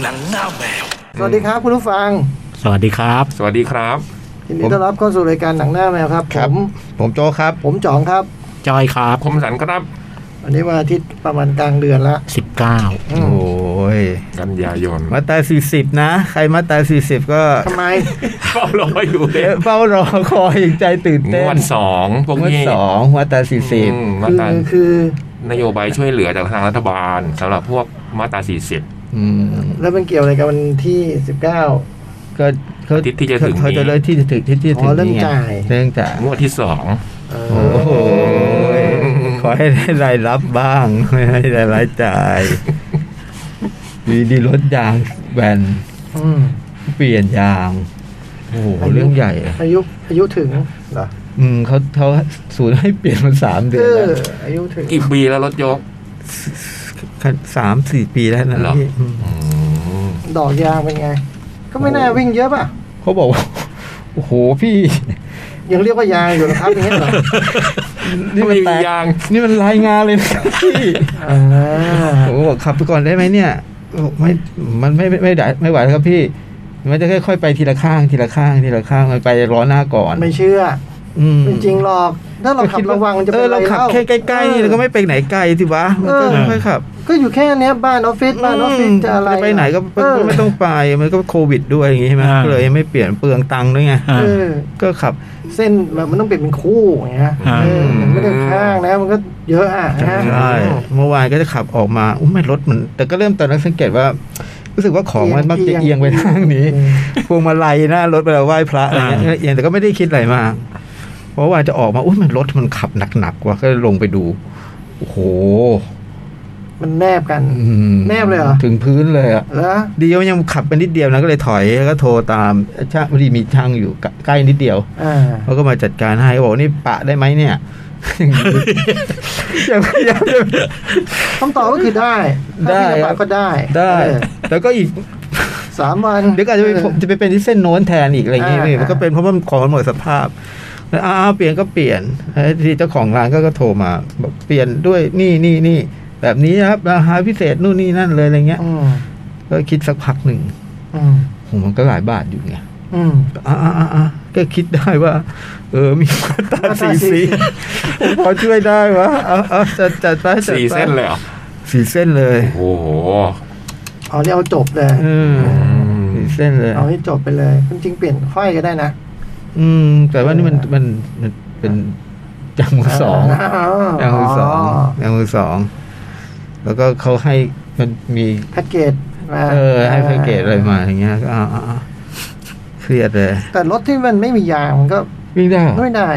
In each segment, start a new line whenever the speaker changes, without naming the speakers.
หนังหน้าแมว
สวัสดีครับคุณผู้ฟัง
สวัสดีครับ
สวัสดีครับ
ยินดีต้อนรับเข้าสู่รายการหนังหน้าแมวครับ
ค
ผ
รับ
ม
ผมโจครับ
ผมจ๋องครับ
จอยครับ
คมสันครับ
วันนี้วันอาทิตย์ประมาณกลางเดือนละ
19
โอ้ย
กันยายน
มาตราสี่สิบนะ ใครมาตราสี่สิบก็
ทำไม
เฝ้ารออยู่เล
เอ๊ะ
ย
เฝ้ารอคอยอย่างใจตื่นเต้น
วันสองพวก
งวด
นี้
สองมาตราสี่สิบ
อืมมา
คือ
ตรา
คือ
นโยบายช่วยเหลือจากทางรัฐบาลสำหรับพวกมาตราสี่สิบ
แล้วมันเกี่ยวอะไรกับวันที่
ก็เขา
อาทิตย์ที่จะถึงนี้
เขาจะเริ่มที่จะถึงที่ที่จะถึ
อ๋
ง
อเริ่ม
นี่ไ
จ่าย
เริ่มจ่าย
งวดที่สอง
19เอ
โอ้
อ
โหขอให้ได้รายรับบ้างไม่ให้ได้รายจ่ายดีดีรถยางแบน
อืม
เปลี่ยนยางโอ้โหเรื่องใหญ่อะ
อายุอายุถึงเหรอ
อืมเขาเขาศูนย์ให้เปลี่ยนมาสามเดื
เอ
อน
อ
แล้ว
อายุถึง
กี่ปีแล้วรถยก
สามสี่ปีได้นะ
เหรอ
พี่อืม
ดอกยางเป็นไง ก็ไม่น่าวิ่งเยอะป่ะ
เขาบอกว่า โอ้โหพี่
ยังเรียกว่ายางอยู่นะครับอย่างนี้เหรอ
นี่มันแต
ไม่
ก
มียาง
นี่มันรายงานเลยนะพี่
อ่า
ผมบอกขับไปก่อนได้ไหมเนี่ยบอกไม่มันไม่ไม่ไม่ได้ไม่ไหวแล้วครับพี่ มันจะค่อยๆไปทีละข้างทีละข้างทีละข้างมันไปล้อหน้าก่อน
ไม่เชื่อ
อืม
ไม่จริงหรอก ถ้าเราขับระวังมันจะ
เอ
เป็น
อ
อะไร
เราขับ
ล่
แค่ใกล้ๆนี่เราก็ไม่ไปไหนไกลสิวะมันก็
เออ
ค่อยๆขับ
ก็อยู่แค่เนี้ยบ้านออฟฟิศบ้านออฟฟิศจะอะไร
จะไปไหนก็
เออ
ไม่ต้องไปมันก็โควิดด้วยอย่างงี้ใช่ไหม
อ่า
ก็เลยไม่เปลี่ยนเปลืองตังค์ด้วยไง
อ่า
เออ
ก็ขับ
เส้นแบบมันต้องเปลี่ยนเป็นคู่อย่างเงี้ย
อ่า
เออมันไม่ได้ข้างนะ มันก็เยอะอ่ะนะ
ใช่เมื่อวานก็จะขับออกมาอุ้ยไม่รถมันแต่ก็เริ่มตอนนั้นสังเกตว่า รู้สึกว่าของมันมักจะ
เอี
เอี
ย
ย
ง
งไปทางนี้
อืม
พวงมาลัยหน้ารถเวลาไหว้พระอะไรเงี้ย
อ่า
ก็เอียงแต่ก็ไม่ได้คิดอะไรมากเพราะว่าจะออกมาอุ้ยมันรถมันขับหนักๆว่ะก็ลงไปดูโอ้โห
มันแนบกัน
อืม
แนบเลยเหรอ
ถึงพื้นเลยอะ
แล้ว
ดีว่ายังขับไปนิดเดียวนะก็เลยถอยแล้วก็โทรตามช่างพอดีมีช่างอยู่ใกล้นิดเดียว
อ่า
เขาก็มาจัดการให้บอกว่านี่ปะได้ไหม เนี่ย อย่างพยายามจะ
คำตอบก็คือได้ถ้า
ได้
พี่ลำ
ครั
บาก
บ
ก็ได้
ได้
เออ
แล้วก็อีก
สามวัน
เดี๋ยวก็อาจจะไปผมจะไปเป็นที่เส้นโน้นแทนอีกอะไรอย่างเงี้ย
อ่า
พี่มันก็เป็นเพราะมันของมันหมดสภาพแล้วอ้าวเปลี่ยนก็เปลี่ยนแล้วทีเจ้าของร้านก็ก็โทรมาบอกเปลี่ยนด้วยนี่นี่นี่แบบนี้นะครับราคาพิเศษนู่นนี่นั่นเลยอะไรเงี้ย
ืม
ก็คิดสักพักหนึ่ง
อืม
โหมันก็หลายบาทอยู่ไง
อืม
อ่าอ่าอ่าอ่าก็คิดได้ว่า เออมีมาตรา
มาตรา
สี่
สี่
สีผมพอช่วยได้วะเอาเอาจัดจัดไปจัดไป
สี่เส้นเลยเหรอ
สี่เส้นเลย
โอ้โห
เอาเนี่ยเอาจบเลย
อืมสี่เส้นเลย
เอาให้จบไปเลยจริงๆเปลี่ยนค่อยก็ได้นะ
อืม แต่ว่านี่มันมันมันเป็นยางมือสอง
าวย
างมือสองยางมือสอง แล้วก็เขาให้มันมี
แพ็กเกจมา
เออ ให้แพ็กเกจอะไรมาอย่างเงี้ยก็เอาเอาเอาเครียดเลย
แต่รถที่มันไม่มียางมันก็
วิ่งได้เหรอ
ไม่ได้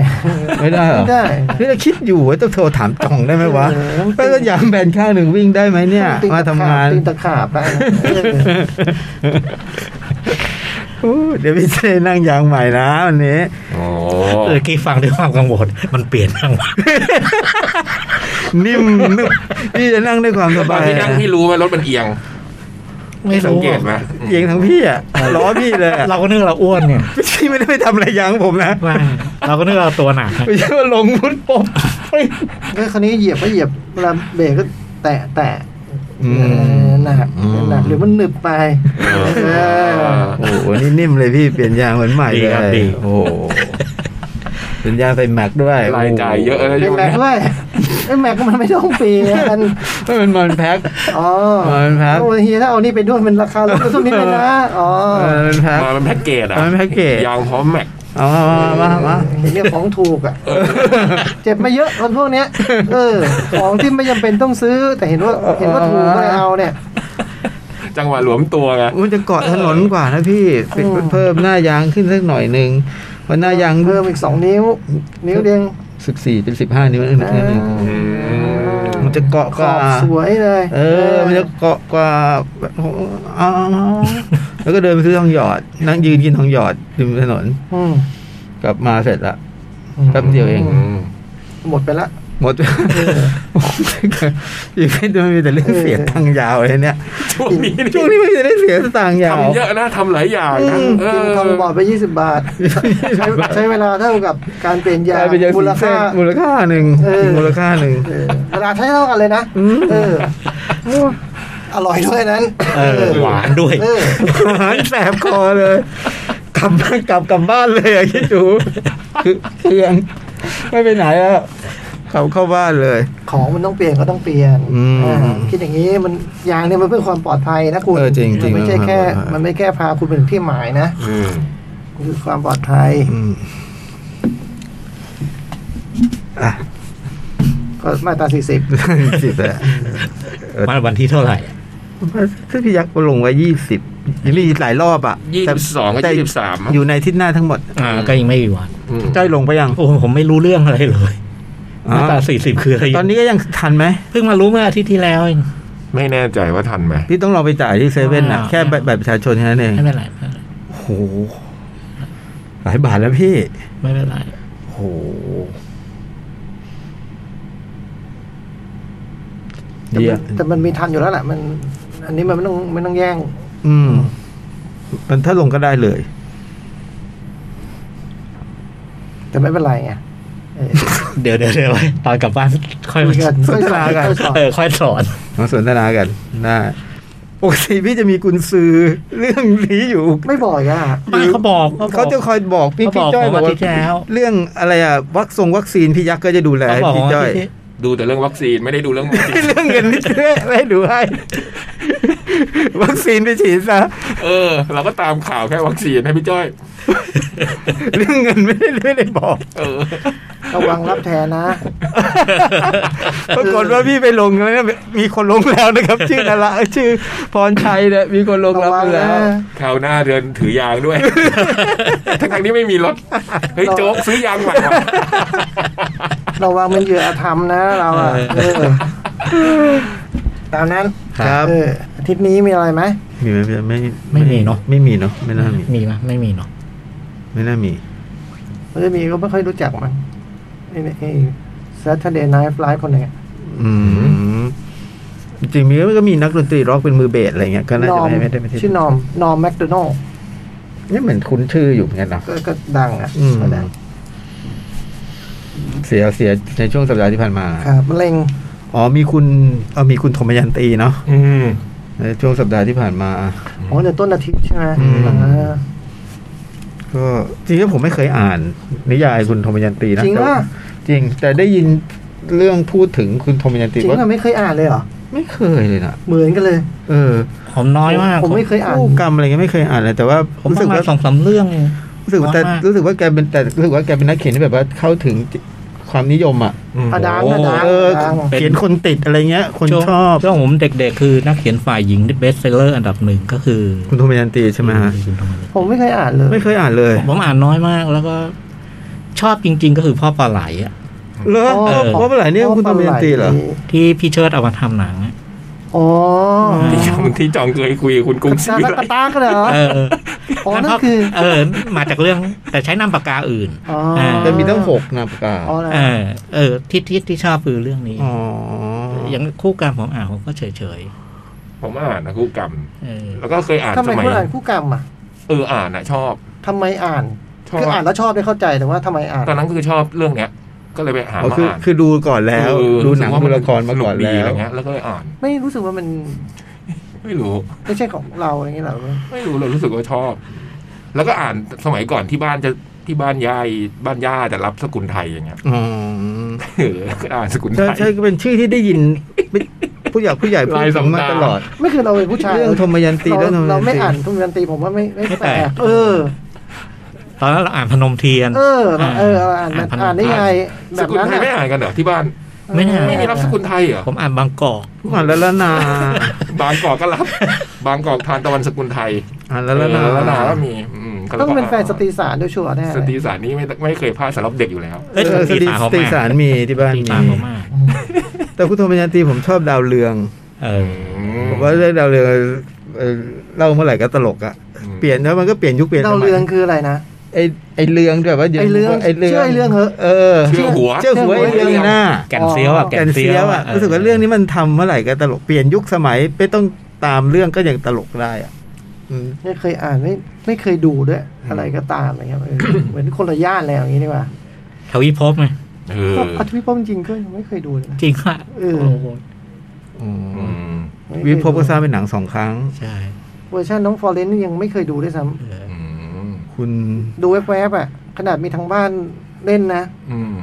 ไม่ได้เหรอ
ไม่ได้
นี่เราคิดอยู่ว่าต้องโทรถามจ่องได้ไหมวะ
เออ
ไปก็ยางแบนข้างหนึ่งวิ่งได้ไหมเนี่ย
ตีน
มา
ตะข
ทำ
บ
งาน
ตีนตะขาบได้นะเออ
โอ้เดี๋ยวพี่เจนั่งยางใหม่นะวันนี้
โอ้
เออกี้ฟังด้วยความกังวลมันเปลี่ยนทางวะ
นิ่ม นุ่มพี่จะนั่งด้วยความ
ตอบ
สานย
ที่นั่งพี่รู้ไหมรถมันเอียง
ไม่
สัง
รู้
เกตไหมอืม
เอียงทั้งพี่อะล้อพี่เลยอะ
เราก็นึกเราอ้วนเนี่ย
พี่ไม่ได้ไปทำอะไรยางผมนะ
ไม่เราก็นึกเราตัวหนัก
ไม่ใช่ว่าลงมุดปบ
ก็คราวนี้เหยียบก็เหยียบเวลาเบรกก็แตะแตะ
อืม
เออหนัก
อืม
หนักหรือมันหนึบไปเอ
เอ
อ
อ
โอ้โหนี่นิ่มเลยพี่เปลี่ยนยางเหมือนใหม่เลยโอ้โหเปลี่ยนยางใส่แม็กด้วย
รายจ่ายเยอะเลย
เล่นแม็กด้วยเล่นแม็กก็มันไม่ต้องปีนะอัน
ไม่เป็นมันแพ็ค
อ๋อ
เอาเป็นแพ็ค
โอ้ยเฮียถ้าเอานี่ไปด้วยมันราคาลดลงสักนิดเลยนะอ๋อ
มันเป็นแพ็ค
มาเป็นแพ็กเกจอะ
มันเป็นแพ็กเกจ
ยางพร้อมแม็ก
เอามามามามา
เห็นเรื่องของถูกอ่ะเจ็บมาเยอะคนพวกเนี้ยเออ ของที่ไม่จำเป็นต้องซื้อ แต่เห็นว่าเห็นว่าถูกก็เลยเอาเนี่ย
จังหวะหลวมตัวไง
มันจะเกาะถนนกว่านะพี่ปิด
อืม
เพิ่มหน้ายางขึ้นสักหน่อยหนึ่งเพราะหน้ายาง
เพิ่มอีกสองนิ้ว นิ้วเดียว
สิบสี่เป็นสิบห้านิ้วนิดนึงมันจะเกาะ
ข
กว่า
อบสวยเลย
เออ มันจะเกาะกว่าแบบอ๋อแล้วก็เดินไปซื้อทองหยอด นั่งยืนกินทองหยอดริมถนน
อืม
กลับมาเสร็จละแป๊บเดียวเอง
หมดไปละ
หมด อีเวนต์มันมีแต่เรื่องเสียตังค์ยาวเลยเนี่ย
ช่วงนี้
ช่วงนี้มันมีแต่เรื่องเสียตังค์ยาว
ทำเยอะนะทำหลายอย่างนะเ
กินทองบอดไป 20 บาท ใช้ใช้เวลาเท่ากับการเปลี่ยนยาก
ลายเป็นยา
มู
สี
ล
เส้
ค่า
นมูลค่าหนึ่ง
เออ
มูลค่าหนึ่ง
เออเวลาใช้เท่ากันเลยนะ
อืม
เออ อร่อยด้วยนั้น
เออหวานด้วย
เออ
อาหารแสบคอเลย กลับมากลับกลับบ้านเลยอะคิดดูคือเพื่อนไม่ไปไหนแล้วกลับเข้าบ้านเลย
ของมันต้องเปลี่ยนก็ต้องเปลี่ยน
อืม
อ่าคิดอย่างนี้มันยางเนี่ยมันเพื่อความปลอดภัยนะคุณ
เออจริงจริ
มั
ง
ไม่ใช่แค่
เออเออ
มันไม่แค่พาคุณไปถึงที่หมายนะ
อืม
คือความปลอดภัย
อืมอ่ะ
ก็มาตราสี่สิบ
สิบแหละ
มาวันที่เท่าไหร่
คือพี่ยักษ์ลงไว้ยี่สิบมีหลายรอบอ่ะ
ยี่
แต่
สิบสองกับ
แต่
ยี่สิบสาม
อยู่ในอาทิศหน้าทั้งหมด
อ่า ก็ยังไม่กี่วัน
อืม
ใกล้ลงไปยัง
โอ้ผมไม่รู้เรื่องอะไรเลยมาตราสี่สิบคืออะไร
ตอนนี้ก็ยังทันไหม
เพิ่งมารู้เมื่ออาทิตย์ที่แล้วเอง
ไม่แน่ใจว่าทันไหม
พี่ต้องรอไปจ่ายที่เซเว่นนะ
อ่า
แค่ใบบัตรประชาชนแค่นั้นเอง
ไม่เป็นไรไม่เป็นไร
โอ้โหหลายบาทแล้วพี่
ไม่เป็นไร
โอ้โห
แต่
เยี่
มั
ย
นแต่มันมีทันอยู่แล้วแหละมัน อันนี้มันไม่ต้องไม่ต้องแย่ง
อืม มันถ้าลงก็ได้เลย
แต่ไม่เป็นไรไงเออ
เดี๋ยวเดี๋ยวเดี๋ยวไว้ตอนกลับบ้านค่อย
คุยกัน
สนทนากัน
ค่อยสอน
เออค่อยสอน
มาสนทนากันได้ปกติพี่จะมีกุญซือเรื่องนี้อยู่
ไม่บ่อยอ่ะ
ไม่เขาบอกบก
เขาจะคอยบอกพี่
เขา
พี่
บอก
จ้อย
ผม
บอก
อา
ว่า
ทิตย์แล้ว
เรื่องอะไรอะวัคซงวัคซีนพี่ยักษ์ก็จะดูแล
เขา
ให้
บอก
พี่
ว่า
จ้อย
ที่
ดูแต่เรื่องวัคซีนไม่ได้ดูเรื่องวั คซีน
เรื่องเงินนี่ไม่ไม่ดูให้ วัคซีนไปฉีดซะ
เออ เราก็ตามข่าวแค่วัคซีนให้พี่จ้อย
เรื่องเงินไม่ได้ไม่ได้บอก
เออ
ระวังรับแทนนะ
ปรากฏว่าพี่ไปลงแล้วเนี่ยมีคนลงแล้วนะครับ ชื่อนาระชื่อพรชัยเนี่ยมีคนลงรั
ระ
บ
วัง
แล้
นะ
ว
คราวหน้าเดินถือยางด้วย ทั้งๆที่ไม่มีรถ เฮ้ย โจ๊กซื้อยางใหม่ว่ะ
ระวังเป็นเหยื่ออาธรรมนะเราอ่ะเออตามนั้น
ครับ
เอออาทิตย์นี้มีอะไรไหม
มีไหมไม่
ไม่มีเนอะ
ไม่มีเนาะไม่น่ามี
มีไหมไม่มีเนาะ
ไม่น่ามี
มันจะมีก็ไม่ค่อยรู้จักมันไอ้ไอ้ Saturday Night Live คนหนึ่งอะ
อืมจริงๆมีก็มีนักดนตรีร็อกเป็นมือเบสอะไรเงี้ยก็น่าจะไม่ไม่ได้ไม่ได้
ชื่อนอม นอมแมคโดนัล
นี่เหมือนคุ้นชื่ออยู่เหมือนกันเนาะ
ก็ก็ดังอ่ะ
อืม
ก็ดัง
เสียเสียในช่วงสัปดาห์ที่ผ่านมา
ครับมะเร็ง
อ๋อมีคุณเอามีคุณธมยันตีเนาะ
อืม
ในช่วงสัปดาห์ที่ผ่านมา
อ๋อเดี๋ยวต้นอาทิตย์ใช่ไหม
อืม
อ่า
ก็จริงๆผมไม่เคยอ่านนิยายคุณธมยันตีนะ
จริง
แต่
ปะ
ว่าจริง แต่ได้ยินเรื่องพูดถึงคุณธมยัน
จ
ตี
ริง
ว่า
เราไม่เคยอ่านเลยเหรอ
ไม่เคยเลยนะ
เหมือนกันเลย
เออ
ผมน้อยมาก
ผมไม่เคยอ่าน
คู่กรรมอะไรเงี้ยไม่เคยอ่านเลยแต่ว่า
ผม
รู้
ป
สึ
ระ
ก
มาณ
ว่า
สองสามเรื่อง
รู้สึกว่าแต่
มาก
รู้สึกว่าแกเป็นแต่รู้สึกว่าแกเป็นนักเขียนที่แบบว่าเข้าถึงความนิยมอ่ะ
อ่ะดัง
โอ้
อ่ะดัง
เออ
ดัง
เป็น
เขียนคนติดอะไรเงี้ย คนชอบ
ช่วงผมเด็กๆ คือนักเขียนฝ่ายหญิงที่เบสเซลเลอร์อันดับหนึ่งก็คือ
คุณธมยันตีใช่ไหมฮะ
คุณธรรมนัส
ผมไม่เคยอ่านเลย
ไม่เคยอ่านเลย
ผมอ่านน้อยมากแล้วก็ ชอบจริง ๆ ก็คือพ่อปลาไหลอะ
เหรอ
เออ
เพราะเมื่อไหร่เนี่ยคุณธมยันตีเหรอ
ที่พี่เชิดเอามาทำหนังอะ
อ๋อ
ที่จองที่จองเคยคุยกับคุณกรุ้งศรี
ตาตา
วิไล
ตาก็เหรอ
เออ
อ๋อนั่น
พ่
คือ
เออ มาจากเรื่องแต่ใช้นามปากกาอื่น
อ๋อ
แกมีตั้งหกนามปากกา
อ๋อเหรอ
เออ เออที่ที่ที่ชอบคือเรื่องนี้
อ๋ออ
อย่างคู่กรรมผมอ่านผมก็เฉยเฉย
ผมอ่านนะคู่กรรม
ๆเออ
แล้วก็เคยอ่าน
ทำไม
สมัย
คุณอ่านคู่กรรมอ่ะ
เอออ่านอ่ะชอบ
ทำไมอ่าน
ชอบ
คืออ่านแล้วชอบได้เข้าใจแต่ว่าทำไมอ่าน
ตอนนั้นคือชอบเรื่องเนี้ย ก็เลยไปหา
อ๋อ
มา
คือ
อ่าน
คือดูก่อนแล้ว
เออ
ดูหนัง
สึว่
ดูละครมาก่อน
สดี
แล้
อะไร
ว
เงี้ยแล้วก็เลยอ่าน
ไม่รู้สึกว่ามัน
ไม่รู้
ไม่ใช่ของเราอะไรอย่างเงี้ยหรอ
ไม่รู้เรารู้สึกว่าชอบ แล้วก็อ่านสมัยก่อนที่บ้านจะที่บ้านยายบ้านย่าจะรับสกุลไทยอย่างเงี้ย
อ๋อ
เออก็อ่านสกุลไท
ใช่
ย
ใช่ก็เป็นชื่อที่ได้ยิน ผู้ใหญ่ผู้ใหญ่พูด
ลาย
ถึ
สำนัก
งมาตลอด
ไม่คือเราเป็นผู้ชาย
เรื่องธมยันตี
เรา
เรื่องธมยันตี
เราไม่อ่านธมยันตีผมว่าไม่ไม่
ไม่
แป
แป
ล
ล
ก
ก
เออ
ตอนนั้นเราอ่านพนมเทียน
เออเราเออเราอ่าน
อ่าน
อ่านได้ไงแบ
ส
บ
กุล
นั้น
ไทย
อะ
ไม่อ่านกันเหรอที่บ้าน
ไม่ได้
ไม่ได้รับสกุลไทยเหรอ
ผมอ่านบางกอก
อ่านแล้วละนา
บางกอกก็รับ บางกอกทานตะวันสกุลไทย
อ่านแล้วละนา
เออแล้วนาก็มีอืมก็ลย
ต้องเป็นแฟนส
อ่า
ตรีสารด้วยชัวร์แน่
ส
เล
ตรี
ย
สารนี้ไม่ไม่เคยพลาดสำหรับเด็กอยู่แล้ว
เอ้ย
เออส
ตี
ติ
สามผม
สติ
อ่าน
สารมีที่บ้าน
ตี
มี
สามผมอ่าน
แต่คุณธมยันตีผมชอบดาวเรือง
เออ
ผมว่าเรื่องดาวเรืองเอ่อเล่าเมื่อไหร่ก็ตลกอ่ะ
อืม
เปลี่ยนแล้วมันก็เปลี่ยนยุคเปลี่ยนสมัย
ดาวเรืองคืออะไรนะ
ไอไอเรืองแบบว่าดี๋ยว
ไอ้เรือง
ไอเรือง
เชื่อไอ้เรืองเหอะ
เออ
เชื่อหัว
เชื่อหัวไอเรืองหน้า
แก่นเซียวอ่ะ
แก่นเซียวอะ
แก่น
รู้สึกว่าเรื่องนี้มันทำเมื่อไหร่ก็ตลกเปลี่ยนยุคสมัยไม่ต้องตามเรื่องก็ยังตลกได้อะอืม
ไม่เคยอ่านไม่ไม่เคยดูด้วยอะไรก็ตามอะไรเงี้ยเออ เหมือนคนละย่านแล้วอย่างนี้ดีกว่า
ทวีภพไหม
เออ
ก็พัทวิพงจริงๆก็ยังไม่เคยดูเลยนะ
จริงค่ะ
เออ
โโห
อื
อื
ม
ม
ไม่เคย
วิภพก็สร้างเป็นหนังสองครั้ง
ใช่
เวอร์ชันน้องฟอร์เรนซ์นี่ยังไม่เคยดูด้วยซ้
เออ
อืม
คุณ
ำดูแวบๆอ่ะ ขนาดมีทางบ้านเล่นนะ
อืม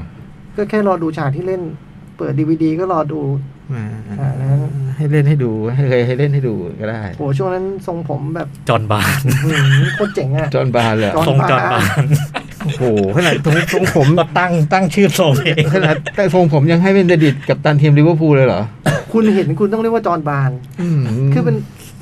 ก็แค่รอดูฉากที่เล่น เปิดดีวดีก็รอดู
แหม
อ่าแล้ว
ให้เล่นให้ดูให้เคยให้เล่นให้ดูก็ได้
โหช่วงนั้นทรงผมแบบ
จอห์นบาร์น
หืมโคตรเจ๋งอ่ะ
จอห์นบาร์เลยเหรอ
จ
ทร
อห์
ง
น
จอห์น
บา
บา
ร์
ร์น
น
โอ้โหขนาด ทรงทรงผม
ก็ตั้งตั้งชื่อทรงเอง
ขนาดแต่ทรงผมยังให้เป็นเดดิตกับตันทีมลิเวอร์พูลเลยเหรอ
คุณเห็นคุณต้องเรียกว่าจอห์นบาร์น
ม
คือเป็น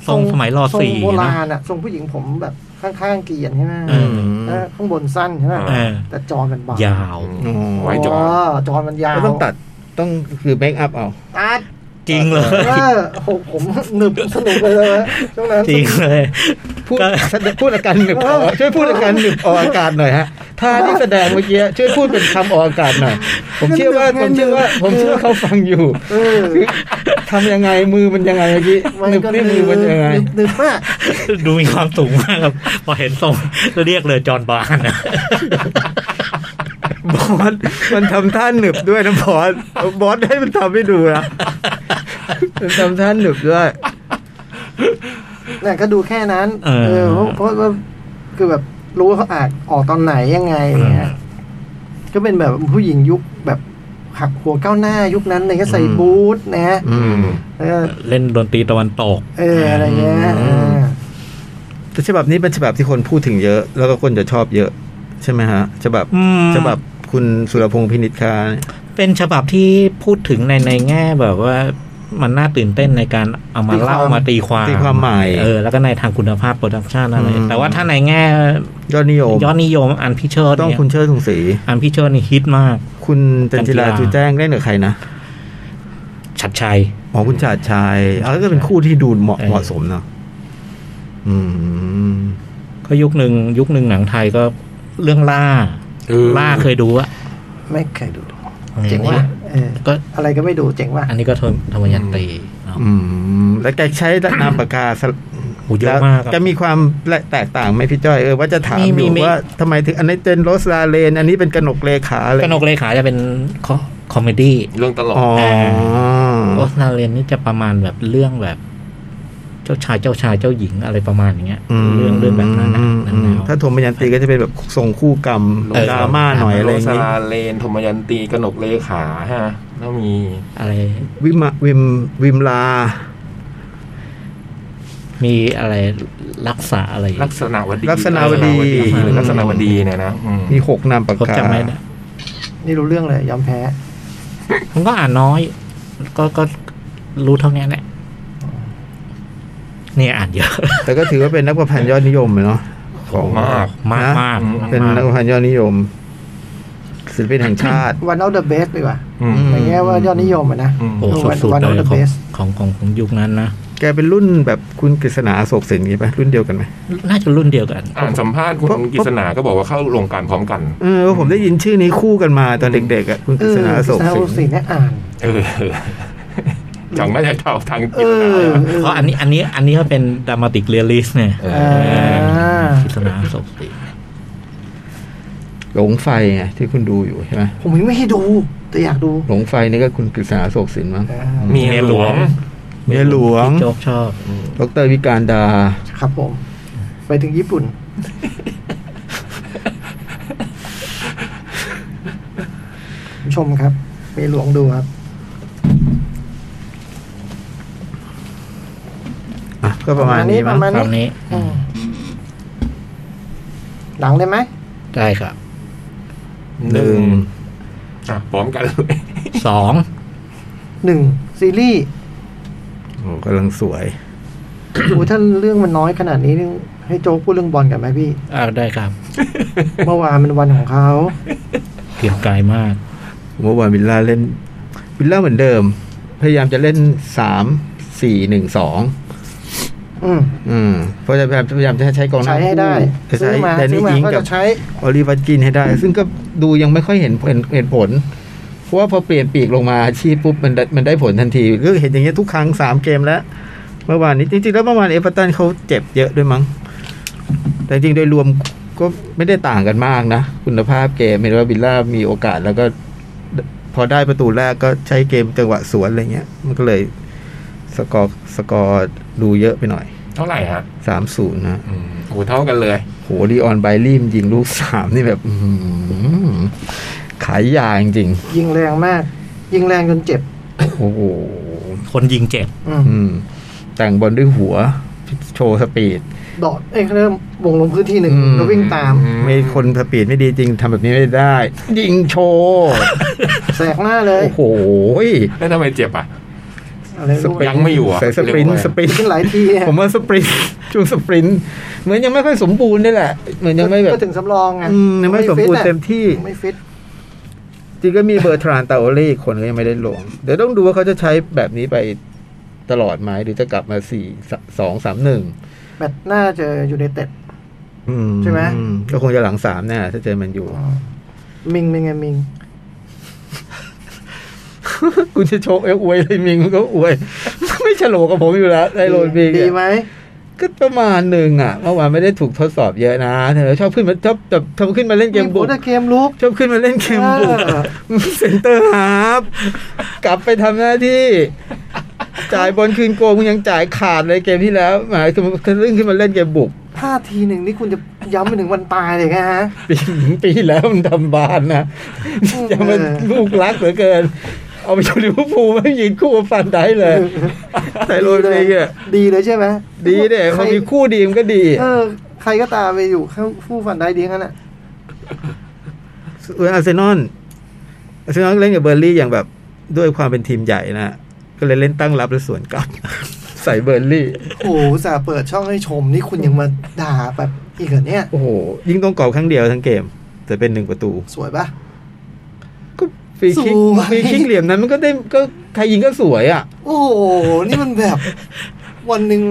ทรงสมัยรอ
ทรง
สี่
โบ
นะ
ราณอ่ะทรงผู้หญิงผมแบบข้างๆเกรียนใช่ไหม
เออ
แล้วข้างบนสั้นใช่ไหม
เออ
แต่จอห์นมันบาง
ยาว
อ๋อ
ไว้จอด
จอห์นมันยาว
ก็ต้องตัดต้องคือเมคอัพเอา
ตัด
จริงเลย
เออโหผมหนึบสนุกเลยนะช่วงนั้น
จริงเลย
พูด
ก็
พูดอาการหนึบออกช่วยพูดอาการหนึบออกอากาศหน่อยฮะท่าที่แสดงเมื่อกี้ช่วยพูดเป็นคำออกอากาศหน่อย ผมเชื่อว่าผมเชื่อว่า ผมเชื่อว่าเขาฟังอยู่
เออ
คือทำยังไงมือมันยังไงเมื่อกี้
มัน
หนึบ
ก็
นี่มือมันยังไง
หนึบหนึบมาก
ดูมีความสูงมากครับ พอเห็นทรงเรียกเลยจอห์นบาร์นนะ
บอสมันทำท่าหนึบด้วยนะบอส บอสให้มันทำให้ดูนะมันทำท่าหนึบด้วย
น่ะก็ดูแค่นั้น
เออ
เพราะเพราะว่าคือแบบรู้ว่าเขาอาจออกตอนไหนยังไงอย่างเงี้ยก็เป็นแบบผู้หญิงยุคแบบหักหัวก้าวหน้ายุคนั้นเลยก็ใส่
อืม
บูทนะฮะ
อืม
แล้วก็
เล่นดนตรีตะวันตก
เอออะไรเงี้ย
อืม
เออ
แต่ฉบับนี้เป็นฉบับที่คนพูดถึงเยอะ แล้วก็คนจะชอบเยอะ ใช่ไหมฮะฉบับ
อืม
ฉบับคุณสุรพงษ์พินิจคา
เป็นฉบับที่พูดถึงในในแง่แบบว่ามันน่าตื่นเต้นในการเอามาเล่ามาตีความ
ตีความใหม่
เออแล้วก็ในทางคุณภาพโปรดักชันอะไร
อืม
แต่ว่าถ้าในแง่
ยอดนิยม
ยอดนิยมอันพิเชอร์
ต้อง
เนี่ย
คุณเชิดถุงศรี
อันพิเชอร์นี่ฮิตมาก
คุณจันจิราจูแจ้งเล่นกับใครนะ
ชัดชัย
หมอคุณชาติชายเอาแล้วก็เป็นคู่ที่ดูเหมาะ
เออ
เหมาะสมเนาะอืม
ก็ยุคหนึ่งยุคหนึ่งหนังไทยก็เรื่องล่า
เออ
ล่าเคยดูอะ
ไม่เคยดูเจ๋งว่ะเออ
ก็
อะไรก็ไม่ดูเจ๋งว่ะ
อันนี้ก็ธรรมธรรมยันตรีเนาะ
อืม แล้วแกใช้นามปากกาสลับ
โหูเย
แล้
อะ
ว
มากครับ
แกมีความแตกต่างไหมพี่จ้อยเออว่าจะถาม
มี
อ
มี
ยู่
มี
ว่าทำไมถึงอันนี้เป็นโรสลาเลน อันนี้เป็นกนกเลขาอะไร
กนกเลขาจะเป็นคอคอมเมดี้
เรื่องตลก
อ๋อ
โอสนาเรนนี่จะประมาณแบบเรื่องแบบ เจ้าชายเจ้าชายเจ้าหญิงอะไรประมาณอย่างเงี้ย
ม
เรื่องเรื่องแบบนั้นนะ
อืม
นั่น
อื
แน
ม
ว
ถ้าโทมยันตีก็จะเป็นแบบทรงคู่กรรม
เออ
ดราม่าหน่อยอะไร
โร
อย่า
ส
งนี้
ลาเลนธมยันตีกนกเลขาฮะแล้วมี
อะไร
วิมะวิมวิมลา
มีอะไรรักษาอะไร
ลักษณะวดี
ลักษณะวดี
เออลักษณะวดีเนี่ยนะอืม
มีหกนามปาก
ผม
กา
จำไม่ได้
นี่รู้เรื่องเลยยอมแพ้
ผมก็อ่านน้อย ก็ก็รู้เท่าเนี้ยแหละเนี่ยอ่านเยอะ
แต่ก็ถือว่าเป็นนักประพันธ์ยอดนิยมเลยเนาะของ
มาก
มากมาก
นะ
เป็นนักประพันธ์ยอดนิยมศิลปินแห่งชาติ
วันเอาเดอะเบสดีกว่า
อืม
ม
ในแง่ว่ายอดนิยมอะนะ
อืม
โอ้สุดสุดๆ
One
เลย
of the
ของ
best
ของของของยุคนั้นนะ
แกเป็นรุ่นแบบคุณกฤษณาโศกสินงี้ปะรุ่นเดียวกันไหม
น่าจะรุ่นเดียวกัน
อ่านสัมภาษณ์คุณกิษณาก็บอกว่าเข้าโรงการพร้อมกัน
เออผมได้ยินชื่อนี้คู่กันมาตอนเด็กๆอ่ะคุณกฤษณาโศก
เออกฤษณา
สิ
โศกสิ
น
นเนี่ยอ่าน
เอ อจังน่าจะเท่าทาง
เอ
กิษณา
อ
เพราะอันนี้อันนี้อันนี้ก็เป็นดรามาติกเรียลลิสต์เนี่ย
เอ
อ่
อา
คิษณาศกติ
หลงไฟไงที่คุณดูอยู่ใช่ไหม
ผมยังไม่ให้ดู แต่อยากดู
หลงไฟนี่ก็คุณกฤษณาโศกสินมั้ง
อ่า
เมียหลวง
เมียหลวง
พี่โจ๊กชอบ
ดรวิการดา
ครับผม ไปถึงญี่ปุ่น ชมครับเมียหลวงดูครับ
อ่ะก็ประมาณนี้
ป
มั้
ระ
ง
มาณ
ตอน
นี้
นี้
อืมหลังได้ไหม
ได้ครับ
หนึ่ง
อ่ะพร้อมกันเลย
สอง
หนึ่งซีรีส์
โอ้กำลังสวย
โอ้ยถ้าเรื่องมันน้อยขนาดนี้นี่ให้โจ๊กพูดเรื่องบอลกันไหมพี่
อ่าได้ครับ
เมื่อวานมันวันของเขา
เพียงไกลมาก
เมื่อวานวิลล่าเล่น วิลล่าเหมือนเดิม พยายามจะเล่นสามสี่หนึ่งสอง
อืม
อืมเพราะจะพยายามพยายามจะใช้กองหน้า
ใช้ให้ได้
คู่
ซื้
ใช้
อมา
แดน
ซื้อ
นี่
มา
อิง
ก็
กับ
จะใช้
ออลิวัตกินให้ได้ ซึ่งก็ดูยังไม่ค่อยเห็นเห็นเห็นผล เพราะว่าพอเปลี่ยนปีกลงมาอาชีพปุ๊บมันได้มันได้ผลทันทีก็เห็นอย่างเงี้ยทุกครั้งสามเกมแล้ว เมื่อวานนี้จริงๆแล้วเมื่อวานเอเวอร์ตันเขาเจ็บเยอะด้วยมั้ง แต่จริงๆโดยรวมก็ไม่ได้ต่างกันมากนะ คุณภาพเกมเห็นว่าบิลล่ามีโอกาสแล้วก็ พอได้ประตูแรกก็ใช้เกมจังหวะสวนอะไรเงี้ย มันก็เลย สกอร์สกอร์ดูเยอะไปหน่อย
เท่าไหร่ฮะ
สามศูนย์นะ
อืมโอ้เท่ากันเลย
โหลีออนไบลี่ยิงลูกสามนี่แบบอื้อหือขายยาจริง
ยิงแรงมาก ยิงแรงจนเจ็บ
ๆโอ้โห
คนยิงเจ็บ
อืม
อืม แต่งบอลด้วยหัว โชว์สปีด
ดอดเอ้ยเขาเริ่มวงลงพื้นที่หนึ่ง
อืม
แล้ววิ่งตาม
อืม
ไม่คนสปีดไม่ดีจริงทำแบบนี้ไม่ได้ ยิงโชว์
แสกหน้าเลย
โอ้โห
แล้วทำไมเจ็บอ่ะ
อะไร
ส
รู้
ปริน
ยังไม่อยู่อะ
ใส่สปริน
เรียกว่า
สปริน
ขึ้นหลายทีเนี่ย
ผมว่าสปรินช่วงสปรินเหมือนยังไม่ค่อยสมบูรณ์นี่แหละ เหมือนยังไม่แบบ
ก็ถึงสำรองไง
อืมยังไม่สมบูรณ์
ฟิอะ
เต็มที่
ไม่ฟิต
จริงก็มีเบอร์ทรานตาโอเล่อีกคนก็ยังไม่ได้ลง เดี๋ยวต้องดูว่าเขาจะใช้แบบนี้ไปตลอดไหมหรือจะกลับมาสี่สองสามหนึ่ง
แมตช์หน้าเจออยู่ในเต็ด ใช่ไหม
ก็คงจะหลังสามแน่ถ้าเจอแมันอยู่
มิงเป็นไงมิง
กูจะโชว์เอ้ยอวยเลยมิงมันก็อวย ไม่ฉลกกับผมอยู่แล้วไอโรนมิง
ดี
เนี่ย
ไหม
ก็ประมาณหนึ่งอ่ะเมื่อวานไม่ได้ถูกทดสอบเยอะนะเธอชอบขึ้นมาชอบชอบชอบขึ้นมาเล่นเกมบุก
แต่เกมลุก
ชอบขึ้นมาเล่นเกมบุก
เออ
เซ็นเตอร์ฮาร์ฟกลับไปทำหน้าที่ จ่ายบอลคืนโกมึงยังจ่ายขาดเลยเกมที่แล้วหมายถึงทะลึ่งขึ้นมาเล่นเกมบุก
ท่าทีหนึ่งนี่คุณจะย้ำไปถึงวันตายเลยนะฮะ
ปีปีแล้วมันทำบานนะ
อืม
อย่ามันลูกรักเหลือเกิน เอาไปอยู่ลิเวอร์พูลไม่ยืนคู่กับฟันได้เลย แต่โรนเองอ่ะ
ดีเลยใช่ไหม
ดีเด้พอมีคู่ดีมันก็ดี
เออ ใครก็ตามไปอยู่ข้างผู้ฝันได้ดีงั้นน่ะ
เอออาร์เซนอลอาร์เซนอลเล่นกับเบอร์ลี่อย่างแบบด้วยความเป็นทีมใหญ่นะ ก็เลยเล่นตั้งรับและสวนกลับ ใส่เบอร์ลี่
โอ้โหอุตสาห์เปิดช่องให้ชมนี่คุณยังมาด่าแบบอีกเหรอเนี่ย
โอ้โห ยิงตรงกรอบครั้งเดียวทั้งเกม แต่เป็นหนึ่งประตู
สวยปะ
ก็ฟรีคิก
สวย
ฟรีคิกเหลี่ยมนั้นมันก็ได้ก็ใครยิงก็สวยอ่ะ
โอ้โห นี่มันแบบ วันหนึ่ง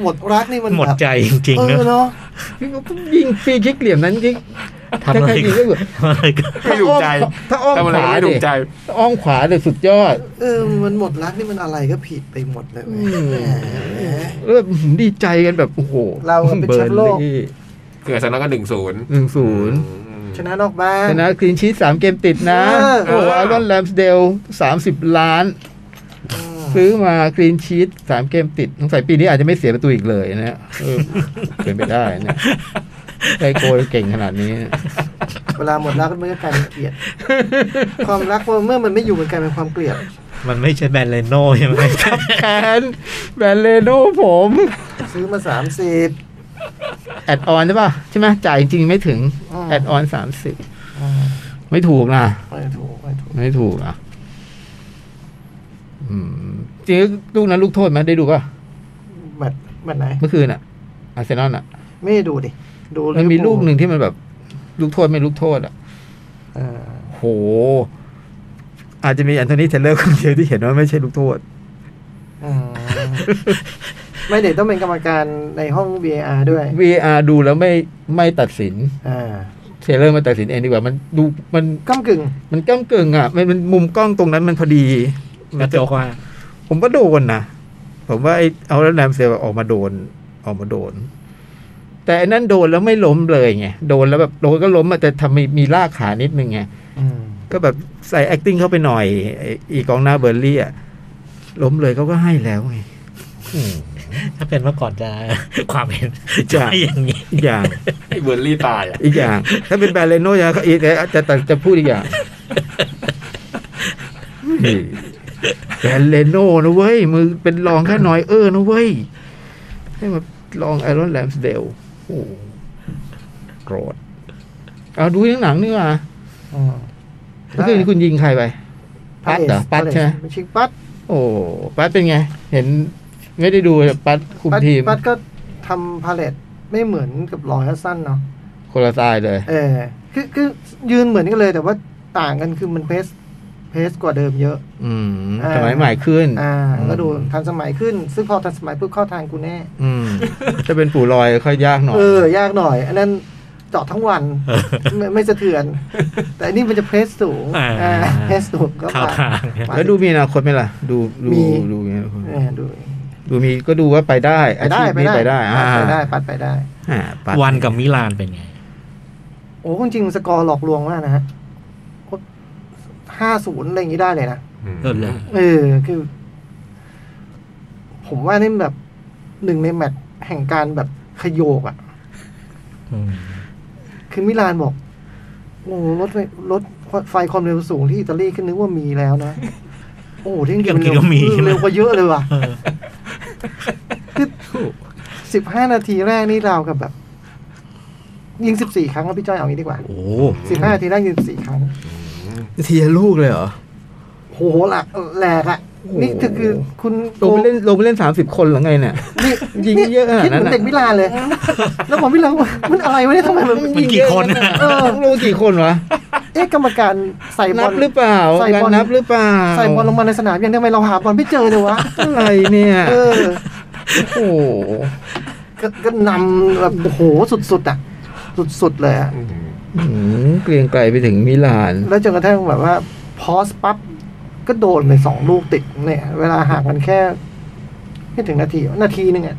หมดรักนี่มัน
หมด
แบบ
ใจจริง
เอ
ๆเน
อ
อะ
เนาะ
ยิงฟรีคิกเหลี่ยมนั้นยิง
ทำ
ถ้า
อะ
ใค
ไร
รยิงก็สวย
ทำอะไรก็
ไม่ถูกใจ
ถ้าอ้อม
ทำอะไร
ขวา
ไม่
ดิ
ถูกใจ
ถ้าอ้อมขวาเลยสุดยอด
เออ มันหมดรักนี่มันอะไรก็ผิดไปหมดเลยเว้ย
อืม
แหม
แล้วแบบดีใจกันแบบโอ้โห
เราเป็นแชมป์โลก
เกิดสนามก็หนึ่งศูนย์
หนึ่งศูนย์
ชนะนอกบ้าน
ชนะคลีนชีตสามเกมติดนะ
เออ
โอ้อารอนแลมสเดลสามสิบล้าน
อืม
ซื้อมาคลีนชีตสามเกมติดสงสัยปีนี้อาจจะไม่เสียประตูอีกเลยนะเออเป็นไปได้นะไอโกยเก่งขนาดนี้
เวลาหมดรักมันก็กลายเป็นเกลียด ความรักเมื่อมันไม่อยู่มันกลายเป็นความเกลียด
มันไม่ใช่แบรนด์เลโน่ใช่ไหมครับ
แคนแบรนด์เลโน่ผม
ซื้อมาสามสิบ
แอดออนใช่ป่ะ ใช่ไหมจ่ายจริงๆไม่ถึง
อืม
แอดออนสามสิบไม่ถูกนะ
ไม่ถูกไม่ถูก
ไม่ถูกอ่ะอืมจริงๆลูกนั้นลูกโทษไหมได้ดูป่ะ
แบบแบบไหน
เมื่อคืนอ่ะ อาร์เซนอลอ่ะ
ไม่ได้ดูดิ ดู
มันมี
เวอร์พู
ลูกหนึ่งที่มันแบบ ลูกโทษไม่ลูกโทษอ่ะ
เออ
โห อาจจะมีแอนโทนีเทเลอร์คนเดียวที่เห็นว่าไม่ใช่ลูกโทษ
อืมไม่เด็กต้องเป็นกรรมการในห้อง VAR ด้วย
VR ดูแล้วไม่ไม่ตัดสิน
อ่า
เทเลอร์มาตัดสินเองดีกว่า มันดูมัน
ก้ากึ่ง
มันก้ากึ่งอ่ะ มันมันมุมกล้องตรงนั้นมันพอดี
กระจกว่า
ผมว่าโดนนะ ผมว่าไอ้เอาแล้วแรมเซลออกมาโดน ออกมาโดน แต่อันนั้นโดนแล้วไม่ล้มเลยไง โดนแล้วแบบโดนก็ล้มอะแต่ทำมีมีลากขานิดนึงไง
อืม
ก็แบบใส่ acting เข้าไปหน่อยไอ้อีกองหน้าเบอร์ลี่อะล้มเลยเขาก็ให้แล้วไง
ถ้าเป็นเมื่อก่อนจะ ความเห็นจะไม่อย่างนี้
อีกอย่าง
ไอ้เบอร์ลี่ตายอ่ะ
อีกอย่าง ถ้าเป็นแบรนด์เลโน่จะอีกจะจะจะพูดอีกอย่างนี่แบรนด์เลโน่นะเว้ย มือเป็นรองแค่น้อยเออนะเว้ย ให้มาลองไอรอนแลมสเดลโอ้โหโกรธเอาดูหนังนี่ว่า
อืม
เมื่อคืนคุณยิงใครไป ปัดเหรอปัดใช่ไหม
ปชิงปัด
โอ้ปัดเป็นไง เห็นไม่ได้ดูแต่ปัดคุม
ปัด
ทีม
ปัดก็ทำพาเลตไม่เหมือนกับลอยฮัสซันเนาะ
โคลาตายเลย
เออคือคือยืนเหมือนกันเลยแต่ว่าต่างกันคือมันเพสเพสกว่าเดิมเยอะ
อืม
อ่า
สมัยใหม่ขึ้น
อ่า
อืม
ก็ดูทันสมัยขึ้น ซึ่งพอทันสมัยปุ๊บเข้าทางกูแน่
อืมถ้าเป็นปู่ลอยค่อยยากหน่อย
เออ ยากหน่อย อันนั้นเจาะทั้งวันไม่ไม่สะเทือน แต่อันนี้มันจะเพสสูง
อ่า
อ่าเพสสูงก็
ข่าว
มา
ทางเนี่ย
ไป
แล้วดูมีอนาคตไหมล่ะ ดูดู
มี
ดูมีอนาคต
เออดู
ดูมีก็ดูว่าไปได้
ไป
อา
ได้
ชีพ
ไป
นี้
ได้
ไปได้อ่า
ไปได้ปัดไปได้
อ่าปัด
วันกับมิลานเป็นไง
โอ้จริงๆสกอร์หลอกลวงมากนะฮะห้าศูนย์อะไรอย่างนี้ได้เลยนะ
อืม
เออเลย
เออ คือ ผมว่านี่แบบหนึ่งในแมตช์แห่งการแบบขยโยกอ่ะ
อืม
คือมิลานบอก โอ้โหรถไฟรถไฟความเร็วสูงที่อิตาลีก็นึกว่ามีแล้วนะ โอ้โหที่อังกฤษมันเร็วเร็วกว่าเยอะเลยว่ะ
เออ
สิบห้านาทีแรกนี่เราวกับแบบ ยิงสิบสี่ครั้งแล้วพี่จ้อยเอางี้ดีกว่า
โอ้
สิบห้านาทีแรกยิงสี่ครั้ง
เทียลูกเลยเหรอ
โหหลักแหลกอะ
โอ้โห
นี่คือคือคุณ
ลงไปเล่นลงไปเล่นสามสิบคนเหรือไงเนี่ย
นี่
ยิงเยอะขนาด
คิดเห
นั้น
มือน
อะ
เด็กมิลานเลย แล้วผมไม่รู้ว่ามันอะไรวะเนี่ยทำไมมัน
มันกี่คนนะ
เออ
ลงกี่คนวะ
เอ๊ะกรรมการใส่บ
นั
อบ ล
หรือเปล่า
ใส่บอล
การนับหรือเปล่า
ใส่บอลลงมาในสนามยังทำไมเราหาบอลไม่เจอเลยวะ
อะไรเนี่ย
เออ
โอ้โห
ก็ก็นำแบบโอ้โหสุดๆอะสุดๆเลยอะ
อืมเกรียงไกลไปถึงมิลาน
แล้วจนกระทั่งแบบว่าพอสปั๊บก็โดนไปสองลูกติดเนี่ย เวลาห่างกันแค่ไม่ถึงนาทีนาทีหนึ่งอ่ะ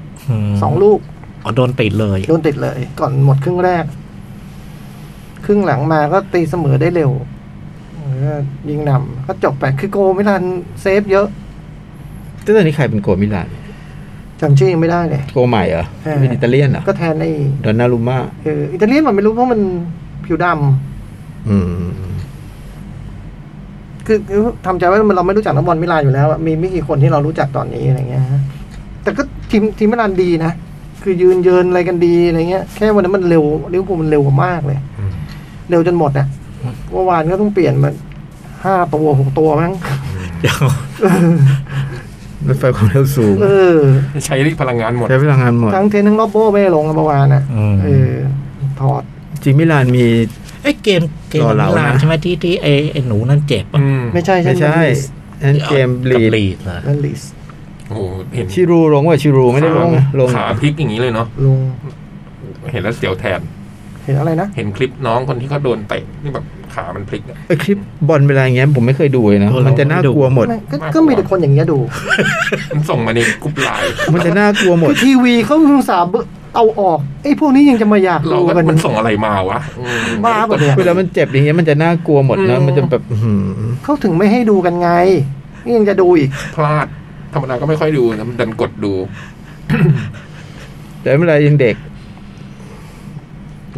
สองลูก
อ๋อโดนติดเลย
โดนติดเลย ก่อนหมดครึ่งแรก ครึ่งหลังมาก็ตีเสมอได้เร็วเออยิงนำก็จบไปคือโกมิลันเซฟเยอะ
แต่ตอนนี้ใครเป็นโกมิลาน
จำชื่อยังไม่ได้เลย
โกใหม่เหรอ
เออ
เป็นอิตาเลียนเหรอ
ก็แทนไอ้
ดอนนารุม่า
เอออิตาเลียนมันไม่รู้เพราะมันผิวด
อืม
ำคือคือทำใจไว้ว่าเราไม่รู้จักนักบอลมิลานอยู่แล้วอะมีไม่กี่คนที่เรารู้จักตอนนี้อะไรเงี้ยฮะ แต่ก็ทีมทีมมิลานดีนะ คือยืนเยินอะไรกันดีอะไรเงี้ย แค่วันนั้นมันเร็วลิเวอร์พูลมันเร็วกว่ามากเลย เร็วจนหมดอ่ะเมื่อวานก็ต้องเปลี่ยนมันห้าตัวหกตัวมั้ง
เดี๋ยว
รถไฟความเร็วสูง
เออ
ใช้พลังงานหมด
ใช้พลังงานหมด
ทั้งเทนทั้งรอบโบ้ไม่ได้ลงอะเมื่อวานอ่ะ
อืม
เออถอด
จริงมิลานมี
เอ้ยเกมเกม
รอเรา
มิลาน
นะ
ใช่ไหมที่ที่ไอไอหนูนั่นเจ็บอ่ะ
อืม
ไม่ใช่
ไม่ใช่อันนั้นเกมลี
กับ
ด
ลีดเหรอ
นั่นลิส
โอ้โหเห็น
ชิรูลงว่าชิรูไม่ได้ลงนะลง
ขาพลิกอย่างนี้เลยเนาะ
ลง
เห็นแล้วเสียวแทน
เห็นอะไรนะ
เห็นคลิปน้องคนที่เขาโดนเตะนี่แบบขามันพลิกอะ
ไอคลิปบอลเวลาอย่างเงี้ยผมไม่เคยดูเลยนะ มันจะน่ากลัวหมด
ไม่ก็ก็มีแต่คนอย่างเงี้ยดู
มันส่งมาในกลุ่มไลน์
มันจะน่ากลัวหม
คื
ด
อทีวีเขาอุตสาห์เอาออกไอ้พวกนี้ยังจะมาอยาก
เรา
ดู
ก็
กัน
มันส่งอะไรมาวะอืม
บ้าปะเนี่ย
เวลามันเจ็บอย่างเงี้ยมันจะน่ากลัวหมดนะมันจะแบบอื้อหือ
เขาถึงไม่ให้ดูกันไงนี่ยังจะดูอีก
พลาด ธรรมดาก็ไม่ค่อยดูนะมันดันกดดู
แต่เวลายังเด็ก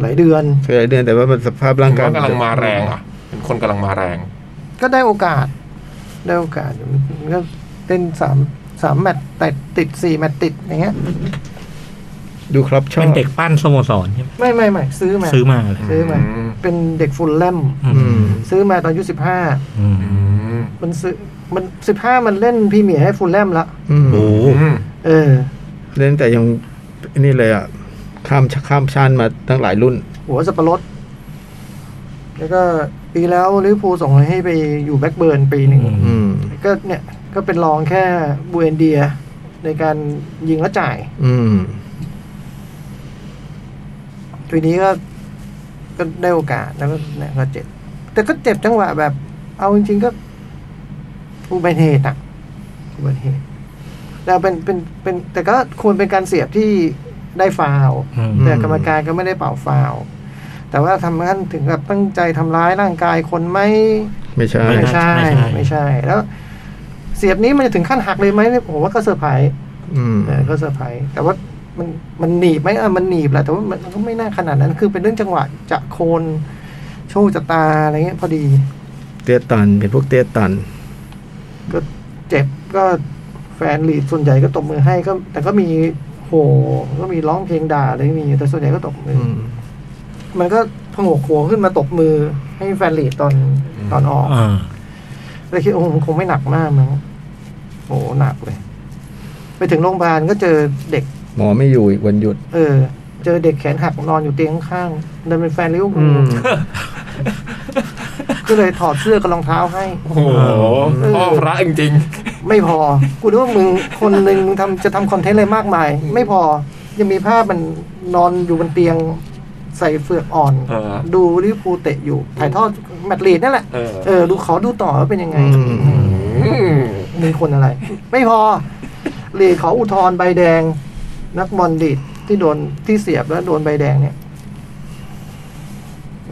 หลายเดือน
เคยเดือนแต่ว่ามันสภาพร่างกาย
ผมว่กำลังมาแรงอ่ะ เป็นคนกำลังมาแรง
ก็ได้โอกาส ได้โอกาสก็เล่นสามสามแมตช์ติดติดสี่แมตช์ติดอย่างเงี้ย
ดูครับชอบ
เป็นเด็กปั้นสโมสรใช่ไหม
ไม่ไม่ไม่ซื้อมา
ซื้อมาเลย
ซื้อมา
อืม
เป็นเด็กฟุลแลม
อืม
ซื้อมาตอนอายุสิบห้า
อืม
อืม
มันซื้อมันสิบห้ามันเล่นพรีเมียร์ให้ฟุลแลมละ
อืม
โอ้โห
อืม
เออ
เล่นแต่ยังนี่เลยอ่ะข้ามข้ามชาติมาตั้งหลายรุ่น
หัวสับปะรด แล้วก็ปีแล้วลิเวอร์พูลส่งให้ไปอยู่แบล็กเบิร์นปีหนึ่ง
อืม
ก็เนี่ย ก็เป็นรองแค่บูเอนเดีย ในการยิงและจ่าย
อืม
ทีนี้ก็ก็ได้โอกาสแล้วก็เนี่ยก็เจ็บ แต่ก็เจ็บจังหวะแบบ เอาจริงๆก็อุบัติเหตุอะอุบัติเหตุแล้วเป็นเป็นเป็น แต่ก็ควรเป็นการเสียบที่ได้ฟาวล์
อืม
แต่กรรมการก็ไม่ได้เป่าฟาวล์แต่ว่าทำขั้นถึงกับตั้งใจทำร้ายร่างกายคนไหม
ไม่ใช่
ไม่ใช่ ไม่ใช่ แล้ว เสียบนี้มันจะถึงขั้นหักเลยไหมผมว่าก็เซอร์ไพรส์
อืม
เออก็เซอร์ไพรส์แต่ว่ามันมันหนีบไหมเออมันหนีบแหละแต่ว่ามันก็ไม่น่าขนาดนั้น คือเป็นเรื่องจังหวะจะโคนโชว์จะตาอะไรเงี้ยพอดี
เตี้ยตัน เป็นพวกเตี้ยตัน
ก็เจ็บก็แฟนลีดส่วนใหญ่ก็ตบมือให้ก็ แต่ก็มีโหก็มีร้องเพลงด่าอะไรมีแต่ส่วนใหญ่ก็ตบมือ
อื
อ
ม
มันก็พงกหัวขึ้นมาตบมือให้แฟนลีดตอนตอนออก
อ่า
เลยคิดโอ้มันคงไม่หนักมากมั้งโอ้หนักเลย ไปถึงโรงพยาบาลก็เจอเด็ก
หมอไม่อยู่อีกวันหยุด
เออ เจอเด็กแขนหักนอนอยู่เตียงข้างๆเดินเป็นแฟนลิเวอร์พู
อื
ล
ม
ก็เลยถอดเสื้อกับรองเท้าให้
โอ้โหพ่อพระจริง
ไม่พอ กูนึกว่ามึงคนหนึ่งมึงทำจะทำคอนเทนต์อะไรมากมาย ไม่พอ ยังมีภาพมันนอนอยู่บนเตียง ใส่เฟือกอ่อน
ๆเออ
ดูลิเวอร์พูลเตะอยู่ ถ่ายทอดแมตช์ลีดนั่นแหละ
เออ
เออ ดูขอดูต่อว่าเป็นยังไง
อืม
อืม
มีคนอะไร ไม่พอลีดขออุทธรณ์ใบแดง นักบอลลีดที่โดนที่เสียบแล้วโดนใบแดงเนี่ย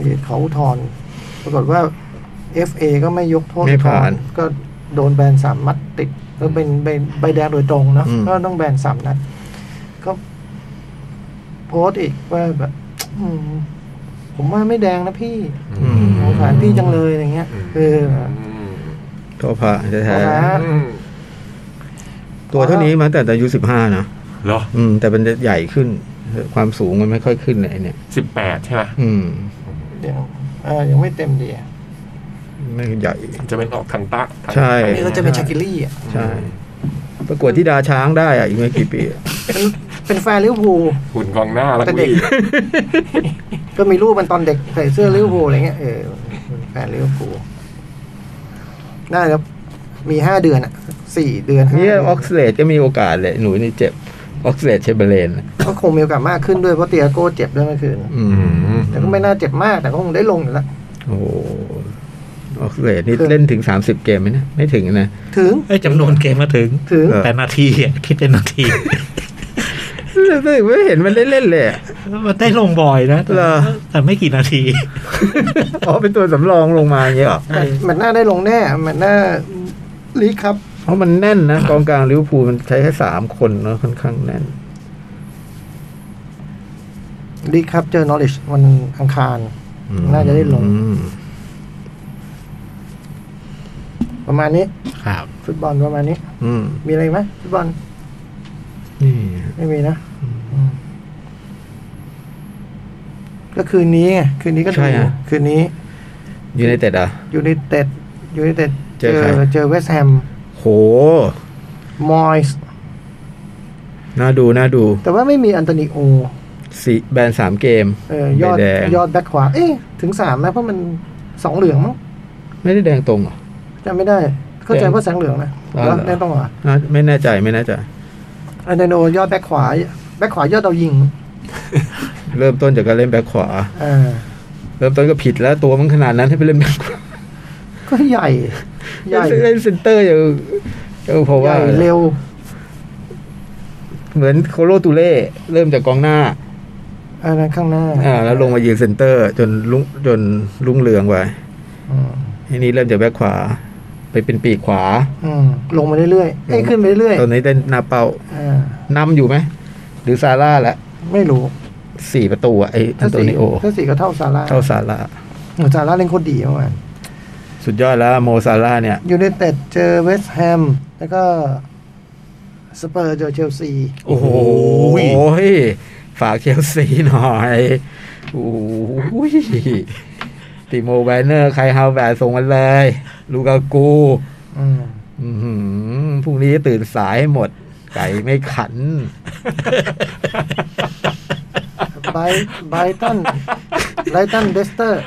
ลีดขออุทธรณ์ปรากฏว่า FA ก็ไม่ยกโทษ
ไม่ผ่าน
อุทธรณ์ก็โดนแบนสามมัดติด ก็เป็นใบใบแดงโดยตรงเนาะ
อืม
ก็ต้องแบนสามนัดก็ โพสต์อีกว่าแบบอืมผมว่าไม่แดงนะพี่
อืม
สงสารพี่จังเลยอะไรเงี้ย
อืม
เออ
โทษพระแท้
โทษพระ
อืม
ๆตัวเท่านี้มาตั้งแต่อายุสิบห้านะ
เหรอ
อืม แต่มันจะใหญ่ขึ้น ความสูงมันไม่ค่อยขึ้นเลยไอ้เนี่ย
สิบแปดใช่ไหม
อืม
เดี๋ยวเออยังไม่เต็มดีอะ
ไม่ใหญ่
จะเป็นออกทางตะทาง
ใช่
ทาง
นี่ก็จะเป็นชากิลี่อ่ะ
ใช่ ประกวดที่ดาช้างได้อ่ะอีกไม่กี่ปีอะ
เป็นเป็นแฟนลิเวอร์พูล
หุ่นกองหน้าแล้ว
แต่
กู
เด็ก
อีก
ก็มีรูปมันตอนเด็กใส่เสื้อลิเวอร์พูลอะไรเงี้ยเออเป็นแฟนลิเวอร์พูลน่าจะมีห้าเดือนอ่ะสี่เดือนห้า
เนี่ย
ดืน
ออกซเลตก็มีโอกาสเลยหนูนี่เจ็บออกซเลตเชมเบอร์เลนอะ
ก็คงมีโอกาสมากขึ้นด้วยเพราะเตียโก้เจ็บด้วยเมื่อคืน
อื
อื
ม
ม
แต่ก็ไม่น่าเจ็บมากแต่ก็คงได้ลงอยู่แล้ว
โอ้โหออกซเลตนี่
คือ
เล่นถึงสามสิบเกมไหมนะไม่ถึงนะ
ถึง
ไอ้ยจำนวนเกมมาถึง
ถึง
เออ
แต่นาทีอะ คิดเป็นนาที
ไม่เห็นมันเล่นๆเลยอะ
มันได้ลงบ่อยนะแต่
เหรอ
แต่ไม่กี่นาที
อ๋อเป็นตัวสำรองลงมาอย่างเงี้ยเหรอ
แมตช์แมตช์หน้าได้ลงแน่แมตช์หน้าลีกครับ
เพราะมันแน่นนะกองกลางลิเวอร์พูลมันใช้แค่สามคนเนอะค่อนข้างแน่น
ลีกครับเจอนอริชวันอังคาร น่าจะได้ลง
อืม
ประมาณนี้
ครับ
ฟุตบอลประมาณนี้
อืม
มีอะไรไหมฟุตบอล
นี่
ไม่มีนะอืมก็คืนนี้ไงคืนนี้ก็ดูคืนนี้
ยูไนเต็ดอ่ะ
ยูไนเต็ดยูไนเต็ด
เจอใคร
เจอเวสต์แฮม
โห
มอยส์
น่าดู น่าดู
แต่ว่าไม่มีอันโตนิโอ
สี่แบนสามเกม
เออยอด
ใบแดง
ยอดแบ็คขวา เอ๊ะถึงสามนะเพราะมันสองเหลืองมั้ง
ไม่ได้แดงตรงเหรอ
จำไม่ได้เข้าใจว่าแสงเหลืองนะ
อ๋อ
แล้ว
เหรอ
แน่ต้องเหรอ
อ่ะไม่แน่ใจไม่แน่ใจ
อันเดโนยอดแบ็คขวาแบ็คขวายอดดาวยิง
เริ่มต้นจากการเล่นแบ็คขวา
อ่า
เริ่มต้นก็ผิดแล้วตัวมันขนาดนั้นให้ไปเล่นแบ็คขวา
ก็ใหญ่ ใหญ่
เล่นเซนเตอร์อย่างเออเพราะ
ให
ว่า
ญ่เร็ว
เหมือนโคโรตูเล่เริ่มจากกองหน้า
อันนั้นข้างหน้า
อ่า แล้วลงมายืนเซนเตอร์ จนลุงจนลุ่งเรืองไป
อืม
ทีนี้เริ่มจากแบ็คขวา ไปเป็นปีกขวา
อืมลงมาเรื่อยๆเอ้ยขึ้นไปเรื่อย
ตอนนี้เล่นหน้าเป้า
ๆอ่าน
ำอยู่ไหม หรือซาร่าแหละ
ไม่รู้
สี่ประตูอะไออั
ถ้าน
โต
สี่
นิโอ
ถ้าสี่ก็เท่าซาร่า
เท่าซาร่า
โอ้ซาร่าเล่นโคตรดีเมื่อวาน
สุดยอดแล้วโมซาร่าเนี่ย
ยูไนเต็ดเจอเวสต์แฮมแล้วก็สเปอร์เจอเชลซี
โอ้โหฝากเชลซีหน่อยโอ้ยติโมแวนเนอร์ ใครฮาวแวร์ส่งมันเลย ลูกากู
อื ม
อื้อหือพรุ่งนี้ตื่นสายให้หมด ไก่ไม่ขัน
ไบรท์ไบรตั นไบรตันเดสเตอร์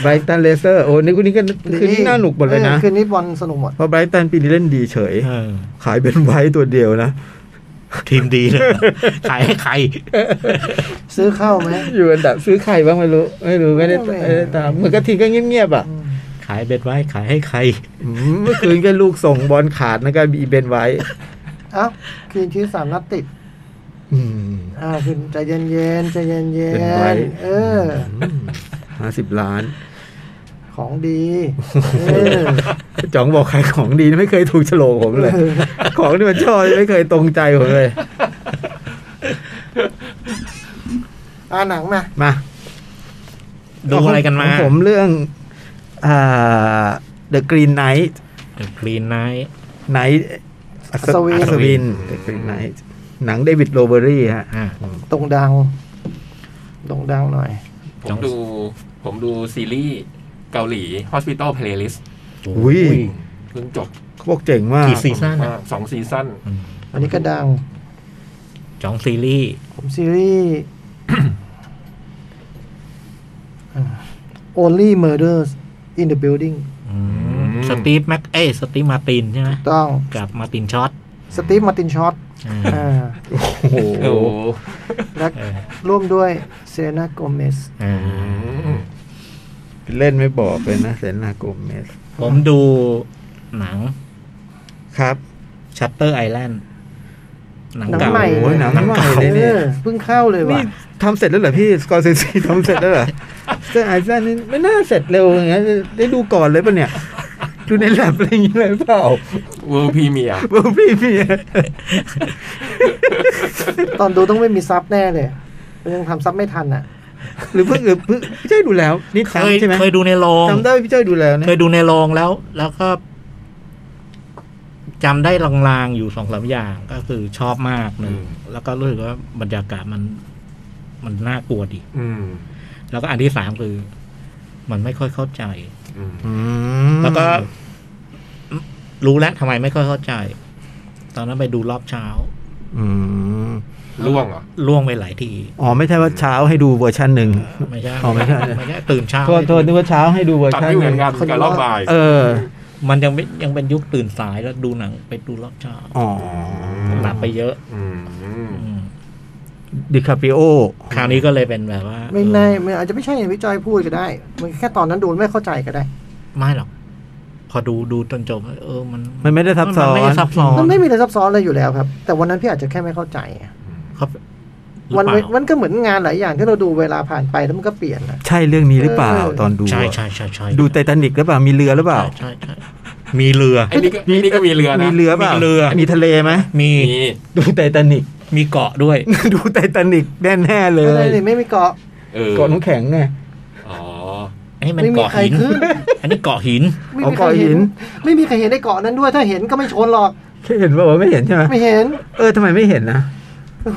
ไบรตันเลเซอร์ โอ้นี่คุณนี่ก็คืนนี้น่าหนุกหมดเลยนะ
คืนนี้บอลสนุกหมด
เพราะไบรตันปีนี้เล่นดีเฉย
เออ
ขายเป็นไว้ตัวเดียวนะ
ทีมดีเลย ขายให้ใคร
ซื้อเข้าไหม
อยู่อันดับซื้อใครบ้างไม่รู้ ไม่รู้ไม่ได้
ไม่รู้
ไม่ได้ตามเหมือนกระทิงก็เงียบๆอ่ะ
ขายเบ็ดไว้ขายให้ใคร
อืมเมื่อคืนก็ลูกส่งบอลขาดนะก็มีเบนไว้
เอ้าคืนที่สามนัดติด
อืม
อ่าคืนใจเย็นเย็นๆใจเย็นเย็
เบนไว้
นเออ
ห้าสิบล้าน
ของดีเออ
จ๋องบอกขายของดีไม่เคยถูกโฉลกผม เลย ของที่มันชอบไม่เคยตรงใจผมเลย
อ่าหนังมา
มา
ดูอะไรกันมา
ขงผมเรื่องอ่า The Green Knight
กรีนไนท์
Knight อัศวินอัศวิน
อัศวิน
The Green Knight หนังเดวิดโรเบอรี่ฮะ
อ่า
ตรงดังตรงดังหน่อย
ผ
จั
ม
ง
ดู ผมดูซีรีส์เกาหลี Hospital Playlist
อุ้ย
เพิ่งจบ
เขาบอกเจ๋งมาก
กี่ซีซั่น
ผม
อะ
ว่าสองซีซั่น
อืม
อันนี้ก็ดัง
จองซีรีส์
ผมซีรีส์ อ่า Only Murders in the Building
อืม
อืม
สตีฟแม็กเอ้ยสตีฟมาร์ตินใช่ไหม
ต้อง
กับมาร์ตินช็อต
สตีฟมาตินช็อต
อ่า
อ่า
โอ้โห
โอ้โห
และ
เออ
ร่วมด้วยเซนาโกเมส
อ่า
อืม
เล่นไม่บอกเลยนะเซนนาโกเมส
ผมดูหนัง
ครับ
ชัตเตอร์ไอแลนด์หนัง
หนัง
เก่า
ใหม่
โอ้ยหนังใหม่เลยเนี่ย
ออเพิ่งเข้าเลยว่ะ
นี่ทำเสร็จแล้วเหรอพี่ สกอร์เซนซี ทำเสร็จแล้วเหรอเซอร์ไอแซนนี่ไม่น่าเสร็จเร็วอย่างเงี้ยได้ดูก่อนเลยปะเนี่ย ดูในแลบอะไรอย่างเงี้ยเลยเปล่า
เวอร์พีเมีย
เบอร์พี่พี่
ตอนดูต้องไม่มีซับแน่เลยยังทำซับไม่ทันอ่ะ
หรือเพิ่งหรือเพิ่งพี่จ้อยดูแล้วนี่
เคย
ซ้ำใช่ไหม
เคยดูในโรง
จำได้ว่าพี่จ้อยดูแล้วนะ
เคยดูในโรงแล้ว แล้วก็จำได้ลางๆอยู่สองสามอย่างก็คือชอบมากหนึ่งแล้วก็รู้สึกว่าบรรยากาศมัน มันน่ากลัวดี
อืม
แล้วก็อันที่สามคือ มันไม่ค่อยเข้าใจ
อืม
อืม
แล้วก็รู้แล้วทำไมไม่ค่อยเข้าใจ ตอนนั้นไปดูรอบเช้า
อืม
ล่วงเหรอ
ล่วงไปหลายที
อ๋อไม่ใช่ว่าเช้าให้ดูเวอร์ชันหนึ่ง
ไม่ใช่
อ๋อไม่ใช่
ไม่ใช่ตื่นเช้า
โทษโทษนึกว่าเช้าให้ดูเวอร์
ตัด
ชัน
ไม่
ห
เหมื
นึ่
อง นกัน
คน
กับ
ละ
รอบบ่าย
เออ
มันยังไม่ยังเป็นยุคตื่นสายแล้วดูหนังไปดูรอบเช้า
อ๋อ
ม
หลับไปเยอะ
ม
อืม
ดิคาปิโอ
คราวนี้ก็เลยเป็นแบบว่า
ไม่
เออ
แน่ไม่อาจจะไม่ใช่อย่างพี่จอยพูดก็ได้ มันแค่ตอนนั้นดูไม่เข้าใจก็ได้
ไม่หรอก พอดูดูจนจบเออมัน
มันไม่ได้ซับซ้อ
มัน นไม่ได้ซับซ้อน
มันไม่มีอะไรซับซ้อนเลยอยู่แล้วครับ แต่วันนั้นพี่อาจจะแค่ไม่เข้าใจอะ
ครับหรือ
วัน
เปล่า
มันก็เหมือนงานหลายอย่างที่เราดูเวลาผ่านไปแล้วมันก็เปลี่ยนนะ
ใช่เรื่องนี้หรือเปล่า
เออ
ตอนดู
ใช่ใช่ใช่ใช่
ดูไททานิกหรือเปล่ามีเรือหรือเปล่า
ใช่ใช่ใช่มีเรือ
ไอ้นี่ก็นี่ก็มีเรือนะ
มีเรือเปล่า
มีเรือ
มีทะเลไหม
มี
มี
ดูไททานิก
มีเกาะด้วย
ดูไททานิกแน่ๆเล
ไม่ได้
ย
เลยไม่มีเกาะ
เออ
เกาะน้ำแข็งไง
อ๋อ
อันนี้มัน
ไม่มี
เกาะ
ใคร
หิน
ขึ้น
อันนี้เกาะหิน
ไม่มีใครเห็น
เอาเกาะหิน
ไม่มีใครเห็นในเกาะนั้นด้วย ถ้าเห็นก็ไม่ชนหรอก
แค่เห็นป่าวะไม่เห็นใช่ไหม
ไม่เห็น
เออทำไมไม่เห็นนะ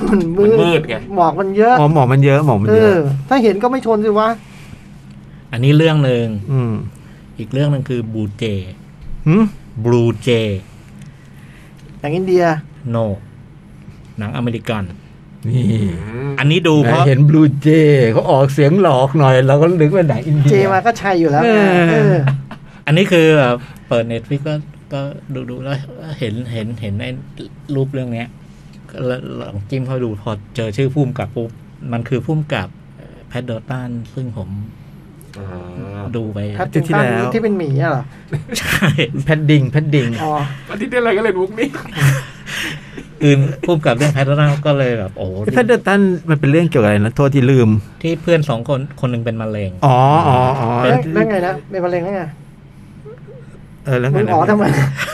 มันมื
มันมื
ด
ดไง
หมอกมันเยอะ
อ๋อหมอกมันเยอะหมอกมัน
เอ
เยอะ
อ ถ้าเห็นก็ไม่ชนสิวะ
อันนี้เรื่องหนึ่ง
อืม
อีกเรื่องหนึ่งคือบูเจ
หึ
บลูเจ
อย่างอินเดีย
โน หนังอเมริกัน
นี่
อันนี้ดูเพ
แต่
ราะ
เห็นบลูเจเขาออกเสียงหลอกหน่อยเราก็นึกว่าหนังอิน
เจ
เดีย
มาก็ชัยอยู่แล้ว
เอ
นะ
อ
เออ
อันนี้คือแบบเปิดเน็ตฟิกก็ก็ดูดูแล้วเห็นเห็นเห็นไอ้รูปเรื่องเนี้ยก็แล้วลองจิ้มเข้าดูพอเจอชื่อพุ่มกับปุ๊บ มันคือพุ่มกับแพทเดอร์ตันซึ่งผม
อ๋อ
ดูไป
แพท
ที่ที่
ตัน
แล้ว
ที่เป็นหมีอะเหรอ
ใช่
แพดดิงแพดดิง
อ๋อ
อาทิตย์อะไรก็เล่นมุกนี้
คือพุ่มกับเรื่องแพทเดอร์ตันก็เลยแบบโอ้โห
แพดเดอร์ตันมันเป็นเรื่องเกี่ยวกับอะไรนะโทษที่ลืม
ที่เพื่อนสองคนคนหนึ่งเป็นมะเร็ง
อ๋ออ๋ออ๋อ
เรื่องเรื่องไงนะเป็นมะเร็งแล้วไง
เออแล้ว
มึ
ไง
ง
นะ
อ๋อทำไม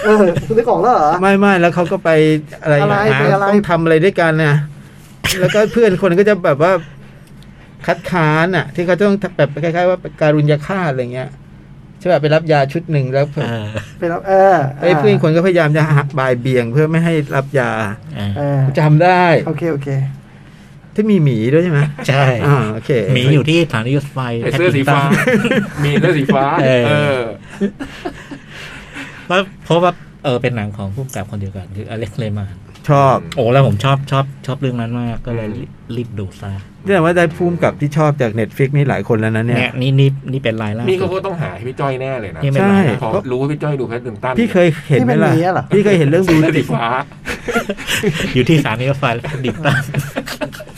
เออคุณนึกออกแล้วเหรอ
ไม่ไม่แล้วเขาก็ไปอะไร
อะไร
หา
ไปอะไร
ต้องทำอะไรด้วยกันนะแล้วก็เพื่อนคนก็จะแบบว่าคัดค้านอ่ะ ที่เขาต้องแบบคล้ายๆว่าการุญยฆาตอะไรเงี้ยใช่ป่ะไปรับยาชุดหนึ่งแล้ว
เออ
ไปแล้วเออ
ไอ้เพื่อนคนก็พยายามจะหักบายเบี่ยงเพื่อไม่ให้รับยา
เออ
เออ
จำได้
โอเคโอเค
ที่มีหมีด้วยใช่ไหม
ใช่
อ่าโอเค
หมีอยู่ที่สถานีรถไฟ
ไอ้เสื้อสีฟ้า
แพทเทิร์นตัน
มีเสื้อสีฟ้า
เออ
เออ
แล้ว เพราะว่าเออเป็นหนังของผู้กำกับคนเดียวกัน คืออเล็กเลมาน
ชอบ
โอ้แล้วผมชอบชอบชอบเรื่องนั้นมาก ก็เลย
อืม
รีบดูซะ
นี่แต่ว่าได้ภูมิกับที่ชอบจากเน็ตฟิกนี่หลายคนแล้วนะเนี่ย
เนี่ยนี่นี่นี่เป็นรายล่า
นี่เขา
สุ
ก็
ด
ต้องหาให้พี่จ้อยแน่เลยนะ
นี่ไม่ใช่
พอรู้ว่าพี่จ้อยดูแพทเทิร์นตัน
พี่เคยเห็นไหมล่ะ
ที่เป็นหมีอะเหรอ
พี่เคยเห็นเรื่องบลู
เสื้อสีฟ้า
อยู่ที่สถานีรถไฟดิบ ตัน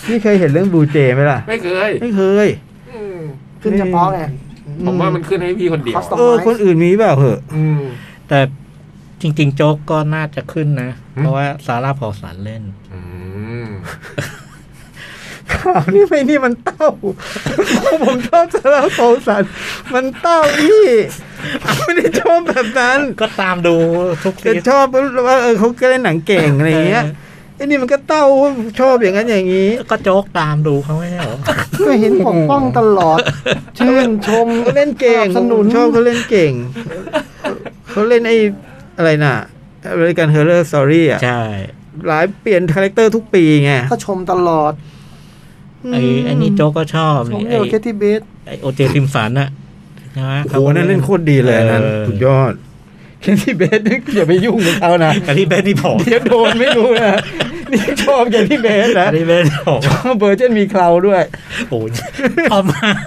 พี่เคยเห็นเรื่องบลูเจไหมล่ะ
ไม่เคย
ไม่เคย
อืม
ขึ้นเฉพาะไง
ผมว่ามันขึ้นให้พี่คนเดียว
Custom
เออคนอื่นมีเปล่าเหอะ
อืม
แต่จริง ๆ โจ๊กก็น่าจะขึ้นนะ
อืม
เพราะว่าซาร่าพอสันเล่น
อืม
ข่าว นี่ไม่นี่มันเต้า ผมชอบสาระโฟสัน มันเต้าพี่ ไม่ได้ชอบแบบนั้น
ก็ตามดูทุก
แต่
ซี
ชอบว่าเออเขาก็เล่นหนังเก่งอะไรอย่างเงี้ยไอ้นี่มันก็เต้าชอบอย่างนั้นอย่างนี้
ก็โจ๊กตามดูเขาไม่ใช่เหรอ
ก็เห็นปกป้องตลอด ชื่นชม
เขาเล่นเก่ง
สนับสนุน
ชอบเขาเล่นเก่ง เขาเล่นไอ้อะไรน่ะบริการเฮอร์เรอร์สตอรี่อ่ะ
ใช่
หลายเปลี่ยนคาแรคเตอร์ทุกปีไง
ก็ชมตลอด
ไอ้ไอ้นี่โจ๊กก็ชอบ
ชม
นี่
เอ
ไอ้
ลเคที่เบส
ไอ้โอเจติมสันอะใช่ไหม
โอ้โหนั่นเล่นโคตรดีเลยอันนั้นสุดยอดเคนที่เบสนี่อย่าไปยุ่งกับเขานะ
แต่ที่เบสนี่ผม
เดี๋ยวโดนไม่รู้นะ นี่ชอบอย่างที่เบสนะ
แต่ที่เบสนี่ผม
ชอบเวอร์ชันมีเคราวด้วย
โอ้ยชอบมาก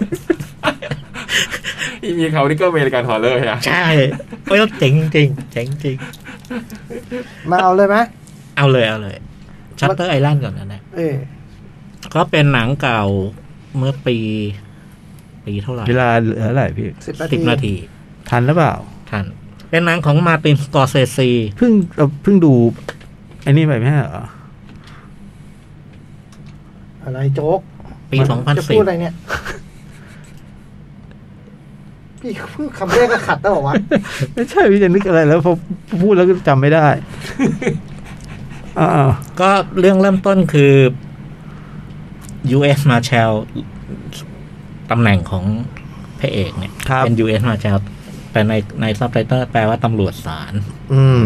อีมีเขานี่ก็อเมริกันฮอลเลอร์นะ
ใช่เอ้ยเจ๋งจริงเจ๋งจริง
มาเอาเลยไหม
เอาเลยเอาเลยชัตเตอร์ไอแลนด์ก่อนนะเนี่ย
เออ
ก็เป็นหนังเก่าเมื่อปี ปีเท่าไหร่
เวลาเหลืออะไรพี่
สิบนา
สิ
ที
บนาที
ทันหรือเปล่า
ทันเป็นหนังของมาร์ตินสกอร์เซซี
เพิ่งเราเพิ่งดูไอันนี้ไปไหมฮะ
อะไรโจ๊ก
ปี
จะพูดอะไรเนี่ย
2010
พี่พูดคำแรกก็ขัดแล้วเหรอวะ
ไม่ใช่พี่จะนึกอะไรแล้วพอพูดแล้วก็จำไม่ ได้อ่า
ก็เรื่องเริ่มต้นคือ U.S. Marshal ตำแหน่งของพระเอกเนี่ย
ครับ
เป็น U.S. Marshal แต่ในในซับไตเติลแปลว่าตำรวจศาล
อืม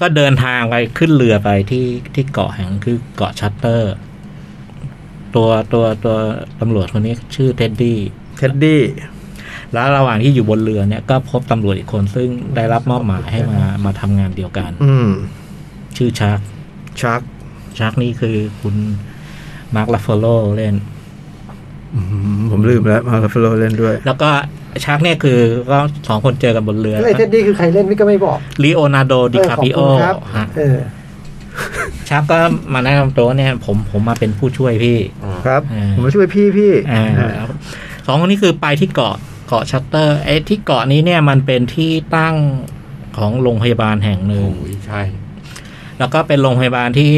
ก็เดินทางไปขึ้นเรือไปที่ที่เกาะแห่งคือเกาะชัตเตอร์ ตัวตัวตัวตำรวจคนนี้ชื่อเท็ดดี้
เท็ดดี้
แล้วระหว่างที่อยู่บนเรือเนี่ยก็พบตำรวจอีกคนซึ่งได้รับมอบหมายให้มามาทำงานเดียวกัน
อืม
ชื่อชาร์ก
ชัก
ชาร์กนี่คือคุณมาร์คลาฟโลเล่น
อืมผมลืมแล้วมาร์คาเฟโลเล่นด้วย
แล้วก็ชาร์กเนี่ยคือก็สองคนเจอกันบนเรือ
แล้วไอ้เท็ดดี้คือใครเล่นพี่ก็ไม่บอก
ลีโอนาร์โดดิ
เออ
คา
ขอบ
ปิโอ
คุณครับ
ฮะ
เออ
ชาร์กก็มาแนะนำตัวว่าเนี่ยผมผมมาเป็นผู้ช่วยพี่
ครับ
อ่า
ผมมาช่วยพี่พี่
อ่าสองคนนี้คือไปที่เกาะเกาะชัตเตอร์ไอ้ที่เกาะนี้เนี่ยมันเป็นที่ตั้งของโรงพยาบาลแห่งหนึ่ง
โอ้ยใช่
แล้วก็เป็นโรงพยาบาลที่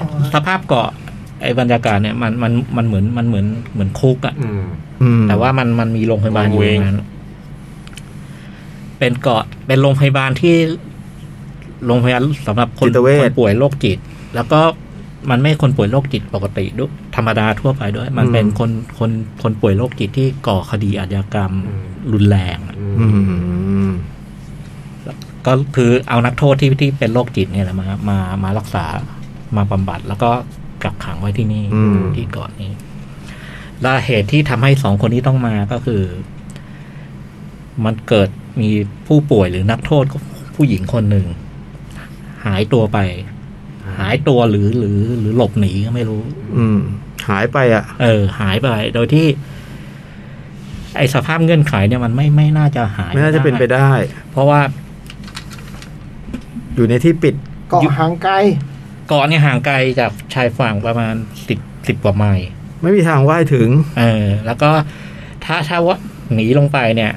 อ๋อ
สภาพเกาะไอ้บรรยากาศเนี่ยมันมันมันเหมือนมันเหมือนเหมือนคุกอะ
อืม
อืม
แต่ว่ามันมันมีโรงพยาบาลอยู่
วางเวง
ตรงนั้นเป็นเกาะเป็นโรงพยาบาลที่โรงพยาบาลสำหรับคน
จิตเว
ค
ช
นป่วยโรคจิต แล้วก็มันไม่คนป่วยโรคจิตปกติด้วยธรรมดาทั่วไปด้วย มันเป็นคนคนคนป่วยโรคจิตที่ก่อคดีอาชญากรรม
อืม
รุนแรงอะ
อื
อื
ม
ม
ก็คือเอานักโทษที่ที่เป็นโรคจิตเนี่ยแหละมามามารักษามาบำบัด แล้วก็กักขังไว้ที่นี่
อืม
ที่เกาะนี้ และเหตุที่ทำให้สองคนนี้ต้องมาก็คือ มันเกิดมีผู้ป่วยหรือนักโทษผู้หญิงคนหนึ่ง หายตัวไป หายตัวหรือหรือหรือหลบหนีก็ไม่รู้
อืม หายไปอ่ะ
เออ หายไป โดยที่ ไอสภาพเงื่อนไขเนี่ยมันไม่ไม่น่าจะหาย
ไม่น่าจะเป็นไปได้
เพราะว่า
อยู่ในที่ปิด
เกาะหางไกล
เกาะเนี่ยห่างไกลจากชายฝั่งประมาณสิบสิบกว่าไมล์
ไม่มีทางว่ายถึง
เออแล้วก็ถ้าถ้าว่าหนีลงไปเนี่ย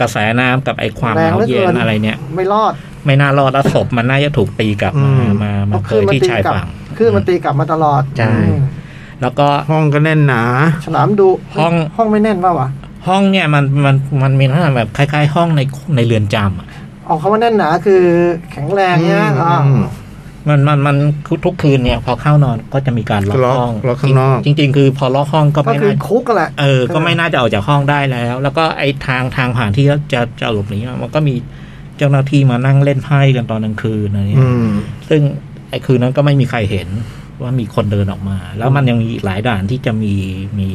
กระแสน้ำกับไอความห
แรง
นาว
เหลือ
เย็
เกิ
น
น
อะไรเนี่ย
ไม่รอด
ไม่น่ารอดแล้วศพมันน่าจะถูกตีกลับมา
อืม
มา
เพ
มา
ราะ
เค
คลื่
ย
นมัน
ที่
ตี
ชาย
กลับ
ฝั่ง
คลื่นมันตีกลับมาตลอด
ใช่
อืม
แล้วก็
ห้องก็แน่นหนา
ฉลามดุ
ห้อง
ห้องไม่แน่นป่าวะ
ห้องเนี่ยมันมันมันมีลักษณะแบบคล้าย ๆ ห้องในในเรือนจำอะ
ออกคำว่าแน่นหนาคือแข็งแรงเนี่ยอ่า
อืม
มันมันมันทุกคืนเนี่ยพอเข้านอนก็จะมีการล็อก
ล็อก
ห้อง
ล็อกข้างนอก
จริงจริง ๆ คือพอล็อกห้องก็
ก็
ไม่
คือ
น่า
คุกอะแหละ
เออ ก็ไม่น่าจะออกจากห้องได้แล้ว แล้วก็ไอทางทางผ่านที่จะจะหลบหนีมันก็มีเจ้าหน้าที่มานั่งเล่นไพ่กันตอนกลางคืนอะไรเงี้ย
อืม
ซึ่งไอ้คืนนั้นก็ไม่มีใครเห็นว่ามีคนเดินออกมา แล้วมันยังมีอีกหลายด่านที่จะมีมี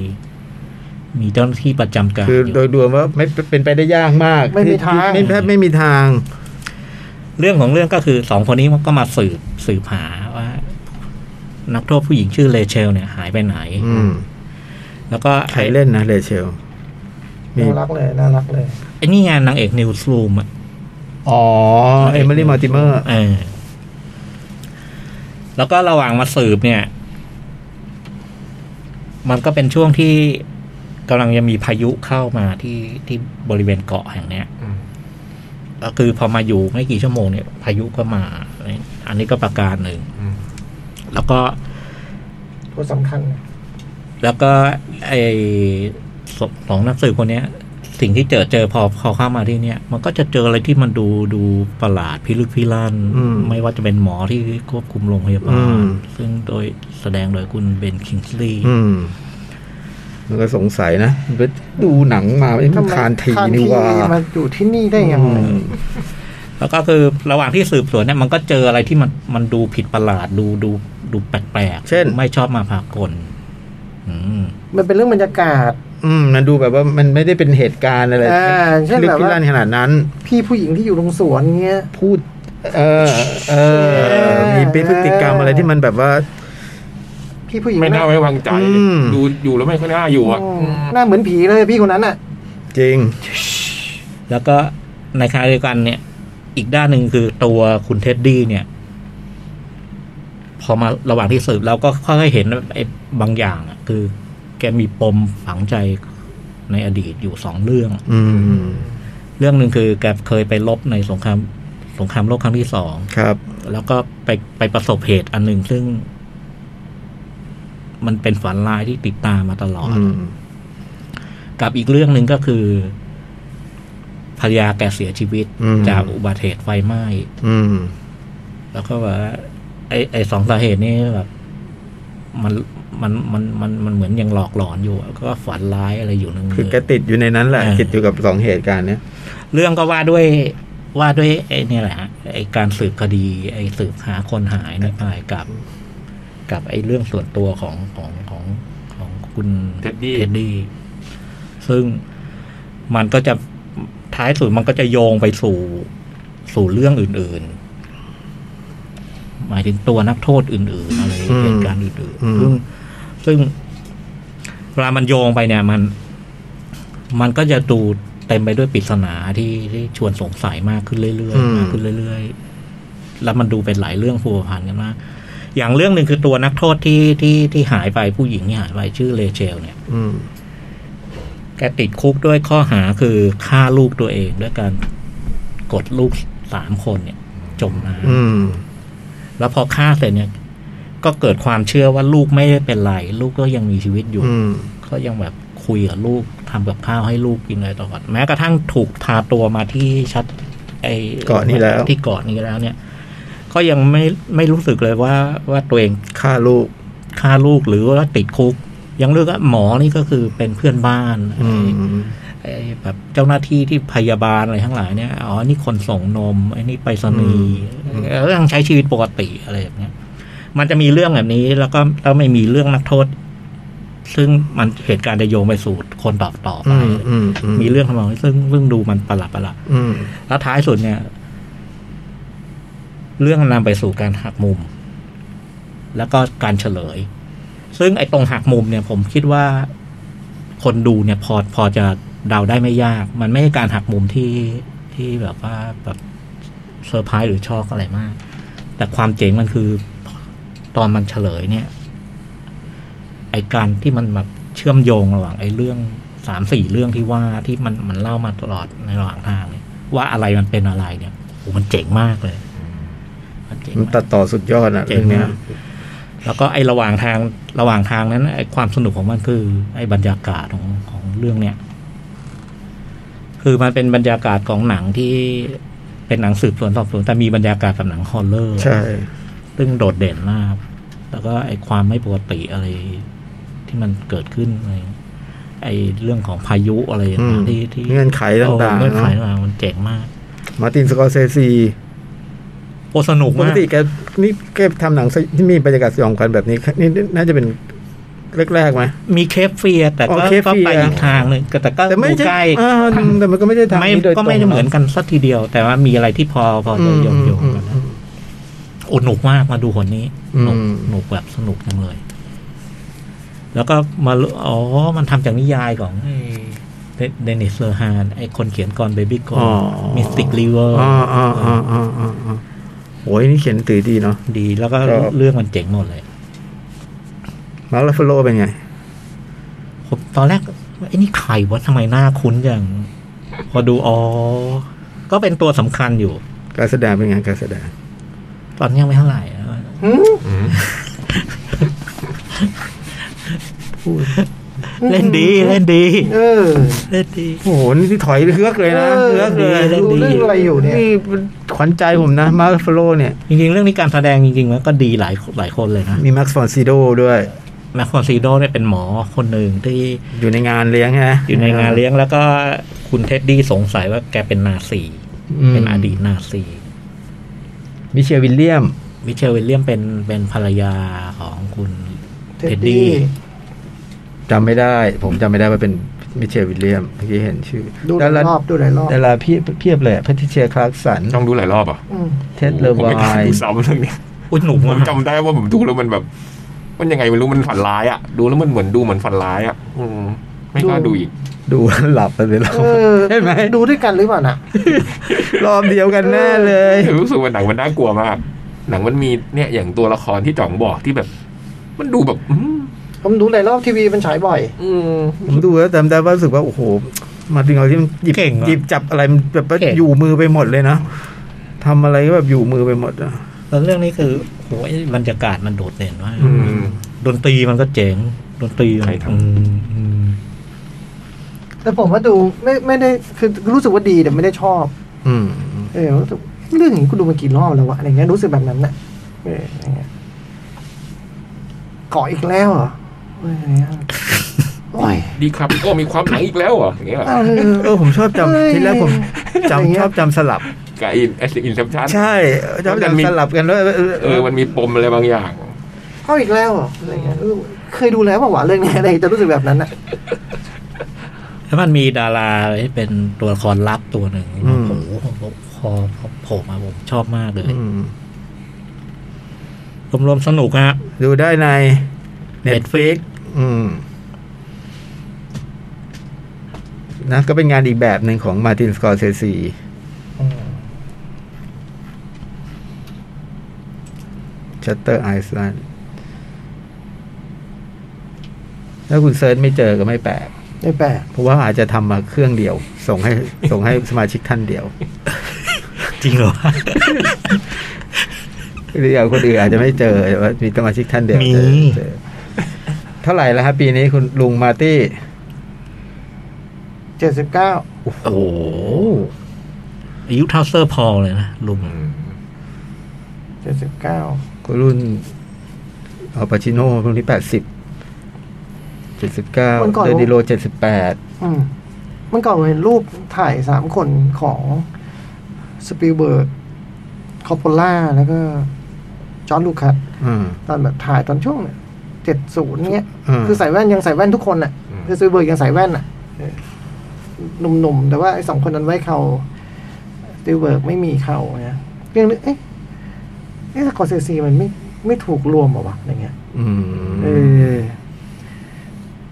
มีเจ้าหน้าที่ประจำการ
คือ
อยู่
โดยรวมว่าไม่เป็นไปได้ยากมาก
ไม่มีทาง
ไม่แทบไม่มีทาง
เรื่องของเรื่องก็คือสองคนนี้มันก็มาสืบสืบหาว่า นักโทษผู้หญิงชื่อเลเชล เนี่ยหายไปไหน
อืม
แล้วก็
ใคร
ไอ้
เล่นนะเลเชล มี
น่ารักเลยน่ารักเลย
ไอ้นี่ไงานนางเอกนิวส์รูมอ่ะ
อ๋อ เอมิลี่มัลติเมอร์
เออ แล้วก็ระหว่างมาสืบเนี่ย มันก็เป็นช่วงที่กำลังจะมีพายุเข้ามาที่ที่บริเวณเกาะแห่งเนี้ย
อืม
ก็คือพอมาอยู่ไม่กี่ชั่วโมงเนี่ย พายุก็มาอะไรอันนี้ก็ประการหนึ่ง
อืม
แล้วก็
ตัวสำคัญนะ
แล้วก็ไอสสองนักสืบคนเนี้ย สิ่งที่เจอเจอพอพอเข้ามาที่เนี่ย มันก็จะเจออะไรที่มันดูดูประหลาดพิลึกพิลั่น
อืม
ไม่ว่าจะเป็นหมอที่ควบคุมโรงพยาบา
อื
ล
ม
ซึ่งโดยแสดงโดยคุณเบนคิงสลีย์
อืม มันก็สงสัยนะไปดูหนังมาไอ้มันคานทีนี่ว่า
มาอยู่ที่นี่ได้ยัง
อื
ไง
ม
แล้วก็คือระหว่างที่สืบสวนเนี่ยมันก็เจออะไรที่มันมันดูผิดประหลาดดูดูดูแปลกๆ
เช่น
ไม่ชอบมาพากลอืม
มันเป็นเรื่องบรรยากาศ
อืม มันดูแบบว่ามันไม่ได้เป็นเหตุการณ์อะไร
อ่าเช่น
ลึก
แบบ
พิ
ว่า
ลั่นขนาดนั้น
พี่ผู้หญิงที่อยู่ตรงสวนเงี้ย
พูด เออ เอ
เอ
อ
อ
มีพฤติกรรมอะไรที่มันแบบว่า
พี่ผู้หญิง
ไม่น่าไว้วางใจ
อืม
ดูอยู่แล้วไม่ค่อยน่าอยู่อ่ะ
อืมหน้าเหมือนผีเลยพี่คนนั้นอ่ะ
จริง
แล้วก็ในขณะเดียวกันเนี่ย อีกด้านหนึ่งคือตัวคุณเท็ดดี้เนี่ย พอมาระหว่างที่สืบเราก็ค่อยๆเห็นไอ้บางอย่างอะคือ แกมีปมฝังใจในอดีตอยู่สองเรื่อง
อืม
เรื่องหนึ่งคือแกเคยไปลบในสงครามสงครามโลกครั้งที่สอง
ครับ
แล้วก็ไปไปประสบเหตุอันหนึ่งซึ่ง มันเป็นฝันร้ายที่ติดตามมาตลอด
อืม
กับอีกเรื่องหนึ่งก็คือภรรยาแกเสียชีวิต
อืม
จากอุบัติเหตุไฟไหม้
อืม
แล้วก็แบบว่าไอ้ไอ้สองสาเหตุนี้แบบมันมันมันมันมันเหมือนยังหลอกหลอนอยู่อะก็ฝันร้ายอะไรอยู่นึง
คือแกติดอยู่ในนั้นแหละ
อ่า
ติดอยู่กับสองเหตุการณ์เนี้ย
เรื่องก็ว่าด้วยว่าด้วยไอ้เนี่ยแหละฮะไอ้การสืบคดี ไอ้สืบหาคนหายนี่ไปกับ กับไอ้เรื่องส่วนตัวของของของของคุณ
Teddy
เท็ดดี้ซึ่งมันก็จะท้ายสุดมันก็จะโยงไปสู่สู่เรื่องอื่น ๆ หมายถึงตัวนักโทษอื่น ๆ อะไร
อืม
เหตุการณ์อื่น
อืม
ๆซึ่งซึ่งเวลามันโยงไปเนี่ยมัน มันก็จะดูเต็มไปด้วยปริศนาที่ที่ชวนสงสัยมากขึ้นเรื่อย
อืม
ๆมากขึ้นเรื่อยๆ แล้วมันดูเป็นหลายเรื่องผัวพันกันมาก อย่างเรื่องหนึ่งคือตัวนักโทษที่ที่ที่หายไปผู้หญิงที่หายไปชื่อเลเชลเนี่ย
อืม
แกติดคุกด้วยข้อหาคือฆ่าลูกตัวเองด้วยการกดลูกสามคนเนี่ย จมน้
อืม
ำแล้วพอฆ่าเสร็จเนี่ย ก็เกิดความเชื่อว่าลูกไม่ได้เป็นไร ลูกก็ยังมีชีวิตอยู่
อืม
ก็ยังแบบคุยกับลูกทำกับข้าวให้ลูกกินอะไรตลอดแม้กระทั่งถูกพาตัวมาที่ชัด ไอ
เกาะนี้แล้ว
ที่เกาะนี้แล้วเนี่ย ก็ยังไม่ไม่รู้สึกเลยว่าว่าตัวเอง
ฆ่าลูก
ฆ่าลูกหรือว่าติดคุก ยังเลือกว่าหมอนี่ก็คือเป็นเพื่อนบ้าน
อืม
ไอ้แบบเจ้าหน้าที่ที่พยาบาลอะไรทั้งหลายเนี่ยอ๋อนี่คนส่งนมไอ้นี่ไปสนีย์
อืม
เรื่องใช้ชีวิตปกติอะไรแบบเนี้ย มันจะมีเรื่องแบบนี้แล้วก็แล้วไม่มีเรื่องนักโทษ ซึ่งมันเหตุการณ์จะโยงไปสู่คนต่อต่อไป
อืมอืมอื
มีเรื่องทำนองนี้ซึ่งซึ่งดูมันประหลาดประหลาด
อืม
แล้วท้ายสุดเนี่ย เรื่องนำไปสู่การหักมุม แล้วก็การเฉลย ซึ่งไอ้ตรงหักมุมเนี่ย ผมคิดว่าคนดูเนี่ยพอพอจะเดาได้ไม่ยาก มันไม่ใช่การหักมุมที่ที่แบบว่าแบบเซอร์ไพรส์หรือช็อกอะไรมาก แต่ความเจ๋งมันคือตอนมันเฉลยเนี่ย ไอการที่มันแบบเชื่อมโยงระหว่างไอ้เรื่องสามสี่เรื่องที่ว่าที่มันมันเล่ามาตลอดในระหว่างทางเนี่ยว่าอะไรมันเป็นอะไรเนี่ยโอ้มันเจ๋งมากเลยมันเจ๋ง
มัน
มาก
ตัดต่อสุดยอดอ่ะ
เจ๋
เรื่อง งเนี้ย
มากแล้วก็ไอ้ระหว่างทางระหว่างทางนั้นไอ้ความสนุกของมันคือ ไอ้บรรยากาศของของเรื่องเนี้ยคือมันเป็นบรรยากาศของหนังที่เป็นหนังสืบสวนสอบสวนแต่มีบรรยากาศแบบหนังฮอลเลอร์
ใช่
ซึ่งโดดเด่นมาก แล้วก็ไอ้ความไม่ปกติอะไร ที่มันเกิดขึ้นอะไรไอ้เรื่องของพายุอะไร
อื
ต่า
ม
งๆที่ที่
เงื่อนไขต่างๆ
โอ้เงื่อนไข
เนอะ
ต่างๆมันเจ๋งมาก
มาร์ตินสกอร์เซซี
โอ้สนุก
ปก
มาก
ติแกนี่แกทำหนังสยที่มีบรรยากาศสยองขวัญแบบนี้ นี่น่าจะเป็นแรกๆไหม
มีเคฟเฟียร์แต่ก็
อ๋อเคฟ
ก็
เฟียร์
ไปอีกทางหนึ่งแต่ก็
แต่ไม่
ดู
ใช่
ใกล้
อ่าแต่มันก็ไม่ได้ทาง
ไม่
นี้โดยตรง
ก็ไม่ได้เหมือนกันสักทีเดียว แต่ว่ามีอะไรที่พอพอ
อื
จะ
ม
โยงโยง
อื
ๆ
ม
กันนะ
อืม
โอุดหนุกมากมาดูคนนี้
อืม
หนุกหนุกแบบสนุกจังเลย แล้วก็มารู้อ๋อ มันทำจากนิยายของไอ้เดนิสเลอร์ฮานไอ้คนเขียนก่อนเบบี้ก่อนมิสติกลีเวอร์
อ๋ออ๋ออ๋ออ๋ออ๋ออ๋อโอ้ยนี่เขียนหนงสือดีเนาะ
ดี แล้วก็
ครับ
เรื่องมันเจ๋งหมดเลย
มาร์ลาฟโลเป็นไง
ผมตอนแรกไอ้นี่ใครวะทำไมหน้าคุ้นจังพอดูอ๋อ ก็เป็นตัวสำคัญอยู่
การแสดงเป็นไงการแสดง
ตอนนี้ยังไม่เท่าไหร่นะ
หืม
อืม
เล่นดีเล่นดี
เออ
เล่นดี
โอ้โห นี่ถอยเลือกเลยนะ
เออ
เลือกเลย
เล่นดี
ดูเรื่องอะไรอยู่เนี่ย
นี่เป็นขวัญใจผมนะ มาร์ลาฟโลเนี่ย
จริงๆ เรื่องนี้การแสดงจริงๆ มันก็ดีหลายหลายคนเลยนะ
มีแม็กซ์ฟอนซิโดด้วย
แมคคอนซีโดเนี่ยเป็นหมอคนหนึ่งที่
อยู่ในงานเลี้ยงฮะ
อยู่ในงานเลี้ยงแล้วก็คุณเท็ดดี้สงสัยว่าแกเป็นนาซี
ม
เป็นอดีตนาซี
มิเชลวิลเลียม
มิเชลวิลเลียมเป็นเป็นภรรยาของคุณ
เท็
เท็
ด
ด
ดี้
ดี้
จำไม่ได้ ผมจำไม่ได้ว่าเป็นมิเชลวิลเลียมเมื่อกี้เห็นชื่อ
ดูหลายรอบดูหลายรอบ
ดาราเพียบเพียบเลยแพทิเชียคลาร์กสัน
ต้องดูหลายรอบเหรอ่ะ
อืม
เท็ดเลอร์
ผม
วา
ไม่กล้าย ดูซ้ำเรื่องเนี้ย
อุ้ยหนุ่
ผม
มาม ก
จำได้ว่าผมดูแล้วมันแบบ มันยังไงไม่รู้มันฝันร้ายอ่ะ ดูแล้วมันเหมือนดูเหมือนฝันร้ายอ่ะอืมไม่กล้าดูอีก
ดูหลับไปเลยเรา
เออ
เห็นไหม
ดูด้วยกันหรือเปล่าน่ะ
รอบเดียวกันแน่เลย
รู้สึกว่าหนังมันน่ากลัวมาก หนังมันมีเนี่ยอย่างตัวละครที่จ่องบอกที่แบบ มันดูแบบ อืม
ผมดูหลายรอบทีวีมันฉายบ่อย
อืม
ผมดูแล้วจำได้ว่ารู้สึกว่า โอ้โห มาร์ตินเขาที่มันหยิบ
เก่ง
หยิบ
ว่ะ
จับอะไรมันแบบว่า
เก่ง
อยู่มือไปหมดเลยนะทำอะไรก็แบบอยู่มือไปหมดอะ
แล้วเรื่องนี้คือโอ้ยบรรยากาศมันโดดเด่นมาก
อืม
ดนตรีมันก็เจ๋งดนตรี
ใช่ครับ
อืมอืม
แต่ผมว่าดูไม่ไม่ได้คือรู้สึกว่าดีแต่ไม่ได้ชอบ
อืม
เออรู้สึกเรื่องอย่างนี้กูดูมากี่รอบแล้ววะอะไรเงี้ยรู้สึกแบบนั้นน่ะเอออะไรเงี้ยก่ออีกแล้วเหรอเอออะไรเงี้ยโอ้ย
ดีครับโอ้มีความหนังอีกแล้วเหรออย่างเงี้ยเหรอ
เออ
เออผมชอบ
เฮ้ย
จำที่แรกผม
อย่างเงี้ย
จำชอบจำสลับ
กับอินแอสอินซัมชัน
ใช่เออชอบ
มันมี
จำสลับกันด้วยเออเออ
เออมันมีปมอะไรบางอย่าง
เข้าอีกแล้วเหรออะไรเงี้ยรู้สึกเคยดูแล้วเปล่าวะเรื่องนี้อะไรจะรู้สึกแบบนั้นน่ะ
แล้วมันมีดาราที่เป็นตัวละครลับตัวหนึ่งโอ้โหผมพอผมโผล่มาผมชอบมากเลย
อืม
รวมๆสนุกฮะ
ดูได้ใน
Netflix
อืมนะก็เป็นงานอีกแบบหนึ่งของมาตินสกอร์เซซีชัตเตอร์ไอซ์แลนด์ถ้าคุณเซิร์ชไม่เจอก็ไม่แปลก
ไม่แปลก
เพราะว่าอาจจะทำมาเครื่องเดียว ส่งให้ ส่งให้สมาชิกท่านเดียว
จริงเหรอ
หรืออย่างคนอื่นอาจจะไม่เจอแต่ว่ามีสมาชิกท่านเดียว
มี
เจอเจอเท่าไหร่แล้วครับปีนี้คุณลุงมาร์ตี้
เจ็ดสิบเก้า
โอ้โหอายุเท่าเซอร์พอลเลยนะลุง
เจ็ดสิบเก้า
ก็รุ่นอัลปาชิโน่รุ่นที่แปดสิบเจ็ดสิบเก้าเดนิโลเจ็ดสิบแปด
อืมเมันก่อนผมเห็นรูปถ่ายสามคนของสปิลเบิร์กคอปโปล่าแล้วก็ จอร์นลูคัส
อืม
ตอนแบบถ่ายตอนช่วงเจ็ดศูนย์เงี้ย
อืม
คือใส่แว่นยังใส่แว่นทุกคนอ่ะ
อืม
คือซูเบิร์กยังใส่แว่นอ่ะเออหนุ่มๆ แต่ว่าไอ้สองคนนั้นไว้เขาซูเบิร์กไม่มีเขาเนี่ยยังนึกเอ๊ะเอ๊ะสกอร์เซซีมันไม่ไม่ถูกรวมเหรอวะอะไรเงี้ย
อื
เอ
ม
อ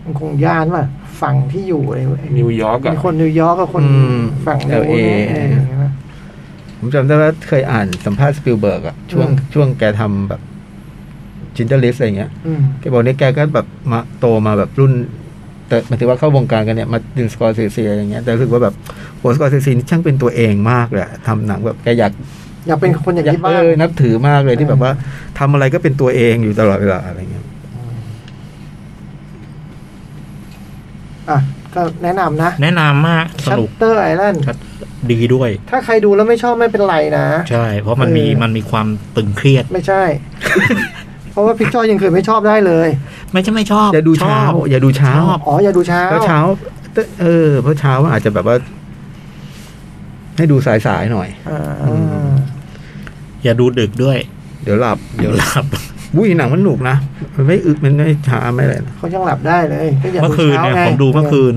มันคงย่านว่ะฝั่งที่อยู่อะไรเว้ย
นิวยอร์กอะ
มีคนนิวยอร์กกับคนฝั่งนู้นเนี่ยเออใช่ไหม
ผมจำได้ว่าเคยอ่านสัมภาษณ์สปิลเบิร์กอะช่วง
อืม
ช่วงแกทำแบบจินเตอร์ลิสอะไรเงี้ย
อืม
แกบอกเนี่ยแกก็แบบมาโตมาแบบรุ่น แต่หมายถึงว่าเข้าวงการกันเนี่ย มาดินสกอร์เซซีอะไรอย่างเงี้ยแต่รู้สึกว่าแบบโหสกอร์เซซีนี่ช่างเป็นตัวเองมากเลยอะทำหนังแบบแกอยาก
อยากเป็นคนอย่าง
อยาก
ที่
เอ
บ้าน
อนับถือมากเลยที่
เออ
แบบว่าทำอะไรก็เป็นตัวเองอยู่ตลอดเวลาอะไรเงี้ย
อ่ะก็แนะนำนะ
แนะนำมากส
ชัต
นุก
เตอร์ไอแลนด์
ดีด้วย
ถ้าใครดูแล้วไม่ชอบไม่เป็นไรนะ
ใช่ เพราะมันมี
เออ
มันมีความตึงเครียด
ไม่ใช่ เพราะว่าพิกจอยยังเคยไม่ชอบได้เลย
ไม่ใช่ไม่ชอบ
อย่าดูเช้า
อบ
อย่าดูเช้า
ชอบ
อ๋ออย่าดูเช้า
เพราะเช้าเออเพราะเช้าอาจจะแบบว่า ให้ดูสายๆหน่อย
อ่า
อืม
อย่าดูดึกด้วย
เดี๋ยวหลับ
เดี๋ยวหลับ
วุ้ยหนังมันหนุกนะมันไม่อึดมันไม่ช้าไม่อะไรนะ
เขายังหลับได้เลยก็อย่า
เมื่
ดู
อคืน
ช้า
เนี่ย
ไง
ผมดูเมื่อคืน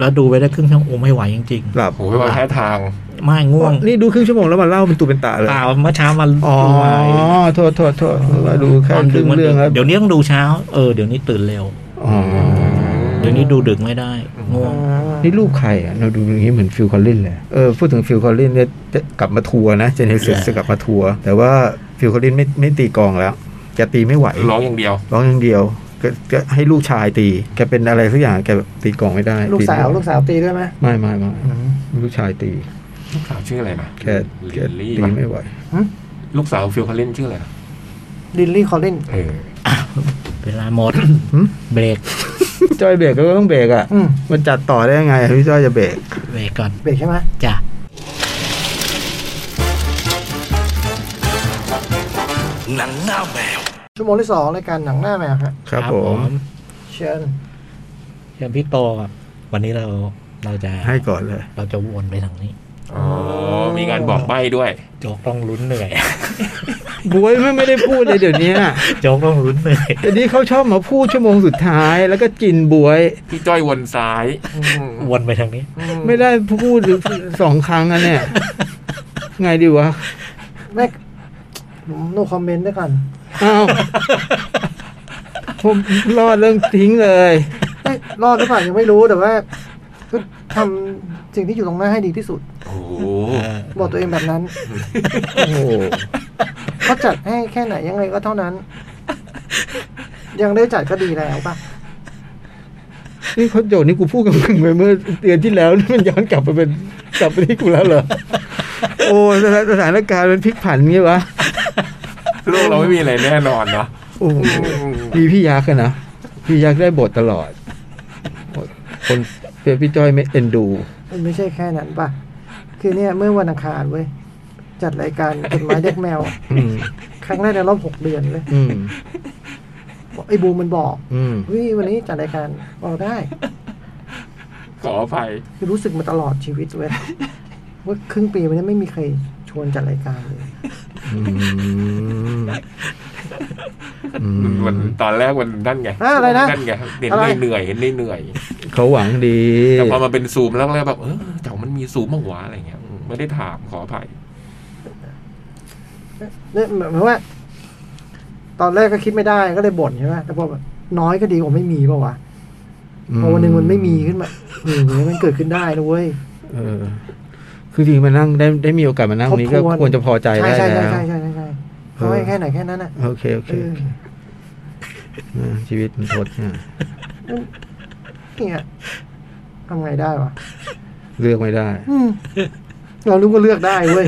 แล้วดูไปได้ครึ่งชั่วโมงไม่ไหวจริง
หลับ
โอ้โหไม่ว่าแพ้ทาง
ๆ ไม่ง่วง
นี่ดูครึ่งชั่วโมงแล้วมาเล่าเป็นตูเป็นตาเลย
เปล่าเมื่อเช้ามัน
อ๋อ
ดูมา
โทษ โทษ โทษว่าดูแค่
ตอน
ค
ดึ
รึ่
ก
ง
มัน
เรื่องแล้ว
เดี๋ยวนี้ต้องดูเช้า เออเดี๋ยวนี้ตื่นเร็ว
อ๋อ
เดี๋ยวนี้ดูดึกไม่ได้ง่ว
อ่าง
นี่รูปใครอ่ะ เราดูอย่างนี้เหมือนฟิลคอลลินเลย เออ พูดถึงฟิลคอลลินเนี่ยจะกลับมาทัวร์นะเจนเนซิส
ใช่
จะกลับมาทัวร์แต่ว่าฟิลคอลลินไม่ไม่ตีกลองแล้วแกตีไม่ไหว
ร้องอย่างเดียว
ร้องอย่างเดียวแกแกให้ลูกชายตี แกเป็นอะไรสักอย่างแกแบบตีกลองไม่ได้
ลูกสาว
ตีไม่
ลูกสาวตีด้วยไหม
ไม่ไม่ไม่ลูกชายตี
ลูกสาวชื่ออะไรนะ
แก
ลิ
แก
ลลี่
ตี
ปะ
ไม่ไหว
ลูกสาวฟิลคาเลนชื่ออะไรนะ
ลินลี่คอลลิน
เออ
เวลาหมด
หืม
เบรก
จอยเบรกก็ต้องเบรกอ่ะ
อืม
มันจัดต่อได้ยังไงพี่จอยจะเบรก
เบรกก่อน
เบรกใช่ไหม
จ้ะ
ชั่วโมงที่สองรายการหนังหน้าแมวฮะ
ครับผม
เชิญ
เชิญพี่โตครับวันนี้เราเราจะ
ให้ก่อนเลย
เราจะวนไปทางนี้
อ๋อ มีงานบอกใบ้ด้วย
โจกต้องลุ้นเหนื่อย
บวยไม่ไม่ได้พูดเลยเดี๋ยวนี้อะ
โจกต้องลุ้นเหนื่อย
เดี๋ยวนี้เขาชอบมาพูดชั่วโมงสุดท้าย แล้วก็กินบวย
พี่จ้อยวนซ้ายอืม
วนไปทางนี้
ไม่ได้พูดสองครั้งอะเนี่ย ไงดีวะ
แม็กโนคอมเมนต์ด้วยกัน
อ้าวผมรอดเรื่องทิ้งเลย
เอ้ยรอดหรือเปล่ายังไม่รู้แต่ว่าก็ทำสิ่งที่อยู่ตรงหน้าให้ดีที่สุด
โอ้โห
บอกตัวเองแบบนั้น
โอ้โห
เขาจัดให้แค่ไหนยังไงก็เท่านั้น ยังได้จัดก็ดีแล้วป่ะ
นี่เขาโจทย์นี่กูพูดกับมึงไปเมื่อเดือนที่แล้วนี่มันย้อนกลับไปเป็น กลับไปที่กูแล้วเหรอ โอ้สถานสถานการณ์มันพลิกผันงี้วะ
โลกเราไม่มีอะไรแน่นอนเนาะ
โอ้โหมีพี่ยักษ์อะนะ พี่ยักษ์ได้บทตลอด คนเปียพี่จ้อยไม่เอ็นดู
มันไม่ใช่แค่นั้นป่ะ คือเนี่ยเมื่อวันอังคารเว้ย จัดรายการจดหมายเด็กแมว
อืม
ครั้งแรกในรอบหกเดือนเลย
อืม
ไอ้บูมมันบอก
อืม
เฮ้ยวันนี้จัดรายการบอกได้
ขออภัย
คือรู้สึกมาตลอดชีวิตเว้ยว่าครึ่งปีมันนี้ไม่มีใครชวนจัดรายการเลย
อืมอืม
มันตอนแรกมันนั่นไง
อ่ะอะไรนะ
นั่นไงเห็น
อะไร
เหนื่อยๆเห็นเหนื่อย
เขาหวังดี
ๆแต่พอมาเป็นซูมแล้วแล้วแบบเออเจ้ามันมีซูมบ้างวะอะไรเงี้ยอืมไม่ได้ถามขออภัย
เนี่ยหมายความว่า ตอนแรกก็คิดไม่ได้ก็เลยบ่นใช่ไหมแต่พอแบบน้อยก็ดีกว่าไม่มีเปล่าวะพอวันหนึ่งมันไม่มีขึ้นมาอย่างเงี้ยมันเกิดขึ้นได้นะเว้ย
เออ คือจริงมานั่งได้ได้มีโอกาสมานั่งวันนี้ก็
ทบทวน
ควรจะพอใจ
ใช่
ได้
ใช่
แล้
ใช่
ว
ใช่ใช่ใช่ใช่เขาให้แค่ไหนแค่นั้นน่ะ
โอเค โอเค
เออ
โอเคนะชีวิตมันทดเนี่ย
เนี่ยทำไงได้วะ
เลือกไม่ได้
อืมเรารู้ก็เลือกได้เว้ ย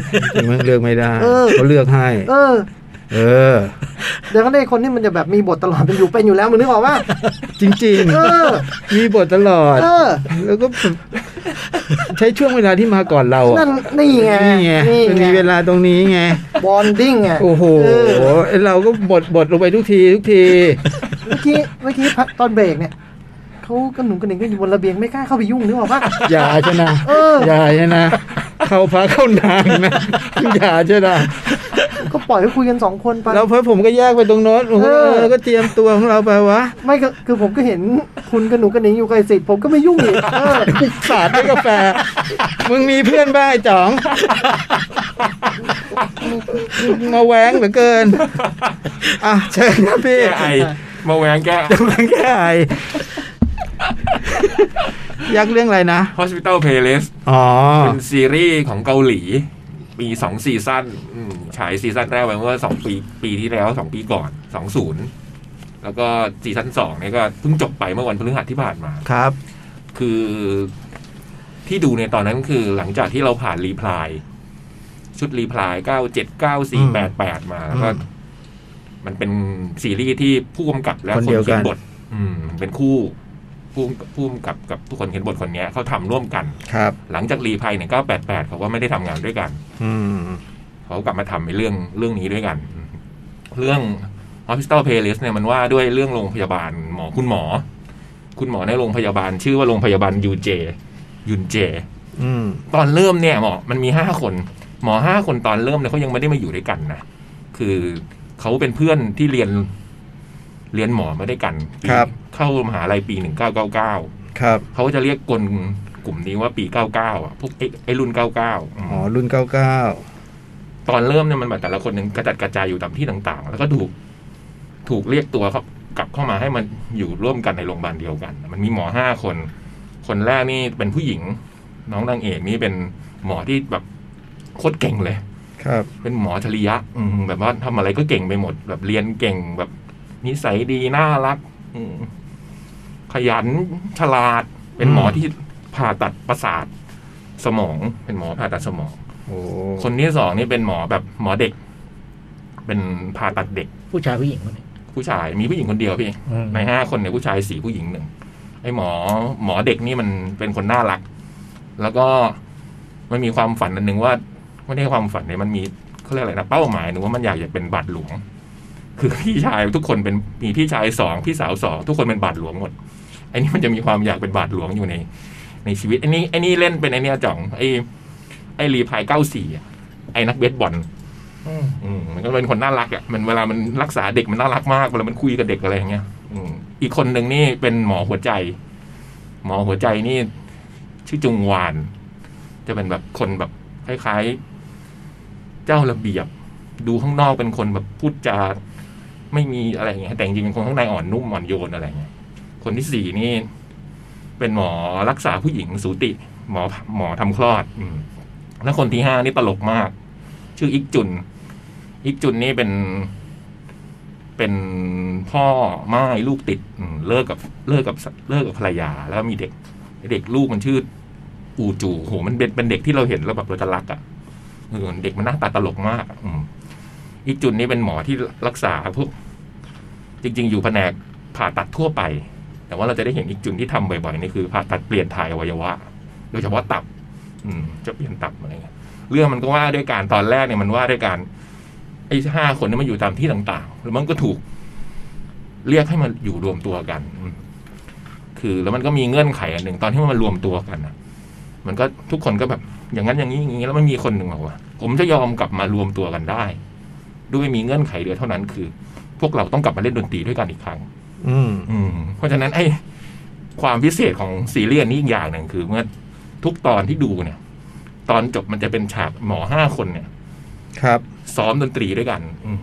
มันเลือกไม่ได้
เออ
เขาเลือกให้
เออ
เออ
เดี๋ยวก็ได้คนที่มันจะแบบมีบทตลอดเป็นอยู่เป็นอยู่แล้วมึงนึกออกป่ะ
จริง
เออ
ๆ มีบทตลอด
เออ
แล้วก็แบบใช้ช่วงเวลาที่มาก่อนเราอะ
นั่นนี่ไง
นี่ไงมันมีเวลาตรงนี้ไง
บอนดิ้งไง
โอ้โห
เ
ไอ้เราก็บดบดลงไปทุกทีทุกที
เมื่อกี้เมื่อกี้พักตอนเบรกเนี่ยเขากระหนุ่มกระหนิงกันอยู่บนระเบียงไม่กล้าเข้าไปยุ่งนึกออกปะ
อย่าชนะ
เอออ
อย่าชนะเข้าพระเข้านาง นะอย่าชนะ
ก็ปล่อยให้คุยกันสองคนไป
แล้วเพื่อผมก็แยกไปตรงโน้นผมก็
เออ
เออก็เตรียมตัวของเราไปวะ
ไม่ก็คือผมก็เห็นคุณกระหนุ่มกระหนิงอยู่ไกลสิทธิ์ผมก็ไม่ยุ่งอีกเออ
สาดด้วยกาแฟ มึงมีเพื่อนบ้างไอ้จ๋องมึงมาแหวงเหลือเกิน อ่ะเชิญครับพี่
แก้ไอมาแหวงแก้
แก้ไอยักเรื่องอะไรนะ
Hospital Playlist
อ๋อ
เป็นซีรีส์ของเกาหลี มีสองซีซั่นอืมฉายซีซั่นแรกไปเมื่อสองปีปีที่แล้วสองปีก่อนสองศูนย์แล้วก็ซีซั่นสองเนี่ยก็เพิ่งจบไปเมื่อวันพฤหัสที่ผ่านมา
ครับ
คือที่ดูในตอนนั้นคือหลังจากที่เราผ่านรีพลาย ชุดรีพลายเก้าเจ็ดเก้าสี่แปดแปดมาแล้วก็
อืม
มันเป็นซีรีส์ที่ผู้กำกับและ
คนเดียวกัน
ขียนบท อืม เป็นคู่ผู้กำกับผู้กำกับกับผู้คนเขียนบทคนเนี้ยเขาทำร่วมกัน
ครับ
หลังจากรีพายเนี่ย988 เขาก็ไม่ได้ทำงานด้วยกัน
อืม
เขากลับมาทำในเรื่องเรื่องนี้ด้วยกัน เรื่อง Hospital Playlist เนี่ยมันว่าด้วยเรื่องโรงพยาบาลหมอคุณหมอ คุณหมอในโรงพยาบาล ชื่อว่าโรงพยาบาลยูเจยุนเจ
อืม
ตอนเริ่มเนี่ยหมอมันมีห้าคน หมอห้าคนตอนเริ่มเนี่ยเขายังไม่ได้มาอยู่ด้วยกันนะคือเขาเป็นเพื่อนที่เรียนเรียนหมอมาด้วยกันปี
ครับ
เข้ามหาลัยปีหนึ่งเก้าเก้าเก้า
ครับ
เขาจะเรียกกลกลุ่มนี้ว่าปี 99 อ่ะ พวกไอ้ไอ้รุ่น 99อืม
อ๋อ รุ่นเก้าเก้า
ตอนเริ่มเนี่ยมันแบบแต่ละคนยังกระจัดกระจายอยู่ตามที่ต่างๆ แล้วก็ถูกถูกเรียกตัวเขากลับเข้ามาให้มันอยู่ร่วมกันในโรงพยาบาลเดียวกัน มันมีหมอห้าคน คนแรกนี่เป็นผู้หญิง น้องนางเอกนี่เป็นหมอที่แบบโคตรเก่งเลย
ครับ
เป็นหมอชริยะ อืมแบบว่าทำอะไรก็เก่งไปหมด แบบเรียนเก่งแบบนิสัยดีน่ารัก อืมขยันฉลาด เป็นหมออ
ม
ที่ผ่าตัดประสาทสมอง เป็นหมอผ่าตัดสมอง
โอ้
คนที่สองนี่เป็นหมอแบบหมอเด็ก เป็นผ่าตัดเด็ก
ผู้ชายผู้หญิงคนนี้
ผู้ชายมีผู้หญิงคนเดียวพี่
อืม
ในห้าคนเนี่ยผู้ชายสี่ผู้หญิงหนึ่งไอ้หมอหมอเด็กนี่มันเป็นคนน่ารัก แล้วก็มันมีความฝันอันหนึ่งว่าไม่ได้ความฝันเนี่ยมันมีเขาเรียกอะไรนะเป้าหมายหนึ่งว่ามันอยากจะเป็นบาทหลวง คือพี่ชายทุกคนเป็นมีพี่ชายสองพี่สาวสองทุกคนเป็นบาทหลวงหมดไอ้นี่มันจะมีความอยากเป็นบาทหลวงอยู่ใน ในชีวิตไอ้นี่ไอ้นี่เล่นเป็นไอ้เนี่ยจ่องไอ้ไอ้รีพายเก้าสี่ไอ้นักเบสบอล
อืม
อืมมันก็เป็นคนน่ารักอ่ะมันเวลามันรักษาเด็กมันน่ารักมากเวลามันคุยกับเด็กอะไรอย่างเงี้ยอืมอีกคนหนึ่งนี่เป็นหมอหัวใจ หมอหัวใจนี่ ชื่อจุงวาน จะเป็นแบบคนแบบคล้ายๆ เจ้าระเบียบ ดูข้างนอกเป็นคนแบบพูดจาไม่มีอะไรอย่างเงี้ยแต่จริงๆเป็นคนข้างในอ่อนนุ่มอ่อนโยนอะไรอย่างเงี้ยคนที่สี่นี่ เป็นหมอรักษาผู้หญิงสูติ หมอหมอทำคลอด อืมแล้วคนที่ห้านี่ตลกมาก ชื่ออิกจุน อีกจุนนี่เป็นเป็นพ่อม่ายลูกติดอืมเลิกกับเลิกกับเลิกกับภรรยา แล้วมีเด็กเด็กลูกมันชื่อ อูจูโหมันเป็นเป็นเด็กที่เราเห็นแล้วแบบเราจะรักอะ่ะเออเด็กมันหน้าตาตลกมากอะอืมอีกจุนนี่เป็นหมอที่รักษาพวกจริง ๆ อยู่แผนกผ่าตัดทั่วไป แต่ว่าเราจะได้เห็นอีกจุดที่ทำบ่อยๆนี่คือผ่าตัดเปลี่ยนถ่ายอวัยวะ โดยเฉพาะตับ อืม จะเปลี่ยนตับอะไรเงี้ยเรื่องมันก็ว่าด้วยการตอนแรกเนี่ยมันว่าด้วยการไอ้ห้าคนนี่มันอยู่ตามที่ต่างๆ แล้วมันก็ถูก เรียกให้มันอยู่รวมตัวกันอืมคือแล้วมันก็มีเงื่อนไขอันหนึ่งตอนที่มันมารวมตัวกันนะมันก็ทุกคนก็แบบ อย่างนั้นอย่างนี้อย่างนี้แล้วมันมีคนหนึ่งบอกว่า ผมจะยอมกลับมารวมตัวกันได้ ด้วยมีเงื่อนไขเดียวเท่านั้นคือ พวกเราต้องกลับมาเล่นดนตรีด้วยกันอีกครั้ง
อืม
อืมเพราะฉะนั้นไอ้ความพิเศษของซีรีส์อันนี้อีกอย่างหนึ่งคือเมื่อทุกตอนที่ดูเนี่ย ตอนจบมันจะเป็นฉากหมอห้าคนเนี่ย
ครับ
ซ้อมดนตรีด้วยกัน อืม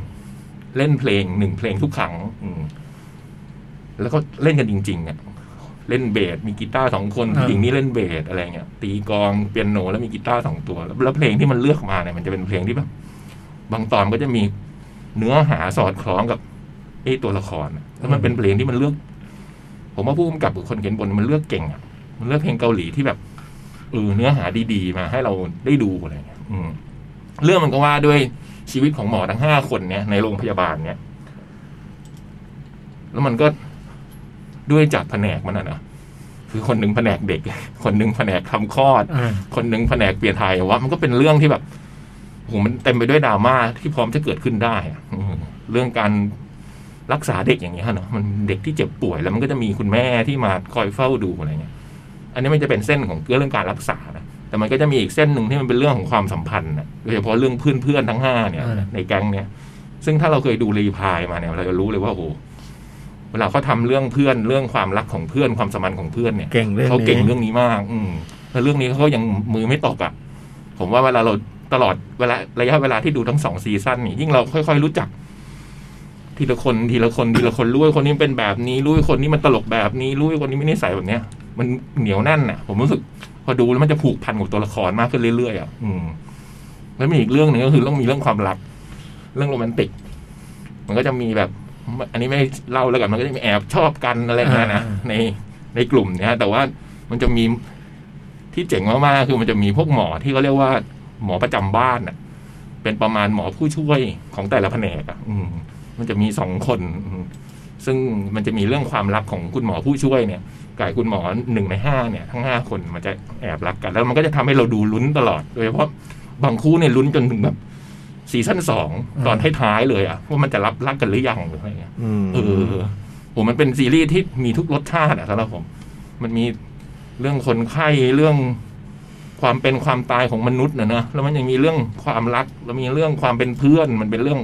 เล่นเพลงหนึ่งเพลงทุกครั้งอืมแล้วก็เล่นกันจริงๆอ่ะเล่นเบสมีกีตาร์สองคน
อ่า
ผู้หญิงนี่เล่นเบสอะไรเงี้ยตีกลองเปียโนแล้วมีกีตาร์สองตัวแล้วแล้วเพลงที่มันเลือกมาเนี่ยมันจะเป็นเพลงที่แบบบางตอนก็จะมีเนื้อหาสอดคล้องกับไอ้ตัวละครอะแล้วมันเป็นเพลงที่มันเลือก ผมว่าผู้กำกับกับคนเขียนบทมันเลือกเก่งอ่ะมันเลือกเพลงเกาหลีที่แบบเออเนื้อหาดีๆ มาให้เราได้ดูอะไรเงี้ยอืม เรื่องมันก็ว่าด้วยชีวิตของหมอทั้งห้าคนเนี่ยในโรงพยาบาลเนี่ย แล้วมันก็ด้วยจากแผนกมันอะนะคือคนหนึ่งแผนกเด็ก คนหนึ่งแผนกทำคลอด
อ่า
คนหนึ่งแผนกเปลี่ยนทายว่ามันก็เป็นเรื่องที่แบบโหมันเต็มไปด้วยดราม่าที่พร้อมจะเกิดขึ้นได้อะอืมเรื่องการรักษาเด็กอย่างเงี้ยเนาะมันเด็กที่เจ็บป่วยแล้วมันก็จะมีคุณแม่ที่มาคอยเฝ้าดูอะไรเงี้ย อันนี้มันจะเป็นเส้นของเรื่องการรักษานะแต่มันก็จะมีอีกเส้นหนึ่งที่มันเป็นเรื่องของความสัมพันธ์นะโดยเฉพาะเรื่องเพื่อนเพื่อนๆทั้งห้าเนี่ย
อ่า
ในแก๊งเนี่ย ซึ่งถ้าเราเคยดูรีพายมาเนี่ยเราจะรู้เลยว่าโอ้โหเวลาเขาทำเรื่องเพื่อนเรื่องความรักของเพื่อนความสัมพันธ์ของเพื่อนเนี่ย
เก่งเรื่อง
เขาเก่ง
นี้
เรื่องนี้มาก อืมแล้วเรื่องนี้เขาก็ยังมือไม่ตกอ่ะ ผมว่าเวลาเราตลอดเวลาระยะเวลาที่ดูทั้งสองซีซั่นนี่ยิ่งเราค่อยๆรู้จัก ทีละคนทีละคนทีละคนรู้ว่าคนนี้เป็นแบบนี้รู้ว่าคนนี้มันตลกแบบนี้รู้ว่าคนนี้ไม่นิสัยแบบเนี้ย มันเหนียวแน่นอ่ะ ผมรู้สึก พอดูแล้วมันจะผูกพันกับตัวละครมากขึ้นเรื่อยๆอ่ะอืม แล้วมีอีกเรื่องหนึ่งก็คือต้องมีเรื่องความรัก เรื่องโรแมนติก มันก็จะมีแบบ อันนี้ไม่เล่าแล้วกันมันก็จะมีแอบชอบกันอะไรอย่างเงี้ยนะ
อ่า
ในในกลุ่มเนี่ยแต่ว่ามันจะมีที่เจ๋งมากๆคือมันจะมีพวกหมอที่เขาเรียกว่า หมอประจำบ้านน่ะ เป็นประมาณหมอผู้ช่วยของแต่ละแผนกอ่ะ อืม มันจะมีสองคนอืมซึ่งมันจะมีเรื่องความลับของคุณหมอผู้ช่วยเนี่ยกับคุณหมอหนึ่งในห้าเนี่ย ทั้งห้าคนมันจะแอบรักกัน แล้วมันก็จะทำให้เราดูลุ้นตลอดโดยเฉพาะบางคู่เนี่ยลุ้นจนถึงแบบซีซั่นสองตอนท้ายๆเลยอ่ะว่ามันจะรับรักกันหรือยังหรืออะไรเงี้ย
อืม
เออผมมันเป็นซีรีส์ที่มีทุกรสชาติอะสำหรับผม มันมีเรื่องคนไข้เรื่องความเป็นความตายของมนุษย์นะเนอะแล้วมันยังมีเรื่องความรัก แล้วมีเรื่องความเป็นเพื่อน มันเป็นเรื่อง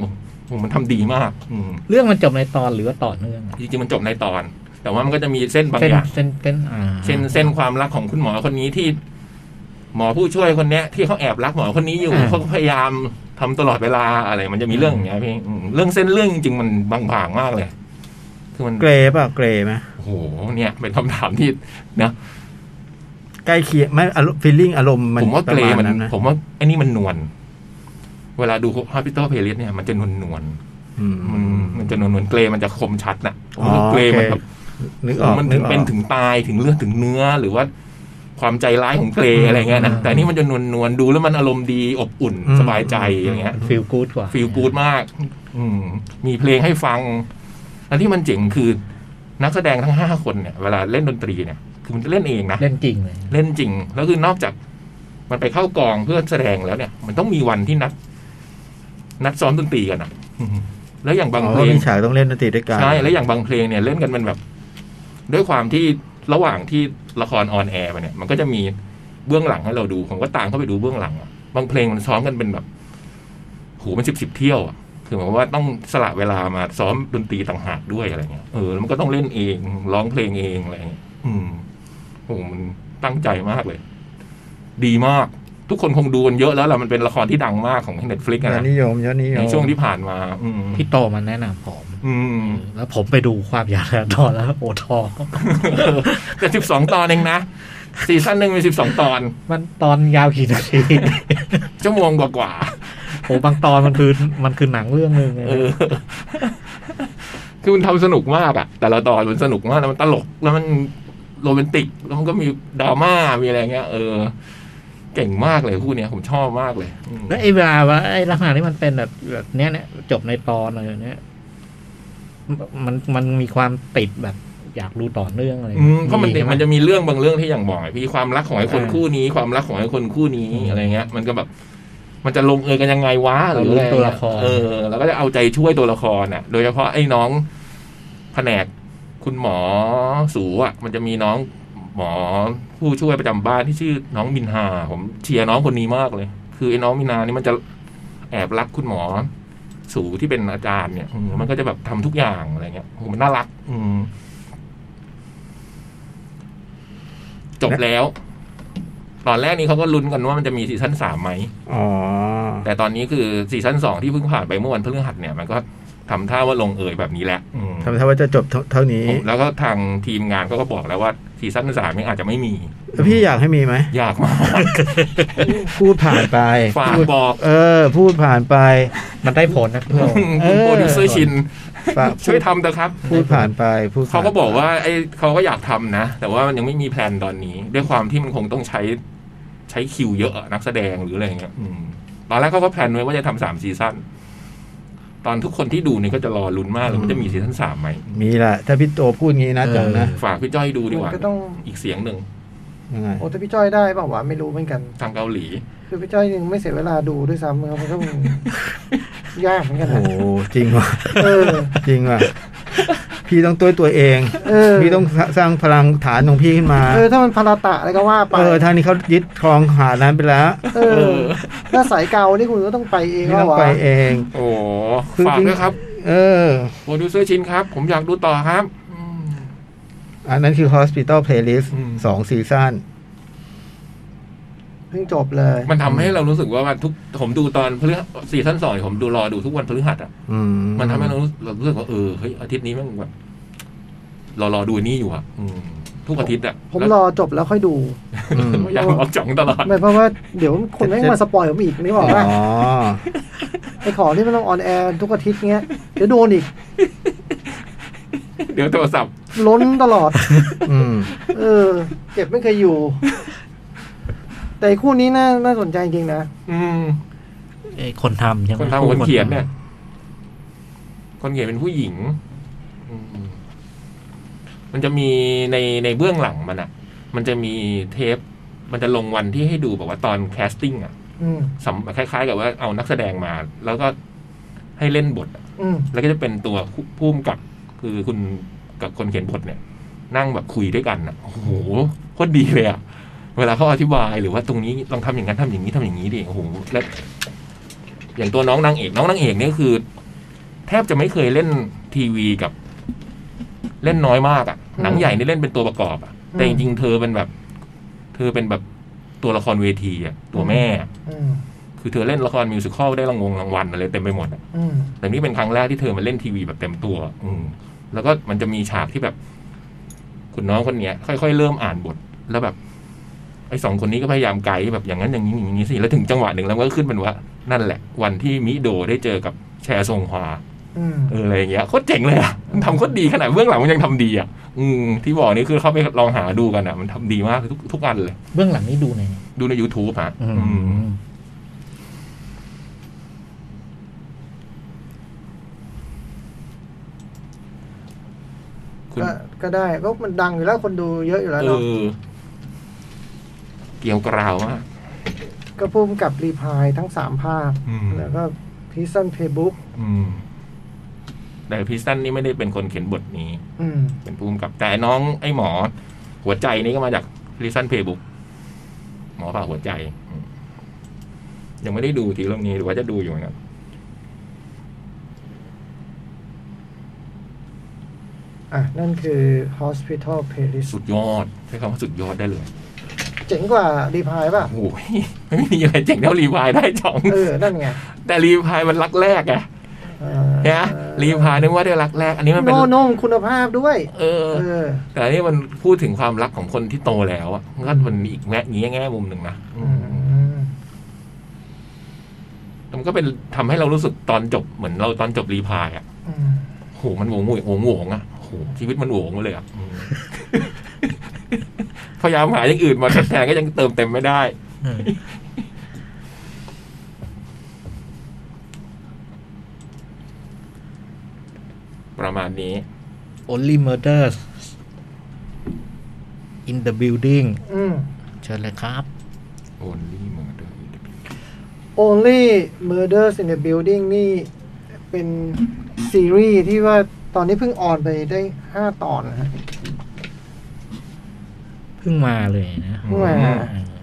ผมมันทำดีมาก อืม
เรื่องมันจบในตอนหรือว่าต่อเนื่อง
จริงๆมันจบในตอน แต่ว่ามันก็จะมีเส้นบาง
เส้น
อย่าง
เส้นเส้นอ่า
เส้นเส้นความรักของคุณหมอคนนี้ที่ หมอผู้ช่วยคนเนี้ย ที่เขาแอบรักหมอคนนี้อยู่เขาก็พยายามทำตลอดเวลาอะไร มันจะมีเรื่องอย่างเงี้ยพี่อืมเรื่องเส้นเรื่องจริงๆมันบางๆมากเลยคือมัน
เกรย์ป่ะเกรย์ไหม
โอ้โห เนี่ย เป็นคำถามที่นะ
ใกล้เคียงไหม่อารมณ์ฟีลลิ่งอารมณ์มัน
ผมว่า
ป
เกร
ระ
ย์
มาณ
มัน
นั้นนะ
ผมว่าไอ้นี่มันนวล เวลาดู Hospital Playlist เนี่ย มันจะนวลนวล
อืม
ๆมันมันจะนวลนวลๆเกรย์มันจะคมชัดน่ะผมว่า
อ๋อ
เกรย์มัน
โอเค
แบบ
นึกออก
มัน
นึ
ถึง
กออก
เป็นถึงตายถึงเลือดถึงเนื้อหรือว่า ความใจร้ายของเกรย์อะไรเงี้ยนะ แต่อันนี่มันจะนวลนวลๆดูแล้วมันอารมณ์ดีอบอุ่น
อืม
สบายใจอย่างเงี้ย
ฟีลกู๊ดกว่า
ฟีลกูดมาก อืม มีเพลงให้ฟัง แล้วที่มันเจ๋งคือ นักแสดงทั้งห้าคนเนี่ย เวลาเล่นดนตรีเนี่ย คือมันจะเล่นเองนะ
เล่นจริงเลย
เล่นจริง แล้วคือนอกจากมันไปเข้ากองเพื่อแสดงแล้วเนี่ย มันต้องมีวันที่นัด นัดซ้อมดนตรีกันอะอืมแล้วอย่างบาง
อ๋อ
เพลง
มีฉากต้องเล่นดนตรีด้วยกัน
ใช่แล้วอย่างบางเพลงเนี่ยเล่นกันมันแบบ ด้วยความที่ระหว่างที่ละครออนแอร์ไปเนี่ย มันก็จะมีเบื้องหลังให้เราดูผมก็ตามเข้าไปดูเบื้องหลังอะบางเพลงมันซ้อมกันเป็นแบบโหูมันสิบสิบเที่ยวอะคือหมายความว่าต้องสละเวลามาซ้อมดนตรีต่างหากด้วยอะไรเงี้ยเออแล้วมันก็ต้องเล่นเองร้องเพลงเองอะไรเงี้ยอืม โอ้โหมันตั้งใจมากเลย ดีมาก ทุกคนคงดูกันเยอะแล้วล่ะ มันเป็นละครที่ดังมากของ Netflix อะ
ยอด
นะ
นิยมยอดนิยม
ในช่วงที่ผ่านมา อืม
พี่โตมันแนะนำผม
อืม
แล้วผมไปดูความอยากได้ตอนแล้วโอทอ
แต่สิบสองตอน เองนะซีซั่นหนึ่งมีสิบสองตอน
มันตอนยาวกี่นา ที
ชั่วโมงกว่า
โอ้บางตอนมันคือมันคือหนังเรื่องหนึ่งเลยนะ
ๆเออ คือมันทำสนุกมากอะแต่ละตอนมันสนุกมากแล้วมันตลก แล้วมันโรแมนติก แล้วมันก็มีดราม่ามีอะไรเงี้ยเออ เก่งมากเลยคู่เนี้ยผมชอบมากเลยอืม
แล้วไอ้เวลาว่าไอ้ลักษณะที่มันเป็นแบบแบบเนี้ยเนี่ยจบในตอนอะไรอย่างเนี้ยมันมันมันมีความติดแบบ อยากดูต่อเนื่องอะไร
อืมเพราะมัน
ใช่ไห
มันจะมีเรื่องบางเรื่องที่อย่างบอกไงพี่ความรักของไอ้คน
อ่า
คู่นี้ ความรักของไอ้คนคู่นี้
อืม
อะไรเงี้ย มันก็แบบ มันจะลงเอยกันยังไงวะหรือ
เรา
อะไร
รู้ตัวละคร
เออเราก็จะเอาใจช่วยตัวละครน่ะ โดยเฉพาะไอ้น้องแผนกคุณหมอสูอ่ะ มันจะมีน้องหมอผู้ช่วยประจำบ้านที่ชื่อน้องมินฮาผมเชียร์น้องคนนี้มากเลย คือไอ้น้องมินฮานี่มันจะแอบรักคุณหมอ สูที่เป็นอาจารย์เนี่ยอืมมันก็จะแบบทำทุกอย่างอะไรเงี้ยโหมันน่ารัก อืม จบแล้ว ตอนแรกนี้เขาก็ลุ้นกันว่ามันจะมีซีซั่นสามไหม
อ๋อ
แต่ตอนนี้คือซีซั่นสองที่เพิ่งผ่านไปเมื่อวันพฤหัสเนี่ย มันก็ทำท่าว่าลงเอยแบบนี้แหละอืม
ทำท่าว่าจะจบเท่าเท่านี้
ผมแล้วก็ทางทีมงานเขาก็บอกแล้วว่าซีซั่นสามนี่อาจจะไม่มี
พี่อยากให้มีไหม
ยาก มาก
พูดผ่านไป
ฝากบอก
เออ พูดผ่านไป
มันได้ผลนะพี่โล
เออ
โปรดิวเซอ ร์ชิน
ฝาก
ช่วยทำเถอะครับ
พูดผ่านไปพูดผ่นไป
เขาก็บอกว่าไอ้เขาก็อยากทำนะ แต่ว่ามันยังไม่มีแพลนตอนนี้ ด้วยความที่มันคงต้องใช้ใช้คิวเยอะอะนักแสดงหรืออะไรอย่างเงี้ยอืมตอนแรกเขาก็แพลนไว้ว่าจะทำสามซีซั่นตอนทุกคนที่ดูเนี่ยก็จะรอลุ้นมากเลยมันจะมีซีซั่นสามไหม
มีแหละถ้าพี่โตพูดงี้นะ
เออ
จังนะ
ฝากพี่จ้อยดูดีก
มั
ว่า
นก็ต้อง
อีกเสียงหนึ่ง
ยังไง
โอ้แต่พี่จ้อยได้เปล่าวะไม่รู้เหมือนกัน
ทางเกาหลี
คือพี่จ้อยยังไม่เสียเวลาดูด้วยซ้ำครับมันก็ ยากเหมือนกัน
โอ้
นะ
โหจริงว่ะ
เออ
จริงว่ะ พี่ต้องตัวตัวเอง
เออ
พี่ต้องสร้างพลังฐานของพี่ขึ้นมา
เออถ้ามันพาราตะอะไรก็ว่าไป
เออทางนี้เขายึดครองหาดนั้นไปแล้ว
เออถ้าสายเกานี่คุณก็ต้องไปเอง
พี่
แล้ว
ต้อง
วะ
ไปเอง
โอ้
คือ
ฝาก
จริง
ด้วยครับ
เออ
โปรดิวเซอร์ชินครับ ผมอยากดูต่อครับ
อันนั้นคือ Hospital Playlist
อืม
สองซีซั่น
เพิ่งจบเลย
มันทำให้เรารู้สึกว่ามันทุกผมดูตอนพฤหัสซีซั่นสองผมดูรอดูทุกวันพฤหัสอะ
อื
มันทำให้เรารู้เรารู้สึกว่าเออเฮ้ยอาทิตย์นี้มันแบบเรารอดูนี่อยู่อ่ะอืมทุกอาทิตย์อ่ะ
ผม
แล้ว
รอจบแล้วค่อยดู
อืม
อยากรอจ่องตลอด
ไม่เพราะว่าเดี๋ยวคนแม่งมาสปอยผมอีกนี่บอกว่า
อ๋อ
ไอ้ของที่มันต้องออนแอร์ทุกอาทิตย์เงี้ยเดี๋ยวโดนอีก
เดี๋ยวโทรศัพท์
ล้นตลอด
อืม
เออ เก็บไม่เคยอยู่ แต่ไอ้คู่นี้น่าน่าสนใจจริงๆนะ
อืม
เอ้ยคนทำใช่ไหม
คนทำคนเขียนเนี่ย คนเขียนเป็นผู้หญิงอืมมันจะมีในในเบื้องหลังมันอ่ะ มันจะมีเทป มันจะลงวันที่ให้ดูแบบว่าตอนแคสติ้งอ่ะ
อืม
สำคล้าย ๆ กับว่าเอานักแสดงมา แล้วก็ให้เล่นบทอะ
อืม
แล้วก็จะเป็นตัวผู้กำกับคือคุณกับคนเขียนบทเนี่ย นั่งแบบคุยด้วยกันอ่ะโอ้โหโคตรดีเลยอ่ะ เวลาเขาอธิบายหรือว่าตรงนี้ลองทำอย่างนั้นทำอย่างนี้ทำอย่างนี้ดิโอ้โหและอย่างตัวน้องนางเอกน้องนางเอกเนี่ยคือ แทบจะไม่เคยเล่นทีวีกับ เล่นน้อยมากอ่ะหนัง
อืม
ใหญ่นี่เล่นเป็นตัวประกอบอ่ะแต่
อื
จ
ม
ริงๆเธอเป็นแบบ เธอเป็นแบบตัวละครเวทีอ่ะตัวแม่อะ
อืม
คือเธอเล่นละครมิวสิควลได้รางวงรางวัลอะไรเต็มไปหมดอะ
อืม
แต่นี่เป็นครั้งแรกที่เธอมาเล่นทีวีแบบเต็มตัว อืม แล้วก็มันจะมีฉากที่แบบ คุณน้องคนเนี้ย ค่อยๆเริ่มอ่านบท แล้วแบบไอ้สองคนนี้ก็พยายามไกด์แบบอย่างนั้นอย่างนี้อย่างนี้สิแล้วถึงจังหวะหนึ่งแล้วมันก็ขึ้นเป็นว่านั่นแหละ วันที่มิโดได้เจอกับแชร์ทรงฮวา
อืม
เอออะไรอย่างเงี้ยโคตรเจ๋งเลยอะมันทำโคตรดีขนาดเบื้องหลังมันยังทำดีอ่ะ อืม ที่บอกนี่คือเข้าไปลองหาดูกันอ่ะ มันทำดีมากทุกทุกอันเลย
เบื้องหลังนี่ดูไหนอย
ดูใน youtube ฮะ
อื
อืม
ม
คุณ
ก็ก็ได้ก็มันดังอยู่แล้วคนดูเยอะอยู่แล้ว
เอ
เนาะ
อ เกี่ยวกราวมาก
ก็พุ่มกับรีพายทั้งสามภาค
อืม
แล้วก็พีซันเพย์บุ๊ก
อืม แต่พิสตันนี่ไม่ได้เป็นคนเขียนบทนี้
อืม
เป็นผู้กำกับ แต่น้องไอ้หมอ หัวใจนี่ก็มาจากพิสตันเพย์บุ๊กหมอผ่าหัวใจอืมยังไม่ได้ดูทีเรื่องนี้หรือว่าจะดูอยู่นะครับ
อ่ะ นั่นคือ Hospital Playlist
สุดยอดใช้คำว่าสุดยอดได้เลย
เจ๋งกว่ารีพายป่ะ
โอ้โหไม่มีอะไรเจ๋งเท่ารีพายได้จ่อง
เอ อ นั่นไง
แต่รีพายมันรักแรกไง
เออ
นะรีพายนึกว่าได้รักแรก อันนี้มันเป็น
โน่โน่มคุณภาพด้วย
เออ
เออ
แต่อันนี่มันพูดถึงความรักของคนที่โตแล้วอะก็มันอีกแง่นี้แง่มุมหนึ่งนะอื
อื
ม
ม
มันก็เป็นทำให้เรารู้สึกตอนจบเหมือนเราตอนจบรีพายอ่ะ
อืม
โหมันโหงโหงโหงโหงอ่ะโหชีวิตมันโหงไปเลยอ่ะอืม พยายามหาอย่างอื่นมาทดแทนก็ยังเติมเต็มไม่ได้
เออ
ประมาณนี้
โอลลี่เมอร์เดอร์ in the building
อืม
เชิญเลยครับ
โอนลี่เมอร์เดอร์
Only Murders in the Building นี่เป็นซีรีส์ที่ว่าตอนนี้เพิ่งออนไปได้ห้าตอนนะฮะ
เพิ่งมาเลยนะ
อืม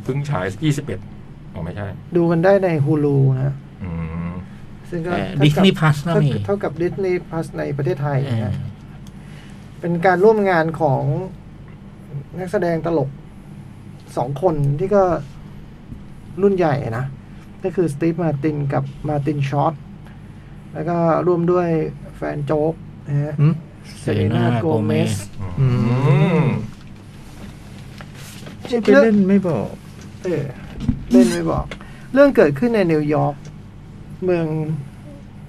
เพิ่งฉาย 21อ๋อไม่ใช่
ดูกันได้ใน Hulu นะฮะ
อืม
ซึ่งก็
ดิสนีย์
เ
พลัสก็
ท่ากับ
มี
เท่ากับ Disney Plus ในประเทศไทยนะ
เออ
ฮะเป็นการร่วมงานของนักแสดงตลกสองคนที่ก็รุ่นใหญ่นะ ก็คือสตีฟมาตินกับมาตินชอตแล้วก็ร่วมด้วยแฟนโจ๊กนะฮะ
อืม
เซเลนาโกเมส
อืม
ชื่อ
ไป
เรื่อง
เล่นไม่บอก
เออเล่นไม่บอก เรื่องเกิดขึ้นในนิวยอร์กเมือง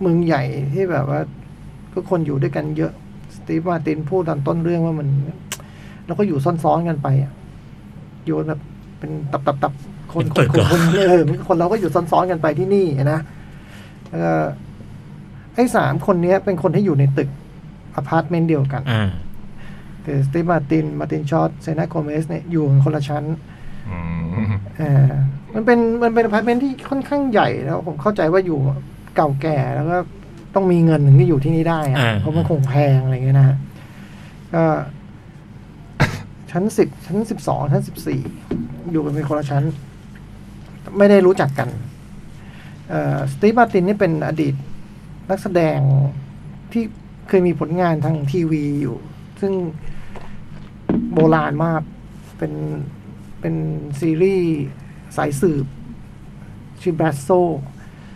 เมืองใหญ่ที่แบบว่าก็คนอยู่ด้วยกันเยอะสตีฟมาตินพูดตอนต้นเรื่องว่ามัน แล้วก็อยู่ซ้อนๆกันไปอ่ะอยู่แบบเป็นตับตับตับคนคนคนคนเออคนเราก็อยู่ซ้อนๆกันไปที่นี่นะแล้วก็ไอ้สามคนเนี้ย เป็นคนที่อยู่ในตึกอพาร์ตเมนต์เดียวกัน
อ่า
คือสตีฟมาติน มาตินชอตเซนาโกเมสเนี่ยอยู่กันคนละชั้นเอ่อมันเป็นมันเป็นอพาร์ตเมนต์ที่ค่อนข้างใหญ่แล้ว ผมเข้าใจว่าอยู่เก่าแก่แล้วก็ต้องมีเงินถึงจะอยู่ที่นี่ได้อะ
อ่า
เพราะมันคงแพงอะไรเงี้ยนะฮะก็ ชั้นสิบชั้นสิบสองชั้นสิบสี่อยู่กันเป็นคนละชั้น ไม่ได้รู้จักกันสตีฟมาตินนี่เป็นอดีตนักแสดงที่เคยมีผลงานทางทีวีอยู่ ซึ่งโบราณมากเป็นเป็นซีรีส์สายสืบ ชื่อ b r a s s o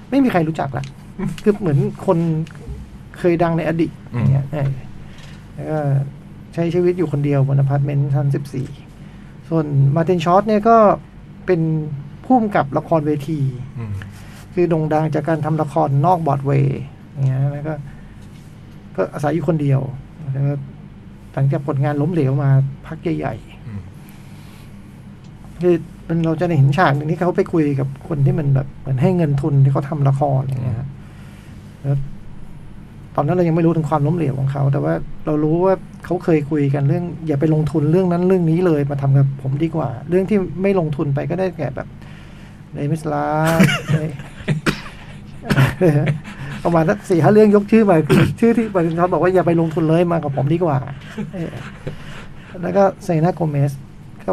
ไม่มีใครรู้จักละคือเหมือนคนเคยดังในอดีตอย่างเงี้ยเออแล้วก็ใช้ชีวิตอยู่คนเดียวบนอพาร์ตเมนต์ชั้นสิบสี่ส่วนมาตินชอตเนี่ยก็เป็นผู้กำกับละครเวที คือโด่งดังจากการทำละครนอกบอร์ดเวย์อย่างเงี้ยแล้วก็ ก็อาศัยอยู่คนเดียวแล้วก็หลังจากผลงานล้มเหลวมาพักใหญ่
อืม
ๆคือมันเราจะได้เห็นฉากหนึ่งที่เขาไปคุยกับคนที่มันแบบเหมือนให้เงินทุนที่เขาทำละครอย่างเงี้ยฮะแล้วตอนนั้นเรายังไม่รู้ถึงความล้มเหลวของเขา แต่ว่าเรารู้ว่าเขาเคยคุยกันเรื่อง อย่าไปลงทุนเรื่องนั้นเรื่องนี้เลยมาทำกับผมดีกว่า เรื่องที่ไม่ลงทุนไปก็ได้แก่แบบ ในมิสลา ประมาณสักสี่ห้าเรื่องยกชื่อมาคือ ชื่อที่บริษัทบอกว่าอย่าไปลงทุนเลยมากับผมดีกว่า เออแล้วก็เซนาโกเมสก็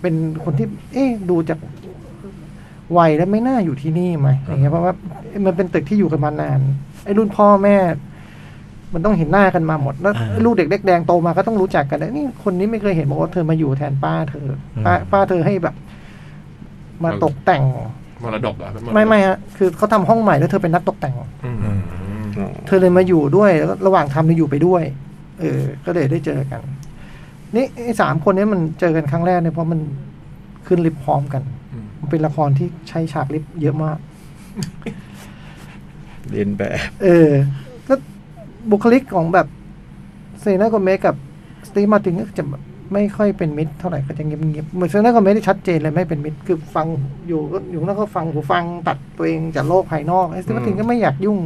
เป็นคนที่ เอ๊ะดูจากวัยแล้วไม่น่าอยู่ที่นี่ไหมอย่างเงี้ยเพราะว่ามันเป็นตึกที่อยู่กันมานาน ไอ้รุ่นพ่อแม่ มันต้องเห็นหน้ากันมาหมดแล้ว
อ่า
ลูกเด็กเล็กแดงโตมาก็ต้องรู้จักกันนะนี่คนนี้ไม่เคยเห็นบอกว่าเธอมาอยู่แทนป้าเธอป้าป้าเธอให้แบบ มาตกแต่ง
มรดกเหรอ่ะเป็นรดก
ไม่ไม่ฮะคือเขาทำห้องใหม่แล้วเธอเป็นนักตกแต่ง
อืม
อ๋อ
เธอเลยมาอยู่ด้วยแล้วก็ระหว่างทำเนี่ยอยู่ไปด้วย เออ ก็เลยได้เจอกัน นี่ไอ้สามคนเนี้มันเจอกันครั้งแรกเนี่ยเพราะมันขึ้นลิฟต์พร้อมกัน
อืม
มันเป็นละครที่ใช้ฉากลิฟต์เยอะมาก
เรียนแบบ
เออ ก็บุคลิกของแบบเซนาโกเมสกับสตีฟมาร์ตินก็จะแบบไม่ค่อยเป็นมิตรเท่าไหร่ก็จะเงียบๆเหมือนเซนาโกเมสได้ชัดเจนเลยไม่เป็นมิตรคือฟังอยู่ก็อยู่แล้วก็ฟังหูฟังตัดตัวเองจากโลกภายนอกไอ้สตีฟมาร์ตินก็ไม่อยากยุ่ง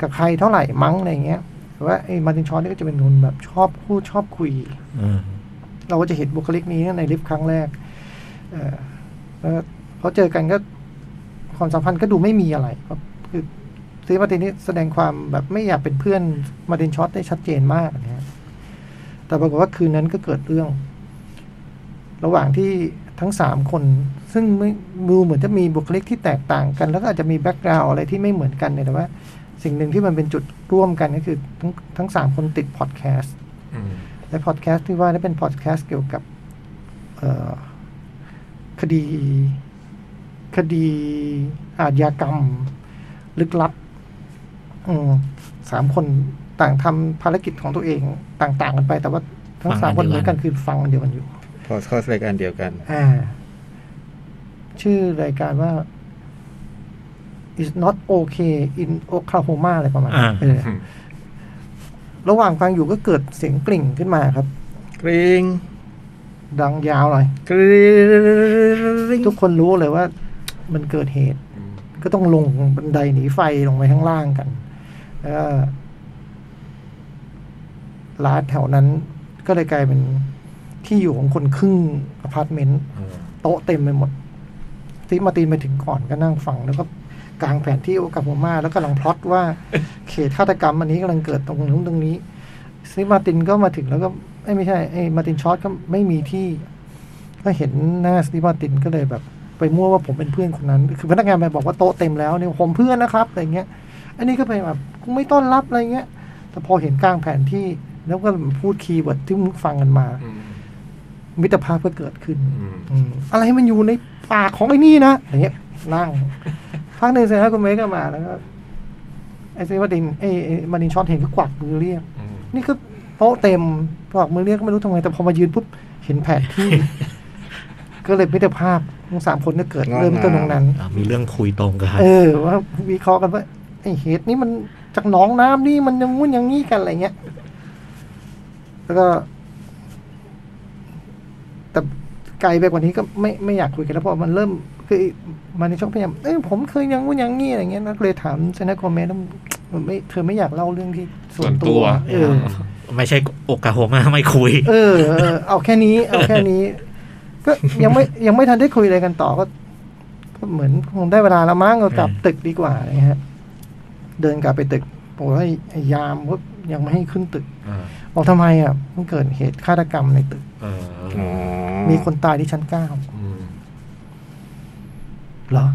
กับใครเท่าไหร่มั้งอะไรเงี้ยแต่ว่าไอ้มาร์ตินชอนนี่ก็จะเป็นคนแบบชอบพูดชอบคุย
อืม
เราก็จะเห็นบุคลิกนี้ในลิฟต์ครั้งแรก เอ่อแล้วพอเจอกันก็ความสัมพันธ์ก็ดูไม่มีอะไรครับคือซีมาร์ตินนี่แสดงความแบบไม่อยากเป็นเพื่อนมาร์ตินช็อตได้ชัดเจนมากนะฮะแต่ปรากฏว่าคืนนั้นก็เกิดเรื่อง ระหว่างที่ทั้งสามคน ซึ่งไม่ดูเหมือนจะมีบุคลิกที่แตกต่างกัน แล้วก็อาจจะมีแบ็กกราวอะไรที่ไม่เหมือนกันเนี่ยแต่ว่า สิ่งหนึ่งที่มันเป็นจุดร่วมกันก็คือทั้งทั้งสามคนติดพอดแคสต์
อืม
และพอดแคสต์ที่ว่านี่เป็นพอดแคสต์เกี่ยวกับเอ่อคดี คดีอาชญากรรม ลึกลับอืมสามคนต่างทำภารกิจของตัวเองต่าง ๆ กันไป แต่ว่าทั้งสามคนเหมือนกันคือฟังอันเดียวกันอยู่
พอสคอสรายการเดียวกัน
อ่า ชื่อรายการว่า is not okay in Oklahoma อะไรประมาณนั้นเออระหว่างฟังอยู่ก็เกิดเสียงกลิ่งขึ้นมาครับ
กริง
ดังยาวหน่อย
กริง
ทุกคนรู้เลยว่ามันเกิดเหตุ ก็ต้องลงบันไดหนีไฟลงไปข้างล่างกันแล้วก็ร้านแถวนั้นก็เลยกลายเป็น ที่อยู่ของคนครึ่งอพาร์ตเมนต์
อืม
โต๊ะเต็มไปหมดทีมาร์ตินไปถึงก่อนก็นั่งฟัง แล้วก็กลางแผนที่โอกาโฮมาแล้วกำลังพล็อตว่า เขตฆาตกรรมอันนี้กำลังเกิดตรงนู้นตรงนี้ซิมาร์ตินก็มาถึงแล้วก็เอ้ยไม่ใช่ไอ้ยมาร์ตินชอตก็ไม่มีที่ ก็เห็นหน้าซิมาร์ตินก็เลยแบบ ไปมั่วว่าผมเป็นเพื่อนคนนั้น คือพนักงานไปบอกว่าโต๊ะเต็มแล้วเนี่ยผมเพื่อนนะครับอะไรเงี้ย อันนี้ก็ไปแบบกูไม่ต้อนรับอะไรเงี้ย แต่พอเห็นกลางแผนที่แล้วก็พูดคีย์เวิร์ดที่มึงฟังกันมา
อืม
มิตรภาพก็เกิดขึ้น
อืม
อืมอะไรมันอยู่ในปากของไอ้นี่นะอย่างเงี้ยนั่งพักหนึ่งเสร็จแล้วคุณเมย์ก็มาแล้วก็ไอ้เซวาดินไอ้ไอ้มาดินช็อตเห็นก็กวักมือเรียก
อืม
นี่คือโต๊ะเต็มกวักมือเรียกก็ไม่รู้ทำไงแต่พอมายืนปุ๊บเห็นแผนที่ ก็เลยมิตรภาพทั้งสามคนก็เกิด
งอกงาม
เริ่มต้นตรงนั้น
อ่ะมีเรื่องคุยตรงกัน
เออว่าวิเคราะห์กันว่าไอ้เหตุนี้มันจากหนองน้ำนี่มันอยังงุ่นอย่างนี้กันอะไรเงี้ย แล้วก็ แต่ไกลไปกว่านี้ก็ไม่ไม่อยากคุยกันแล้วเพราะมันเริ่มคือมันในช่องพยายามเอ้ยผมเคยอยังงุ่นอย่างนี้อะไรเงี้ยแล้วก็เลยถามเซนต์คอมเมนต์มันไม่เธอไม่อยากเล่าเรื่องที่ส่วนตัว เออ
ไม่ใช่โอกาโฮมาไม่คุย
เออเออ เอาแค่นี้ เอาแค่นี้ ก็ยังไม่ยังไม่ทันได้คุยอะไรกันต่อก็ก็เหมือนคงได้เวลาแล้วมั้งเรากลับ
อืม
ตึกดีกว่าอะไรเงี้ยฮะ เดินกลับไปตึกบอกว่าไอ้ไอ้ยามก็ยังไม่ให้ขึ้นตึก
อ่า
บอกทำไมอ่ะมันเกิดเหตุฆาตกรรมในตึก
เออ
อ๋อ
มีคนตายที่ชั้นเก้า
อืม
เหรอ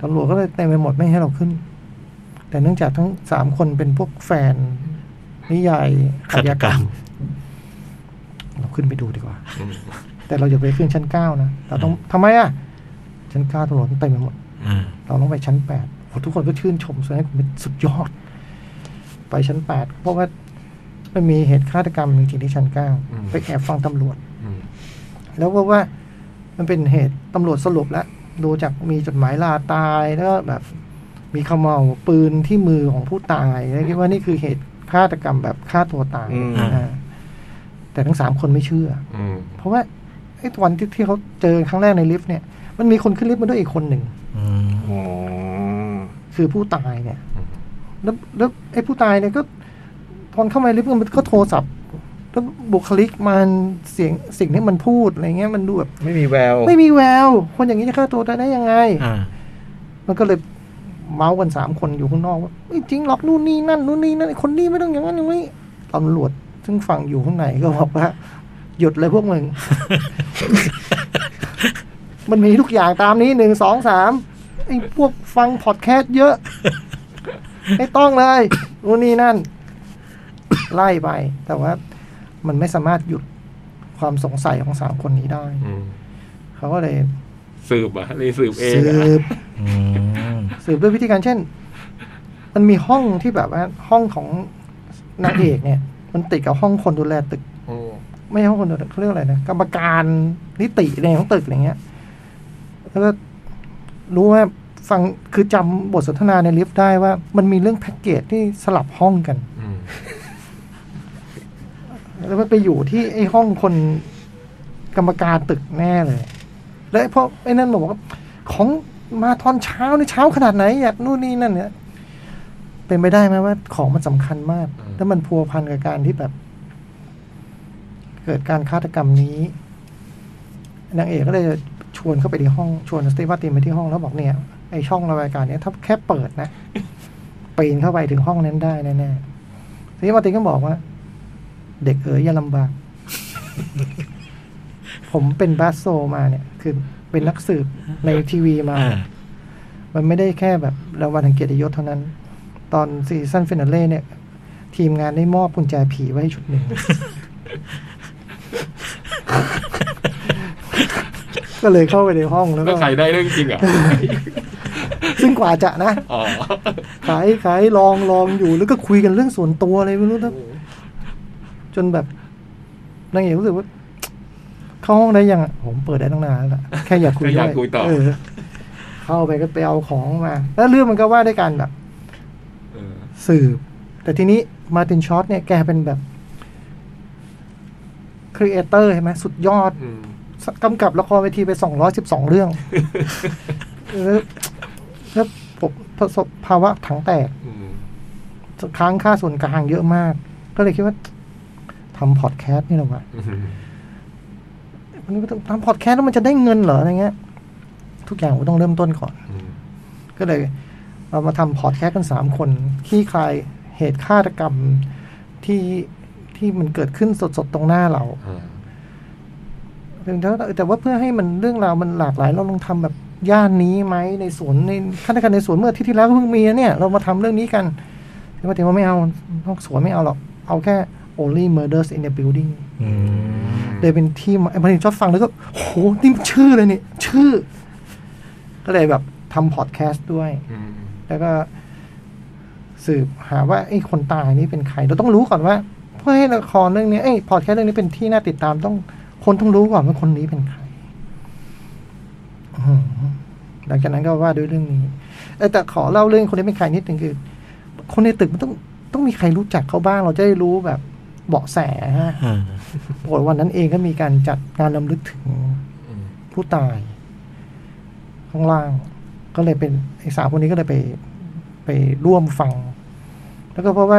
ตำรวจก็เลยเต็มไปหมดไม่ให้เราขึ้น แต่เนื่องจากทั้งสามคนเป็นพวกแฟน นิยาย
ฆาตกรรม
เราขึ้นไปดูดีกว่า
อืม
แต่เราอย่าไปขึ้นชั้นเก้านะ เราต้องทำไมอ่ะ ชั้นเก้าตำรวจเต็มไปหมด
อ่า
เราต้องไปชั้นแปดโหทุกคนก็ชื่นชมแสดงว่าเป็นสุดยอด ไปชั้นแปดเพราะว่ามันมีเหตุฆาตกรรมจริงๆที่ชั้นเก้าไปแอบฟังตำรวจ
อืม
แล้วก็ว่ามันเป็นเหตุตำรวจสรุปแล้วดูจากมีจดหมายลาตายแล้วก็แบบ มีขมเอาปืนที่มือของผู้ตายแล้วคิดว่านี่คือเหตุฆาตกรรมแบบฆ่าตัวตาย
อืม
อ่าแต่ทั้งสามคนไม่เชื่อ
อืม
เพราะว่าไอ้วันที่ที่เขาเจอครั้งแรกในลิฟต์เนี่ย มันมีคนขึ้นลิฟต์มาด้วยอีกคนหนึ่ง
อืม
อ๋อ
คือผู้ตายเนี่ย แล้วแล้วไอ้ผู้ตายเนี่ยก็ตอนเข้ามาในลิฟต์มันก็โทรศัพท์แล้วบุคลิกมันเสียงสิ่งที่มันพูดอะไรเงี้ยมันดูแบบ
ไม่มีแวว
ไม่มีแวว คนอย่างนี้จะฆ่าตัวตายได้ยังไง
อ่า
มันก็เลยเมาส์กันสามคนอยู่ข้างนอกว่าไม่จริงหรอกนู่นนี่นั่นนู่นนี่นั่นไอ้คนนี้ไม่ต้องอย่างนั้นอย่างนี้ตำรวจซึ่งฟังอยู่ข้างในก็บอกว่า หยุดเลยพวกมึง มันมีทุกอย่างตามนี้หนึ่งสองสามไอ้พวกฟังพอดแคสต์เยอะ ไม่ต้องเลยนู่นนี่นั่น ไล่ไป แต่ว่ามันไม่สามารถหยุดความสงสัยของสามคนนี้ได้
อืม
เขาก็เลย
สืบอ่ะเลยสืบเอง
สื
อ่ะ
บ
อืม
สืบด้วยวิธีการเช่น มันมีห้องที่แบบว่าห้องของนางเอกเนี่ย มันติดกับห้องคนดูแลตึก
อืม
ไม่ใช่ห้องคนดูแลเขาเรียกอะไรนะกรรมการนิติในของตึกอะไรเงี้ย แล้วก็รู้ว่าฟังคือจำบทสนทนาในลิฟต์ได้ว่า มันมีเรื่องแพ็กเกจที่สลับห้องกัน
อืม
แล้วมันไปอยู่ที่ไอ้ห้องคนกรรมการตึกแน่เลย แล้วไอ้พวกไอ้นั่นบอกว่า ของมาตอนเช้านี่เช้าขนาดไหนอยากนู่นนี่นั่นเนี่ยเป็นไปได้ไหมว่าของมันสำคัญมาก แล้วมันพัวพันกับการที่แบบ เกิดการฆาตกรรมนี้นางเอกก็เลยชวนเข้าไปที่ห้องชวนสตีฟาตินไปที่ห้องแล้วบอกเนี่ยไอช่องระบายอากาศเนี่ยถ้าแค่เปิดนะปีนเข้าไปถึงห้องนั้นได้แน่ๆสตีฟาตินก็บอกว่า เด็กเอ๋ยอย่าลำบาก ผมเป็นบาสโซมาเนี่ย คือเป็นนักสืบในทีวีมา
อ่า
มันไม่ได้แค่แบบรางวัลทางเกียรติยศเท่านั้น ตอนซีซั่นฟินาเล่เนี่ย ทีมงานได้มอบกุญแจผีไว้ให้ชุดหนึ่ง ก็เลยเข้าไปในห้องแล้ว
ก็
ก็
ใครได้เรื่องจริงเหรอ่ะ
ซึ่งกว่าจะนะ
อ๋อ
ขายขายลองลองอยู่แล้วก็คุยกันเรื่องส่วนตัวอะไรไม่รู้นะจนแบบนางเอกรู้สึกว่า เข้าห้องได้ยังอะผมเปิดได้ตั้งนานแล้วล่ะแค่อยากคุย
แค่อยาก
ด้ว
คุยต่อ
เเข้าไปก็ไปเอาของมา แล้วเรื่องมันก็ว่าด้วยการแบบ
เออ
สืบ แต่ทีนี้มาตินช็อตเนี่ยแกเป็นแบบครีเอเตอร์ใช่ไหมสุดยอด
อืม
กำกับละครเวทีไปสองร้อยสิบสองเรื่อง แล้วแล้วผมประสบภาวะถังแตก
อืม
ค้างค่าส่วนกลางเยอะมาก ก็เลยคิดว่าท ทำพอดแคสต์นี่หรอกวะมันก็ต้องทำพอดแคสต์แล้วมันจะได้เงินเหรออะไรเงี้ย ทุกอย่างก็ต้องเริ่มต้นก่อน ก็เลยเรามาทำพอดแคสต์กันสามคนขี้คลายเหตุฆาตกรรมที่ที่มันเกิดขึ้นสดๆตรงหน้าเรา ถึงแต่ว่าแต่ว่าเพื่อให้มันเรื่องราวมันหลากหลายเราลองทำแบบย่านนี้ไหมในสวนในขั้นตอนการในสวนเมื่ออาที่ที่แล้วก็เพิ่งมีนะเนี่ย เรามาทำเรื่องนี้กันแต่ว่าแต่ว่าไม่เอาห้องสวนไม่เอาหรอก เอาแค่ only murders in the building
อืม
เลยเป็นที่มาไอ้พอดีชอบฟังแล้วก็โหนี่มันชื่อเลยนี่ชื่อ ก็เลยแบบทำพอดแคสต์ด้วย แล้วก็สืบหาว่าไอ้คนตายนี่เป็นใคร เราต้องรู้ก่อนว่า เพื่อให้ละครเรื่องนี้ไอ้พอดแคสต์เรื่องนี้เป็นที่น่าติดตามต้องคนต้องรู้ก่อนว่าคนนี้เป็นใครอืมหลังจากนั้นก็ว่าด้วยเรื่องนี้เอ้ยแต่ขอเล่าเรื่องคนนี้เป็นใครนิดหนึ่งคือ คนในตึกมันต้องต้องมีใครรู้จักเขาบ้าง เราจะได้รู้แบบเบาะแสฮะ
อ่า
ปรากฏวันนั้นเองก็มีการจัดงานลำลึกถึง ผู้ตาย ข้างล่าง ก็เลยเป็นไอ้สาวคนนี้ก็เลยไป ไปร่วมฟัง แล้วก็เพราะว่า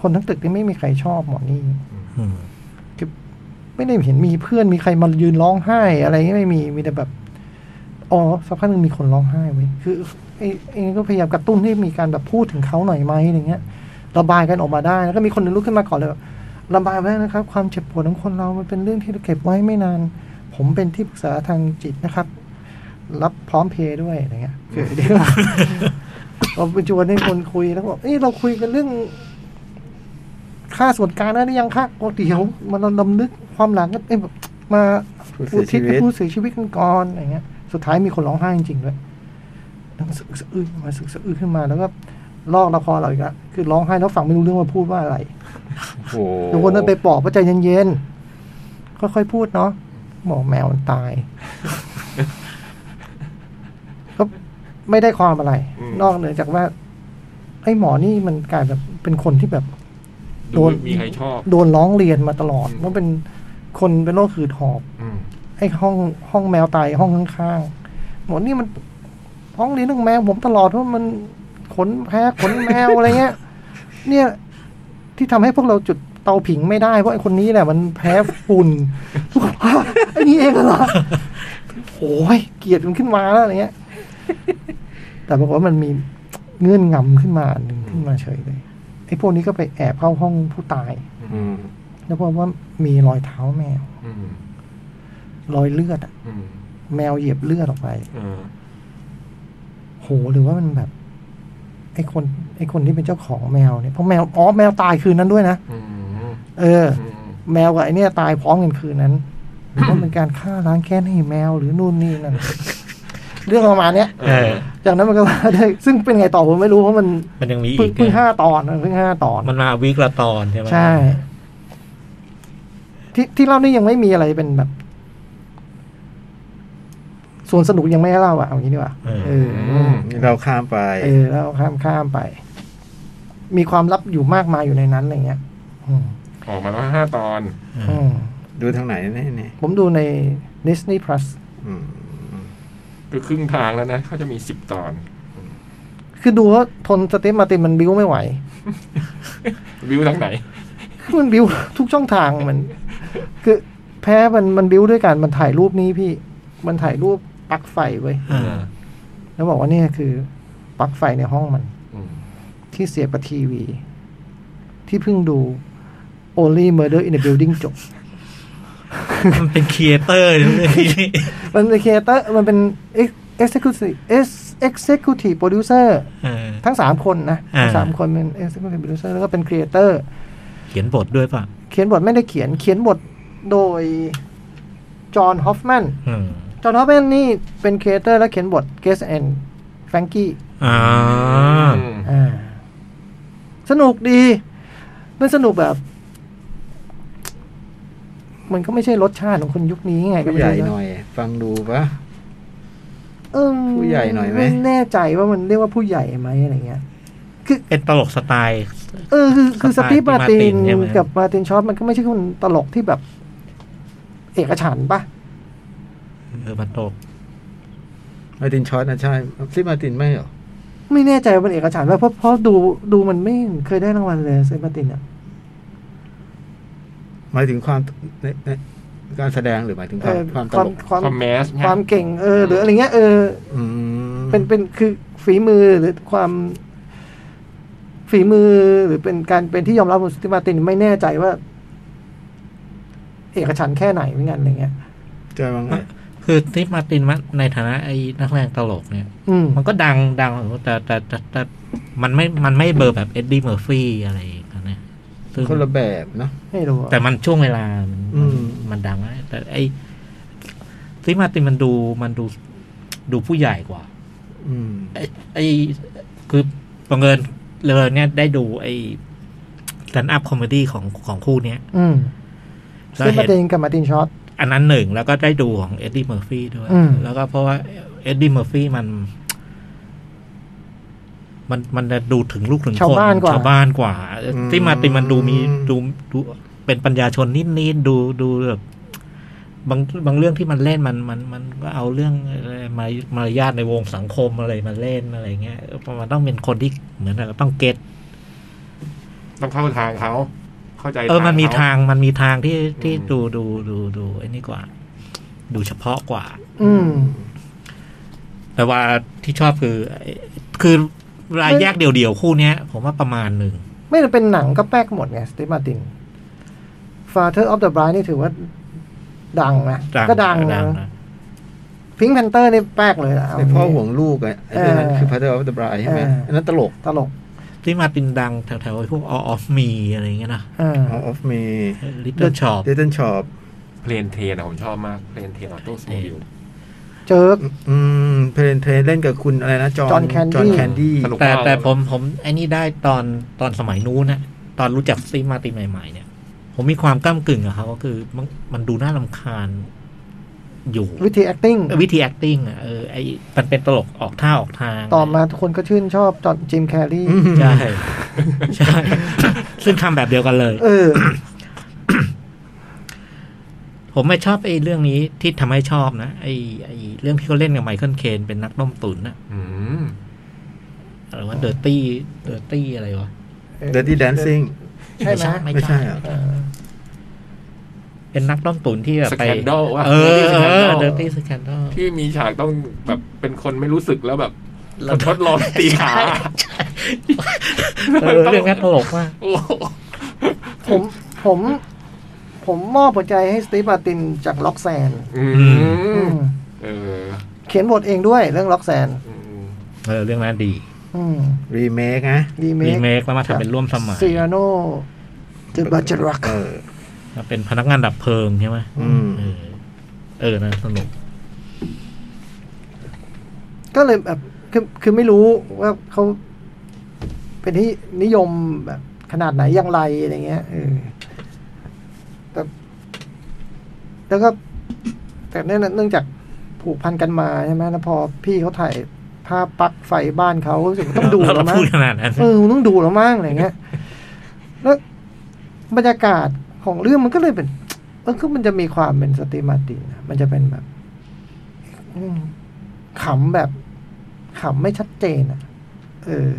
คนทั้งตึกนี่ไม่มีใครชอบหมอนี่
อืม
คือไม่ได้เห็นมีเพื่อนมีใครมายืนร้องไห้อะไรเงี้ยไม่มีมีแต่แบบอ๋อสักพักหนึ่งมีคนร้องไห้เว้ยคือไอ้ไอ้นี่ก็พยายามกระตุ้นให้มีการแบบพูดถึงเขาหน่อยไหมอะไรเงี้ยระบายกันออกมาได้แล้วก็มีคนหนึงลุกขึ้นมาก่อนเลยแบบระบายไว้นะครับ ความเจ็บปวดของคนเรามันเป็นเรื่องที่เราเก็บไว้ไม่นาน ผมเป็นที่ปรึกษาทางจิตนะครับ รับพร้อมเพย์ด้วยอะไรเงี้ยคือเดี๋ยว เราไปชวนให้คนคุยแล้วก็บอกเอ้ยเราคุยกันเรื่อง ค่าส่วนกลางนะได้ยังคะโอ้เดี๋ยวมันลำลึกความหลังก็เอ้ยแบบมา
ผู้เสียชี
อุ
วิต
ให้ผู้เสียชีวิตกันก่อนอะไรเงี้ย สุดท้ายมีคนร้องไห้จริงๆด้วยนั่งสะอึกสะอื้นมาสะอึกสะอื้นขึ้นมาแล้วก็ลอกละครเราอีกละคือร้องไห้แล้วฟังไม่รู้เรื่องว่าพูดว่าอะไร
โอ้
ทุกคนต้องไปปลอบว่าใจเย็นๆ ค่อยๆ พูดเนาะหมอกแมวมันตาย ก็ไม่ได้ความอะไร
อืม
นอกเหนือจากว่า ไอ้หมอนี่มันกลายแบบเป็นคนที่แบบ
โดนมีใครชอบ
โดนร้องเรียนมาตลอด
อืม
ว่าเป็นคนเป็นโรคหืดหอบ
อืม
ไอ้ห้องห้องแมวตายห้องข้างๆหมอนี่มันห้องเรียนเรื่องแมวผมตลอดว่ามันขนแพ้ขนแมวอะไรเงี้ย เนี่ยที่ทำให้พวกเราจุดเตาผิงไม่ได้เพราะไอ้คนนี้แหละมันแพ้ฝุ่น ทุกคนฮะไอ้นี่เองเหรอโอ้ยเกลียดมันขึ้นมาแล้วอะไรเงี้ย แต่ปรากฏว่ามันมีเงื่อนงำขึ้นมาหนึ่งขึ้นมาเฉยเลยไอ้พวกนี้ก็ไปแอบเข้าห้องผู้ตาย
อืม
แล้วพบว่ามีรอยเท้าแมว
อืม
รอยเลือดอะ
อืม
แมวเหยียบเลือดออกไป
เออ
โหหรือว่ามันแบบ ไอคนไอคนที่เป็นเจ้าของแมวเนี่ยเพราะแมวอ๋อแมวตายคืนนั้นด้วยนะ
อืม
เออ
อืม
แมวกับไอเนี่ยตายพร้อมกันคืนนั้นหรือว่าเป็นการฆ่าล้างแค้นให้แมวหรือนู่นนี่นั่น เรื่องประมาณเนี้ย
เออ
จากนั้นมันก็มาได้ซึ่งเป็นไงต่อผมไม่รู้เพราะมัน
มันยังมีอี
เพิ่ง
ก
เพิ่ง
นะ
ห้าตอนเพิ่งห้าตอน
มันมาวิกละตอนใช่ไหม
ใช่ ที่ที่เล่านี่ยังไม่มีอะไรเป็นแบบ ส่วนสนุกยังไม่ให้เล่าอ่ะเอางี้ดีกว่าเออ
เราข้ามไป
เออแล้วข้ามข้ามไป มีความลับอยู่มากมายอยู่ในนั้นอะไรเงี้ย อืม
ออกมาแล้วห้าตอน
อื
อื
ม
ม
ดูทางไหนเนี่ยเนี่ย
ผมดูใน Disney Plus
อืม
คือครึ่งทางแล้วนะเขาจะมีสิบตอน
คือดูว่าทนสเตปมาตินมันบิ้วไม่ไหว
วิวทางไหน
มันบิ้ว ทุกช่องทางมัน คือแพ้มันมันบิ้วด้วยการมันถ่ายรูปนี้พี่ มันถ่ายรูปปลั๊กไฟไว้ย
อ่า
แล้วบอกว่าเนี่ยคือปลั๊กไฟในห้องมัน
อืม
ที่เสียบกับทีวี ที่เพิ่งดู Only Murder in the Building จบ
มันเป็นครีเอเตอร์เรื่อง นี้
มันเป็นครีเอเตอร์มันเป็น executive executive producer
เออ
ทั้งสามคนนะ
อ่า
ทั้งสามคนเป็น executive producer แล้วก็เป็นครีเอเตอร์
เขียนบทด้วยป่ะ
เขียนบทไม่ได้เขียนเขียนบทโดยจอห์นฮอฟแมน
อืม
จอห์นฮอฟแมนนี่เป็นครีเอเตอร์และเขียนบท g u e s t and Frankie
อ่า
อืม
อ่า สนุกดี มันสนุกแบบ มันก็ไม่ใช่รสชาติของคนยุคนี้ไงก็
ผู้
ไม่
ใหญ่
รู้ะ
หน่อย ฟังดูปะ
เอิ่ม
ผู้ใหญ่หน่อยไหม
ไม่แน่ใจว่ามันเรียกว่าผู้ใหญ่ไหมอะไรเงี้ย
เป็นตลกสไตล์
เออคือคือ
ส
ส
ไตล์
ตีฟ
ที่
มาร์ติน
Martin ใช่ไหม
กับมาร์ตินชอปมันก็ไม่ใช่คนตลกที่แบบ เอกฉันท์ปะ
เออมันตลก
มาตินช็อตนะใช่ซิมาตินไม่เหรอ
ไม่แน่ใจว่ามันเอกฉันท์ปะเพราะเพราะดูดูมันไม่เคยได้รางวัลเลยสตีฟมาร์ตินอ่ะ
หมายถึงความในในการแสดงหรือหมายถึง
เอ
ความ
อ
ความต
ความ
ลก
ความ
ความแมสเนี่ย
ความเก่งเออหรืออะไรเงี้ยเออ
อืม
เป็นเป็นคือฝีมือหรือความ ฝีมือหรือเป็นการเป็นที่ยอมรับของสติมาตินไม่แน่ใจว่า เอกฉันท์แค่ไหนเหมือนกันอะไรเงี้ย
ใช่มั้ง
คือที่มาร์ตินมัดในฐานะไอ้นักแสดงตลกเนี่ย
อืม
มันก็ดังดังแต่แต่แต่แต่มันไม่มันไม่เบอร์แบบเอ็ดดี้เมอร์ฟี่อะไรกันนะซึ่ง
คนละแบบเนาะ
ไม่รู้อะ
แต่มันช่วงเวลามัน
อืม
มันดังนะแต่ไอ้ที่มาร์ตินมันดูมันดูดูผู้ใหญ่กว่า
อืม
ไอ้ไอ้คือบังเอิญเลยเนี่ยได้ดูไอ้สแตนด์อัพคอมเมดี้ของของคู่เนี้ย
อืมส
เรา
ติ
เห็น
มาตินกับมาตินช็อต
อันนั้นหนึ่งแล้วก็ได้ดูของเอ็ดดี้เมอร์ฟี่ด้วย
อืม
แล้วก็เพราะว่าเอ็ดดี้เมอร์ฟี่มัน มันมันจะดูถึงลูกถึงคน
ชาวบ้านกว่า
ชาวบ้านกว่า
อืม
ที่มาร์ตินมันดูมีดูดู เป็นปัญญาชนนิดนิดๆดูดูแบบบางบางเรื่องที่มันเล่นมันมันมันก็เอาเรื่องอะไรมามารยาทในวงสังคมอะไรมาเล่นอะไรเงี้ยมันต้องเป็นคนที่เหมือนกับต้องเก็ต
ต้องเข้าทางเขาเข้าใจ
เออ มันมี
เข
ทาง มันมีทางที่ที่
อืม
ดูดูดูดูไอ้นี่กว่า ดูเฉพาะกว่า
อืม
แต่ว่าที่ชอบคือไอ้คือราย
ไม่
แยกเดี่ยวๆ คู่เนี้ย ผมว่าประมาณหนึ่ง
ไม่ได้เป็นหนังก็แป๊กหมดไงสติมาติน Father of the Bride นี่ถือว่า ดังนะก็ดัง
ดั
นะ
งนะ
พิงค์แพนเตอร์นี่แป๊กเลยนะเา
ไอพ่อห่
ย่าง
ว
นี้
งลูกอะไอ้เรื่องนั้น
เออ
คือพัทเทอร์ออฟเดอะบรายใช่ไหม
เอออั
อันนั้นตลก
ตลก
ที่มาเป็นดังแถวๆไอ้พวกออฟมีอะไรอย่างเงี้ยนะ
อ่า
ออฟเมย์
ลิตเติ้ลช็อป
เดตันชอป
เพลนเทนอะผมชอบมากเพลนเทนออโต้สโมบิล
เจิร์ก
อืมเพลนเทรนเล่นกับคุณอะไรนะ จอห์น
John Candy
จอห์นแคนดี้
ตลก
แต่
มาก
แต่
เลย
ผมผมไอ้นี่ได้ตอนตอนสมัยนู้นนะตอนรู้จักซีมาตินใหม่ๆ เนี่ย ผมมีความก้ากึ่งกับเขาก็คือมันมันดูน่าลำคาญอยู่
วิธี acting
วิธี acting อ่ะเออไอมันเป็นตลกออกท่าออกทาง
ต่อมาทุกคนก็ชื่นชอบจอห์นจิมแคร์รี
ใช่ ใช่ ซึ่งทำแบบเดียวกันเลย
เออ
ผมไม่ชอบไอ้เรื่องนี้ที่ทำให้ชอบนะไอ้ไอ้เรื่องที่เขาเล่นกับไมเคิลเคนเป็นนักต้มตุ๋นนะ
อืม
อะไรว่าเดอร์ตี้เดอร์ตี้อะไรวะ
เดอะดี้แดนซิ่ง
ใช่ไหม
ไม่
ไม่ใช่
ใช่
เหรอ
เออ
เป็นนักต้มตุ๋นที่แบบ
ส
ไป
แคนดอลว่า
เออเออเดอร์ตี้
Dirty
สแคนดอ
ที่มีฉากต้องแบบเป็นคนไม่รู้สึกแล้วแบบ
แล้ว
ทดลองตีขา
เออเรื่องนั้นตลกมาก
โอ้โห
ผมผม ผมมอบหัวใจให้สตีฟมาตินจากล็อกแซน
อืม
อืม
เออ
เขียนบทเองด้วยเรื่องล็อกแซน
อืม
เออเรื่องนั้นดี
รีเมคนะ
ดีเม
รี
ค
เมคแล้วมาทำเป็นร่วมสมัย
ซีราโนเดอะบัจจรัก
เออ
มาเป็นพนักงานดับเพลิงใช่ไหม
อืม
เออ เออนะสนุก
ก็เลยแบบคือคือไม่รู้ว่าเขาเป็นที่นิยมแบบขนาดไหนอย่างไรอะไรเงี้ยเออแต่แล้วก็ แต่เนื่องเนื่องจากผูกพันกันมาใช่ไหมแล้วพอพี่เขาถ่ายภาพปลั๊กไฟบ้านเขารู้สึกว่าต้องดู
แล้
แล้ว ว
เรา
มั้ง
พูดขนาดนั้น
เออต้องดูแล้วมั้งอะไรเงี้ ย แล้วบรรยากาศของเรื่องมันก็เลยเป็น เออก็มันจะมีความเป็นสตรีมาร์ตินนะมันจะเป็นแบบอืมขำแบบขำไม่ชัดเจนอ่ะ เออ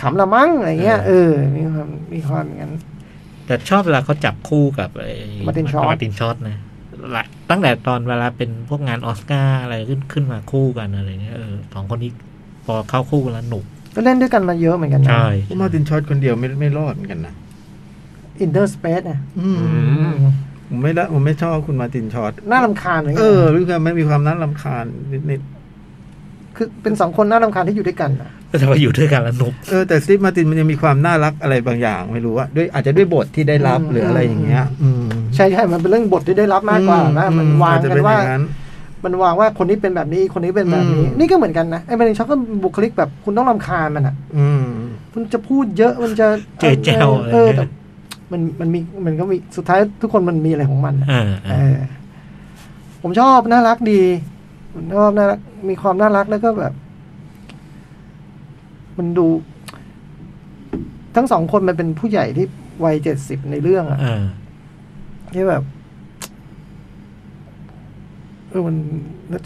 ขำละมั้งอะไรเงี้ย เออ มีความมีความอย่างนั้น
แต่ชอบเวลาเขาจับคู่กับไอ้
Martin Short
มาร์ตินช็อตนะหลายตั้งแต่ตอนเวลาเป็นพวกงานออสการ์อะไรขึ้นขึ้นมาคู่กันอะไรเงี้ยเออสองคนนี้พอเข้าคู่กันแล้วหนุก
ก็เล่นด้วยกันมาเยอะเหมือนกันนะ
มาร์ตินช็อตคนเดียวไม่ไม่รอดเหมือนกันนะ
Inner Space นะ
อืม
อืม
ผมไม่ละผมไม่ชอบคุณมาร์ตินช็อต
น่ารำคาญเหมือนกั
เอน อรู้สึกว่ามันมีความน่ารำคาญนิด
คือเป็นสองคนน่ารำคาญที่อยู่ด้วยกันนะ
ก็จะมาอยู่ด้วยกันแล้วหนุก
ๆเออแต่สตีฟมาร์ตินมันยังมีความน่ารักอะไรบางอย่างไม่รู้ว่าด้วยอาจจะด้วยบทที่ได้รับหรืออะไรอย่างเงี้ย อืม
ใช่ใช่มันเป็นเรื่องบทที่ได้รับมากกว่านะมันวาง
อจจะ
กั
เป็น นอ
ว่า
ย่างนั้น
มันวางว่าคนนี้เป็นแบบนี้คนนี้เป็นแบบนี้
อืม
นี่ก็เหมือนกันนะไอ้ประเด็นช็อกก็บุคลิกแบบคุณต้องรำคาญมันอ่ะ
อืม
มันจะพูดเยอะมันจะ
เจอแจ้ว
ออ
อะไร
เออแต่
เงี้ย
มันมันมีมันก็มีสุดท้ายทุกคนมันมีอะไรของมันอะ
เออเอ
เอ
อ
อ ผมชอบน่ารักดีผมชอบน่ารักมีความน่ารักแล้วก็แบบ มันดู ทั้งสองคนมันเป็นผู้ใหญ่ที่วัยเจ็ดสิบในเรื่องอ่ะ
เออ
ที่แบบเออมัน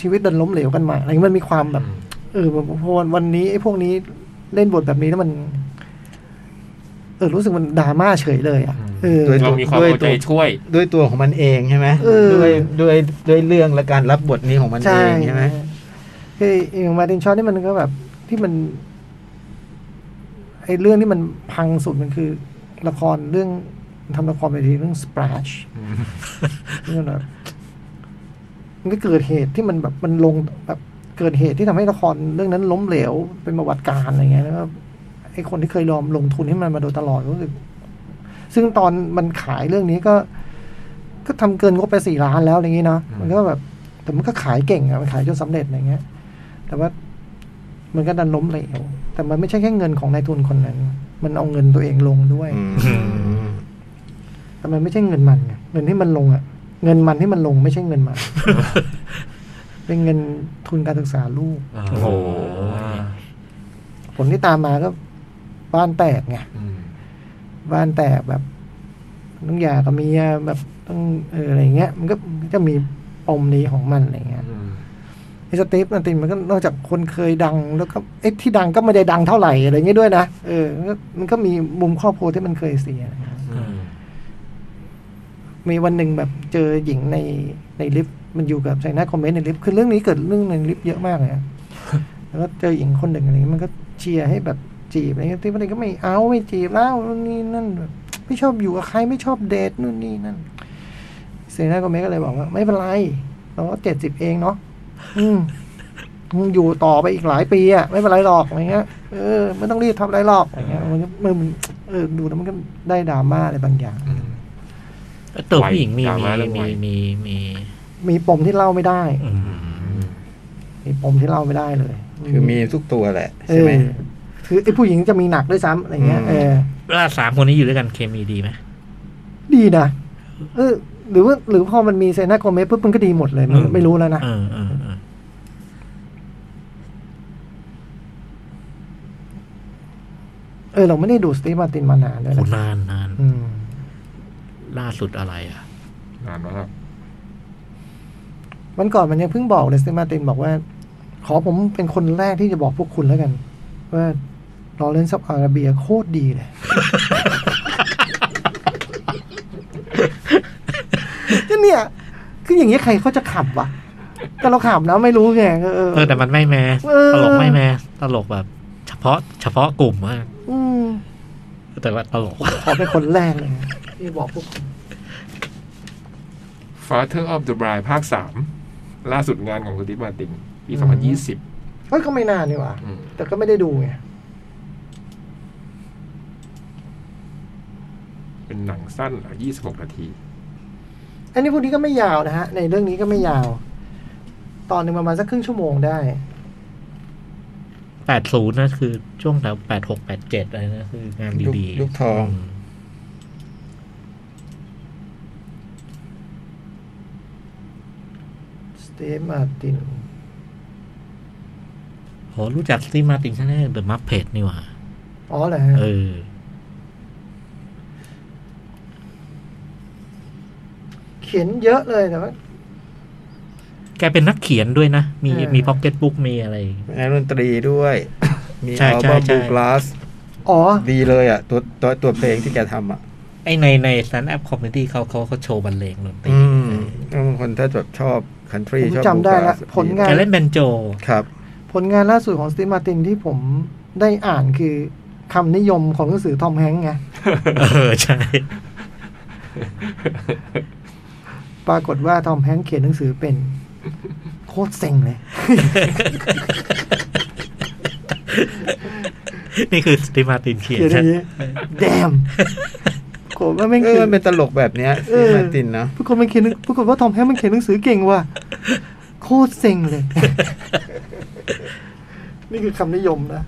ชีวิตดันล้มเหลวกันมาอะไรเงี้ยมันมีความแบบ เออผมพอวันวันนี้ไอ้พวกนี้เล่นบทแบบนี้แล้วมัน เออรู้สึกมันดราม่าเฉยเลยอ่ะ
อืม
เ เออ
ด้วย
เรามีความ
ด้วย
เอาใจ
ตัว
ช่วย
ด้วยตัวของมันเองใช่ไหม
เออ
ด้วยด้วยด้วยเรื่องและการรับบทนี้ของมันเอ
ใช่
งใช่ไหม
คืออย่างมาตินชอตนี่มันก็แบบที่มันไอเรื่องที่มันพังสุดมันคือ ละครเรื่องทำละครไปทีเรื่อง splash เรื่องแบบมันก็เกิดเหตุที่มันแบบมันลงแบบเกิดเหตุที่ทำให้ละครเรื่องนั้นล้มเหลวเป็นประวัติการณ์อะไรเงี้ยแล้วก็ไอคนที่เคยยอมลงทุนให้มันมาโดยตลอดรู้สึก ซึ่งตอนมันขายเรื่องนี้ก็ ก็ทำเกินงบไปสี่ล้านแล้วอะไรอย่างงี้เนาะ
อืม
มันก็แบบ แต่มันก็ขายเก่งอะมันขายจนสำเร็จอะไรเงี้ย แต่ว่ามันก็ดันล้มเหลวแต่มันไม่ใช่แค่เงินของนายทุนคนนั้น มันเอาเงินตัวเองลงด้วย แต่มันไม่ใช่เงินมันไงเงินที่มันลงอะเงินมันที่มันลงไม่ใช่เงินมัน เป็นเงินทุนการศึกษาลูก
โอ้
โอ้
โห
โห
ผลที่ตามมาก็บ้านแตกไง
อืม
บ้านแตกแบบต้องหย่ากับเมียแบบต้องเอออะไรเงี้ย มันก็มันก็มีปมนี้ของมันอะไรเงี้ย
อืม
ไอ้สตีฟนันตินมันก็นอกจากคนเคยดัง แล้วก็ไอ้ที่ดังก็ไม่ได้ดังเท่าไหร่อะไรเงี้ยด้วยนะเออมันก็มันก็มีมุมครอบครัวที่มันเคยเสียนะ
อืม
มีวันหนึ่งแบบเจอหญิงในในลิฟต์มันอยู่กับไซน่าคอมเมนต์ในลิฟต์คือเรื่องนี้เกิดเรื่องในลิฟต์เยอะมากเลยนะ แล้วก็เจอหญิงคนหนึ่งอะไรเงี้ยมันก็เชียร์ให้แบบจีบอะไรเงี้ยที่มันก็ไม่เอาไม่จีบแล้วนู่นนี่นั่นแบบไม่ชอบอยู่กับใครไม่ชอบเดทนู่นนี่นั่นไซน่าคอมเมนต์ก็เลยบอกว่า ไม่เป็นไรเราก็เจ็ดสิบเองเนาะอืมมึงอยู่ต่อไปอีกหลายปีอะไม่เป็นไรหรอกอะไรเงี้ยเออไม่ต้องรีบทำอะไรหรอกอะไรเงี้ยมันก็มันเออดูแล้วมันก็ได้ดราม่าอะไรบางอย่าง
อืม
ตัวผู้หญิงมี
วัย
มี
ดราม่าเรื่องวั
มี
ย
มีมี
มีปมที่เล่าไม่ได้
อืม
มีปมที่เล่าไม่ได้เลย
คือมีทุกตัวแหละ
เอ
ใช่
อ
ไหม
คือไอ้ผู้หญิงจะมีหนักด้วยซ้ำอะไรเงี้ย
อืม
เออ
แล่าสามคนนี้อยู่ด้วยกันเคมีดีไหม
ดีนะ เออ หรือว่าหรือพอมันมีเซนาโกเมสปุ๊บมันก็ดีหมดเลยมัน
อืม
ไม่รู้แล้วนะ
เออเออเออ
เออ เราไม่ได้ดูสตีฟมาร์ตินมานานแล้ว
โห
นะ
นานนาน
อืม
ล่าสุดอะไรอ่ะ
นานมาก
วันก่อนมันยังเพิ่งบอกเลยสตีฟมาร์ตินบอกว่า ขอผมเป็นคนแรกที่จะบอกพวกคุณแล้วกัน ว่าลอเรนซ์ซับอาราเบียโคตรดีเลย ก็เนี่ย คืออย่างเงี้ยใครเขาจะขำวะแต่เราขำนะไม่รู้ไงเออ
เออแต่มันไม่แม้
เออ
ตลกไม่แม้ตลกแบบ เฉพาะเฉพาะกลุ่มมาก
อืม
แต่ว่าตลก
ขอเป็นคนแรกเลยนะที่บอกพวก
Father of the Bride ภาคสามล่าสุดงานของคุณติมาตินปี
อืม
สองพันยี่สิบ
เอ้ยก็ไม่นานนี่หว่า
อืม
แต่ก็ไม่ได้ดูไง
เป็นหนังสั้นยี่สิบหกนาที
อันนี้พวกนี้ก็ไม่ยาวนะฮะ ในเรื่องนี้ก็ไม่ยาว ตอนหนึ่งประมาณสักครึ่งชั่วโมงได้
แปดศูนย์นะคือช่วงแถวแปดหกแปดเจ็ดอะไรนะคืองาน
ยุค
ดี
ยุคทอง
ม
สเตฟมาร์ติน
โหรู้จักสตีมาตินชั้นแรกเดอะมัฟเพจนี่หว่า
อ๋อเหรอฮะ
เออ
เขียนเยอะเลยแต่ว่า
แกเป็นนักเขียนด้วยนะ มี
เออ
มีพ็อกเก็ตบุ๊กมีอะไร
เป็นนักดนตรีด้วย มี
ใช่
อัลบั้ม
ใช่ใช่
บูกลาส
อ๋อ
ดีเลยอ่ะ ตัวตัวตัวเพลงที่แกทำอ่ะ
ไอในในสแตนด์อัพคอมเมดี้เขาเขาเขาโชว์บรรเลงดนตรี
อืมต้องคนถ้าแบบชอบคันทรี
ผม
ชอบ
จำได้ละผลงา
แกเล่นเบนโจ
ครับ
ผลงานล่าสุดของสเตฟมาร์ตินที่ผมได้อ่านคือคำนิยมของหนังสือทอมแฮงค์ไง
เออ ใช่
ปรากฏว่าทอมแฮงค์เขียนหนังสือเป็น โคตรเซ็งเลย
นี่คือสตีมาตินเขียน
เขียนอ
ใช่
ย่างนี้แดมโกรธว่าไม่ง
เอ
เขี
อย มัน นเป็นตลกแบบเนี้ย
เออ
ซีมาตินเนาะ
ปรากฏมันเขียนหนังปรากฏว่าทอมแฮงค์มันเขียนหนังสือเก่งว่ะโคตรเซ็งเลย นี่คือคำนิยมนะ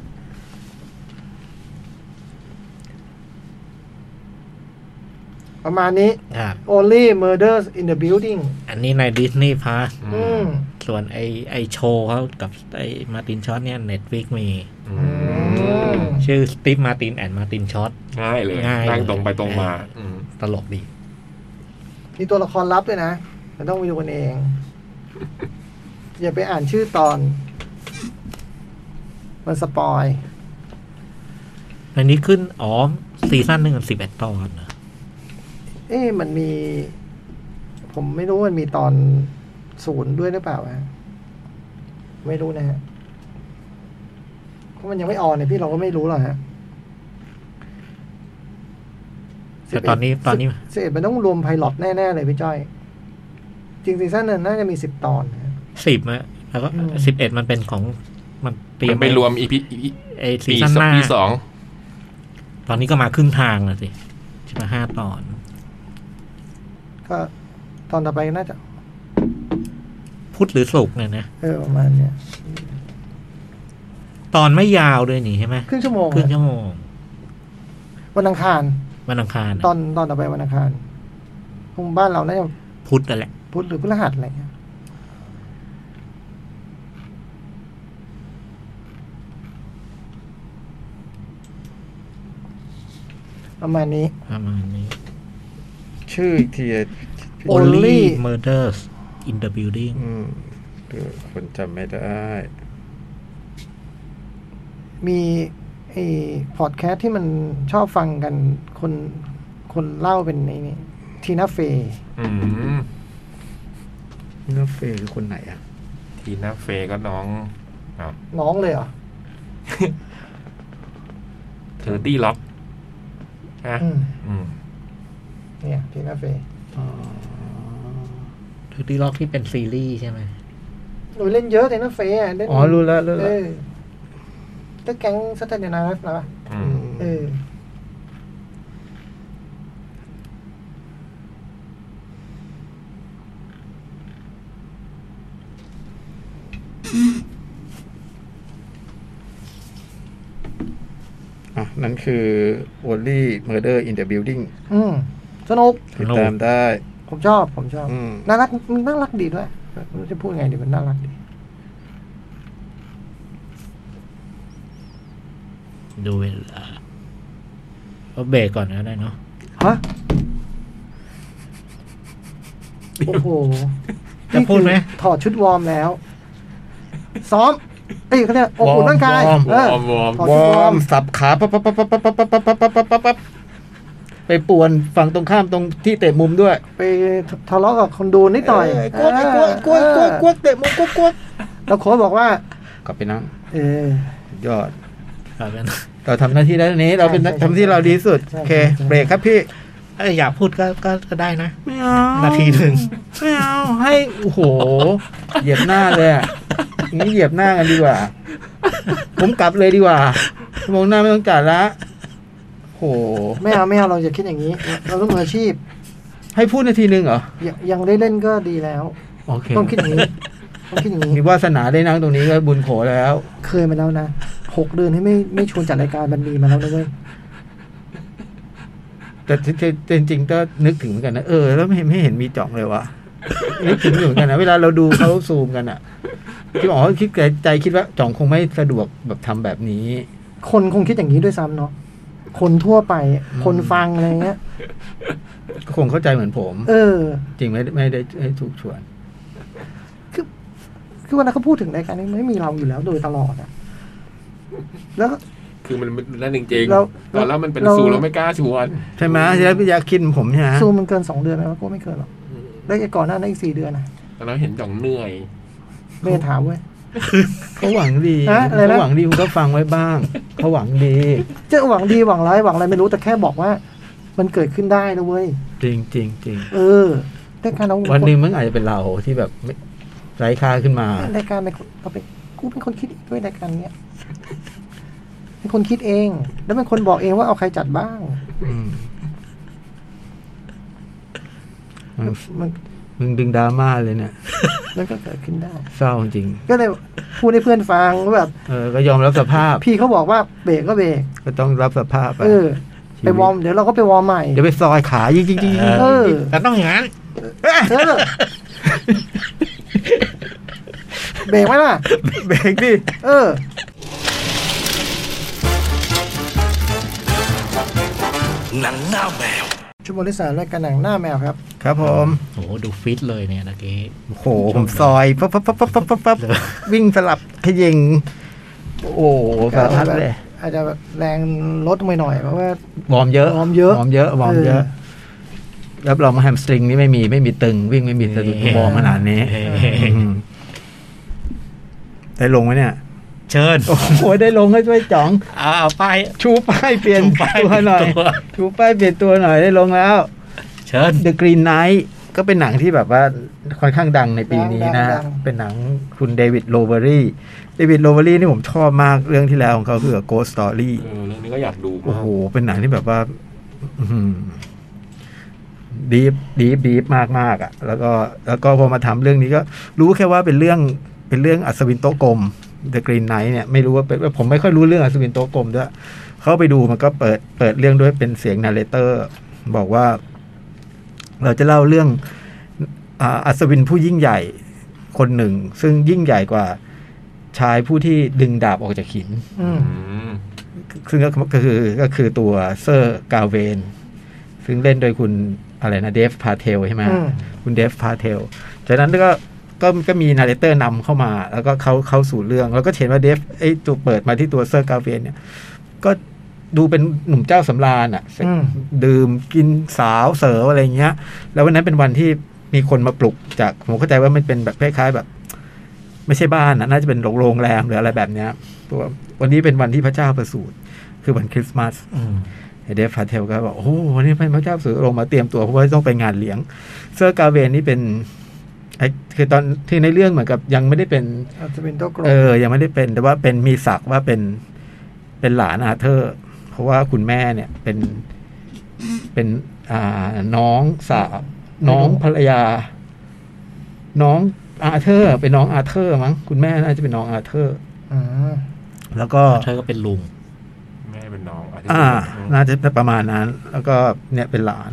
ประมาณนี้
ครับ
only murders in the building
อันนี้ในดิสนีย์พาส
อืม
ส่วนไอไอโชว์เขากับไอมาตินช็อตเนี่ยเน็ตฟิกมี
อืม
ชื่อสตีฟมาตินแอนมาตินช็อต
ง่ายเลย
ง่ายเลย
นั่งตรงไปตรงมาอืม
ตลกดี
มีตัวละครลับด้วยนะแต่ต้องไปดูกันเอง อย่าไปอ่านชื่อตอน มันสปอย
ในนี้ขึ้นอ๋อซีซั่นหนึ่งสิบเอ็ดตอนนะ
เอ๊ะมันมี ผมไม่รู้มันมีตอนศูนย์ด้วยหรือเปล่าฮะไม่รู้นะฮะเพราะมันยังไม่ออนเนี่ยพี่เราก็ไม่รู้หรอกฮะ
แต่ตอนนี้ตอนนี้
สิบเอ็ดมันต้องรวมไพลอตแน่ๆเลยพี่จ้อย จริงซีซั่นนั้นน่าจะมีสิบตอนนะฮะ
สิบอะแล้วก็
อืม
สิบเอ็ดมันเป็นของมันเตรียม
มันไปรวมอีพี
ไอซี
ปี
ซั่นหน้า
ปีสอง
ตอนนี้ก็มาครึ่งทางแล้วสิใช่ไหมห้าตอน
ก็ตอนต่อไปน่าจะ
พุธหรือศุกร์เนี่ยนะ
เออประมาณเนี้ย
ตอนไม่ยาวด้วยนี่ใช่ไหม
ครึ่งชั่วโมง
ครึ่ง
อะ
ชั่วโมง
วันอังคาร
วันอังคารอะ
ตอนตอนต่อไปวันอังคารคงบ้านเราน่าจะ
พุธนั่นแหละ
พุธหรือพฤหัสอะไรเงี้ยประมาณนี้
ประมาณนี้
ชื่ออีกทีอะ
Only
Only Murders in the Building
อืมเดี๋ยวคนจำไม่ได้
มีไอ้พอดแคสต์ที่มันชอบฟังกันคนคนเล่าเป็นไอ้นี่ทีน่าเฟย์
อืม
นี่น้าเฟย์คือคนไหนอ่ะ
ทีน่าเฟย์ก็น้องอ้าว
น้องเลยเหรอ
เธอตี้ล็อกนะ
อืม
อืม
เนี่ยทีน่าเฟย์
อ๋อ
ถือตีล็อกที่เป็นซีรีส์ใช่ไหม
หนูเล่นเยอะทีน่าเฟย์อะเล่น
อ๋อรู้แล้วรู้
เอ
แล้ว
อตั้งแก๊งสัตว์เดนาร์ฟนะ
อืม
เออ
อ่ะ นั่นคือ Only Murder in the Building
อืมสนุก
ติดตามได้
ผมชอบ ผมชอบ
อืม
น่ารักมันน่ารักดีด้วยไม่รู้จะพูดไงดีมันน่ารักดี
ดูเวลาเอาเบรกก่อนก็ได้เนาะ
ฮะ โอ้โห
จะพูดไหม
นี่คือถอดชุดวอร์มแล้ว ซ้อม เอ้ยเขาเรียกอบอุ่นร่างกาย
วอร์ม
เออ
วอร์มวอร์ม
ถอด
ว
ชุดว
อ
อ
ร์
ร์ม
มสับขาปั๊บปั๊บปั๊บปั๊บปั๊บปั๊บปั๊บปั๊บปั๊บปั๊บปั๊บไปป่วนฝั่งตรงข้ามตรงที่เตะมุมด้วย
ไปทะเลาะกับคนดูนิดหน่อย
เกวกไอ้กวกไอ้กวกไอ้กวกไอ้กวกเตะมุมกวกกวก
แล้วโค้ชบอกว่า
กลับไปนั่ง
เออ
ยอด
ครับงั้น
เราทำหน้าที่ได้นี้เราเป็น
ใช่ใช่
ทำที่เราดีที่สุด
ใช่
โอเค
ใช่ใช่
เบรกครับพี่
เอ้ยอยากพูดก็ก็ก็ได้นะ
ไม่เอา
นาทีหนึ่ง
ไม่เอาให้โอ้โห เหยียบหน้าเลยอะอย่างนี้เหยียบหน้ากันดีกว่า ผมกลับเลยดีกว่าชั่วโมองหน้าไม่ต้องจัดละโอ้โห
ไม่เอาไม่เอาเราอย่าคิดอย่างนี้ เราต้องมืออาชีพ
ให้พูดนาทีหนึ่งเหรอ
ยังยังได้เล่นก็ดีแล้ว
โอเค
ต้องคิดอย่างนี้ ต้องคิดอย่างนี้
มีวาสนาได้นั่งตรงนี้ก็บุญโขแล้ว
เคยมาแล้วนะหกเดือนที่ไม่ไม่ชวนจัดรายการมันมีมาแล้วนะเว้ย
แต่จริงจริงๆก็นึกถึงเหมือนกันนะเออแล้วไม่ไม่เห็นมีจ่องเลยวะ นึกถึงอยู่เหมือนกันนะเวลาเราดูเขาซูมกันอะที่บอกว่าคิดใจใจคิดว่าจ่องคงไม่สะดวกแบบทำแบบนี้
คนคงคิดอย่างนี้ด้วยซ้ำเนาะ คนทั่วไป คนฟังอะไรเงี้ย
ก็คงเข้าใจเหมือนผม
เออ
จริงไม่ได้ไม่ได้ไม่ถูกชวน
คือวันนั้นเขาพูดถึงรายการนี้ไม่มีเราอยู่แล้วโดยตลอดอะแล้ว
คือมันนั่นจริง
เรา
ๆตอนแล้วมันเป็น
เรา
สูเราไม่กล้าชวน
ใช่ไหมแล้วพี่ยาคิดผมใช่ไหม
ซูมมันเกินสองเดือนไหมวะก็ไม่เกินหรอกได้วไอ้ก่อนหน้านั้นอีกสี่เดือนนะ
ตอนนั้นเห็นจ่องเหนื่อย
ไม่ถามเว้ย
เขาหวังดี
ฮะอะไรนะ
เขาหวังดีคุณก็ฟังไว้บ้างเขาหวังดี
จะหวังดีหวังร้ายหวังอะไรไม่รู้แต่แค่บอกว่า มันเกิดขึ้นได้นะเว้ย
จริงจริงจริง
เออรายการเรา
วันหนึ่งมันอาจจะเป็นเราที่แบบไม่ไร้ค่าขึ้นมาร
ายการเป็นคนเราเป็นกูเป็นคนคิดเองด้วยรายการเนี้ยเป็นคนคิดเอง แล้วเป็นคนบอกเองว่าเอาใครจัดบ้าง
อืมมึง
มัน
มึงดึงดราม่าเลยเนี่ย
แล้วก็เกิดขึ้นได้
เศร้าจริง
ก็เลยพูดให้เพื่อนฟังว่าแบบ
เออก็ยอมรับสภาพ
พี่เขาบอกว่าเบรกก็เบรก
ก็ต้องรับสภาพไป
เออ ไปวอร์มเดี๋ยวเราก็ไปวอร์มใหม่
เดี๋ยวไปซอยขายิงจริงๆ
เออ
แต่ต้องอย่างนั้น
เออเบรกไหมล่ะ
เบรกดิ
เออ
nắng nao mèo
ชั่วโมงที่สามรายการหนังหน้าแมวครับ
ครับผม
โหดูฟิตเลยเนี่ยตะกี้
โอ้โหผมซอยปั๊บปั๊บปั๊บปั๊บปั๊บปั๊บปั๊บวิ่งสลับขยิงโอ้โหสารพัดเลย
อาจจะแรงลดไปหน่อยเพราะว่า
วอร์มเยอะ
วอร์มเยอะ
วอร์มเยอะวอร์มเยอะ
เอ
รับรองว่าแฮมสตริงนี่ไม่มีไม่มีตึง วิ่งไม่มีสะดุดมองขนาดนี้
เออ
อืมได้ลงไหมเนี่ย
เชิญ
โอ้โหได้ลงก็ช่วยจ๋อง
เอาไป
ชูป้ายเปลี่ยน
ชูป้าย
ตัวหน่อย
เปลี่ยนตัว
ชูป้ายเปลี่ยนตัวหน่อยได้ลงแล้ว
เชิญ
The Green Knight ก็เป็นหนังที่แบบว่าค่อนข้างดังในปีนี้นะ
ดังๆ
เป็นหนังคุณเดวิดโลเวอรี่ เดวิดโลเวอรี่นี่ผมชอบมากเรื่องที่แล้วของเขาคือ Ghost Story
เออเรื่องนี้ก็อยากดู
โอ้โห เป็นหนังที่แบบว่า ดีฟดีฟดีฟมากมากๆอ่ะ แล้วก็แล้วก็พอมาทำเรื่องนี้ก็ รู้แค่ว่าเป็นเรื่องเป็นเรื่องอัศวินโตะกลม The Green Knight เนี่ยไม่รู้ว่าเป็นผมไม่ค่อยรู้เรื่องอัศวินโตะกลมด้วย เข้าไปดูมันก็เปิดเปิดเรื่องด้วยเป็นเสียงนาเรเตอร์ บอกว่า เราจะเล่าเรื่องอ่าอัศวินผู้ยิ่งใหญ่คนหนึ่ง ซึ่งยิ่งใหญ่กว่าชายผู้ที่ดึงดาบออกจากหิน
อืม
อืม
ซึ่งก็ก็คือก็คือตัวเซอร์กาเวน ซึ่งเล่นโดยคุณอะไรนะเดฟพาเทลใช่ไหม
อืม
คุณเดฟพาเทลจากนั้นก็ก็ก็มีนาเรเตอร์นำเข้ามา แล้วก็เขาเข้าสู่เรื่อง แล้วก็เห็นว่าเดฟไอ้ตัวเปิดมาที่ตัวเซอร์กาเวนเนี่ย ก็ดูเป็นหนุ่มเจ้าสำราญอ่ะ
อืม
ดื่มกินสาวเสออะไรเงี้ย แล้ววันนั้นเป็นวันที่มีคนมาปลุกจาก ผมเข้าใจว่ามันเป็นแบบคล้ายๆแบบ ไม่ใช่บ้านนะน่าจะเป็นโรงแรมหรืออะไรแบบเนี้ยตัววันนี้เป็นวันที่พระเจ้าประสูติคือวันคริสต์มาสเดฟพาเทลก็บอกโอ้โหวันนี้พระเจ้าประสูติลงมาเตรียมตัวเพราะว่าต้องไปงานเลี้ยง เซอร์กาเวนนี่เป็นไอ้คือตอนที่ในเรื่องเหมือนกับยังไม่ได้เป็น
อาจจะเป็นตัวกลม
เออ ยังไม่ได้เป็น แต่ว่าเป็นมีศักดิ์ว่าเป็นเป็นหลานอาเธอร์ เพราะว่าคุณแม่เนี่ยเป็นเป็นอ่าน้องสาวน้องภรรยา น้องอาเธอร์ เป็นน้องอาเธอร์มั้งคุณแม่น่าจะเป็นน้องอาเธอร์
อืม
แล้วก็
เธอก็เป็นลุง
แม่เป็นน้องอาจจะ
อ่า
เป็น
น่าจะประมาณนั้น แล้วก็เนี่ยเป็นหลาน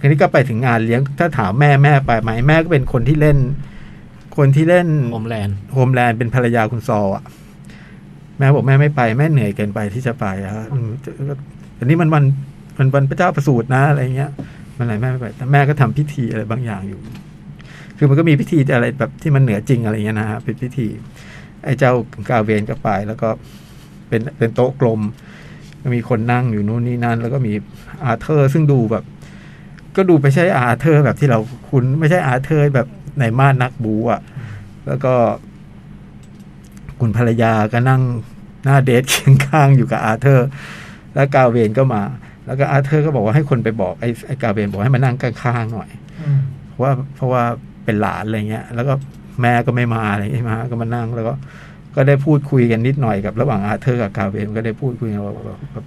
ทีนี้ก็ไปถึงงานเลี้ยง ถ้าถามแม่แม่ไปไหมแม่ก็เป็นคนที่เล่น คนที่เล่น
โฮมแลนด์
โฮมแลนด์เป็นภรรยาคุณซอลอ่ะ แม่บอกแม่ไม่ไปแม่เหนื่อยเกินไปที่จะไปอะอืมแต่นี่มันวันมันวันพระเจ้าประสูตินะอะไรเงี้ยมันอะไรแม่ไม่ไป แต่แม่ก็ทำพิธีอะไรบางอย่างอยู่ คือมันก็มีพิธีอะไรแบบที่มันเหนือจริงอะไรเงี้ยนะฮะเป็นพิธี ไอ้เจ้ากาเวนก็ไป แล้วก็เป็นเป็นโต๊ะกลม ก็มีคนนั่งอยู่นู่นนี่นั่น แล้วก็มีอาเธอร์ ซึ่งดูแบบ ก็ดูไม่ใช่อาเธอร์แบบที่เราคุ้นไม่ใช่อาเธอร์แบบในม่านนักบูอ่ะ แล้วก็ คุณภรรยาก็นั่งหน้าเดทเคียงข้างอยู่กับอาเธอร์ แล้วกาเวนก็มา แล้วก็อาเธอร์ก็บอกว่าให้คนไปบอกไอ้ไอ้กาเวนบอกให้มานั่งข้างๆหน่อย
อืม
เพราะว่าเพราะว่าเป็นหลานอะไรเงี้ย แล้วก็แม่ก็ไม่มาอะไรเงี้ยมาก็มานั่งแล้วก็ก็ได้พูดคุยกันนิดหน่อยกับระหว่างอาเธอร์กับกาเวนก็ได้พูดคุยกันว่าแบบแบบ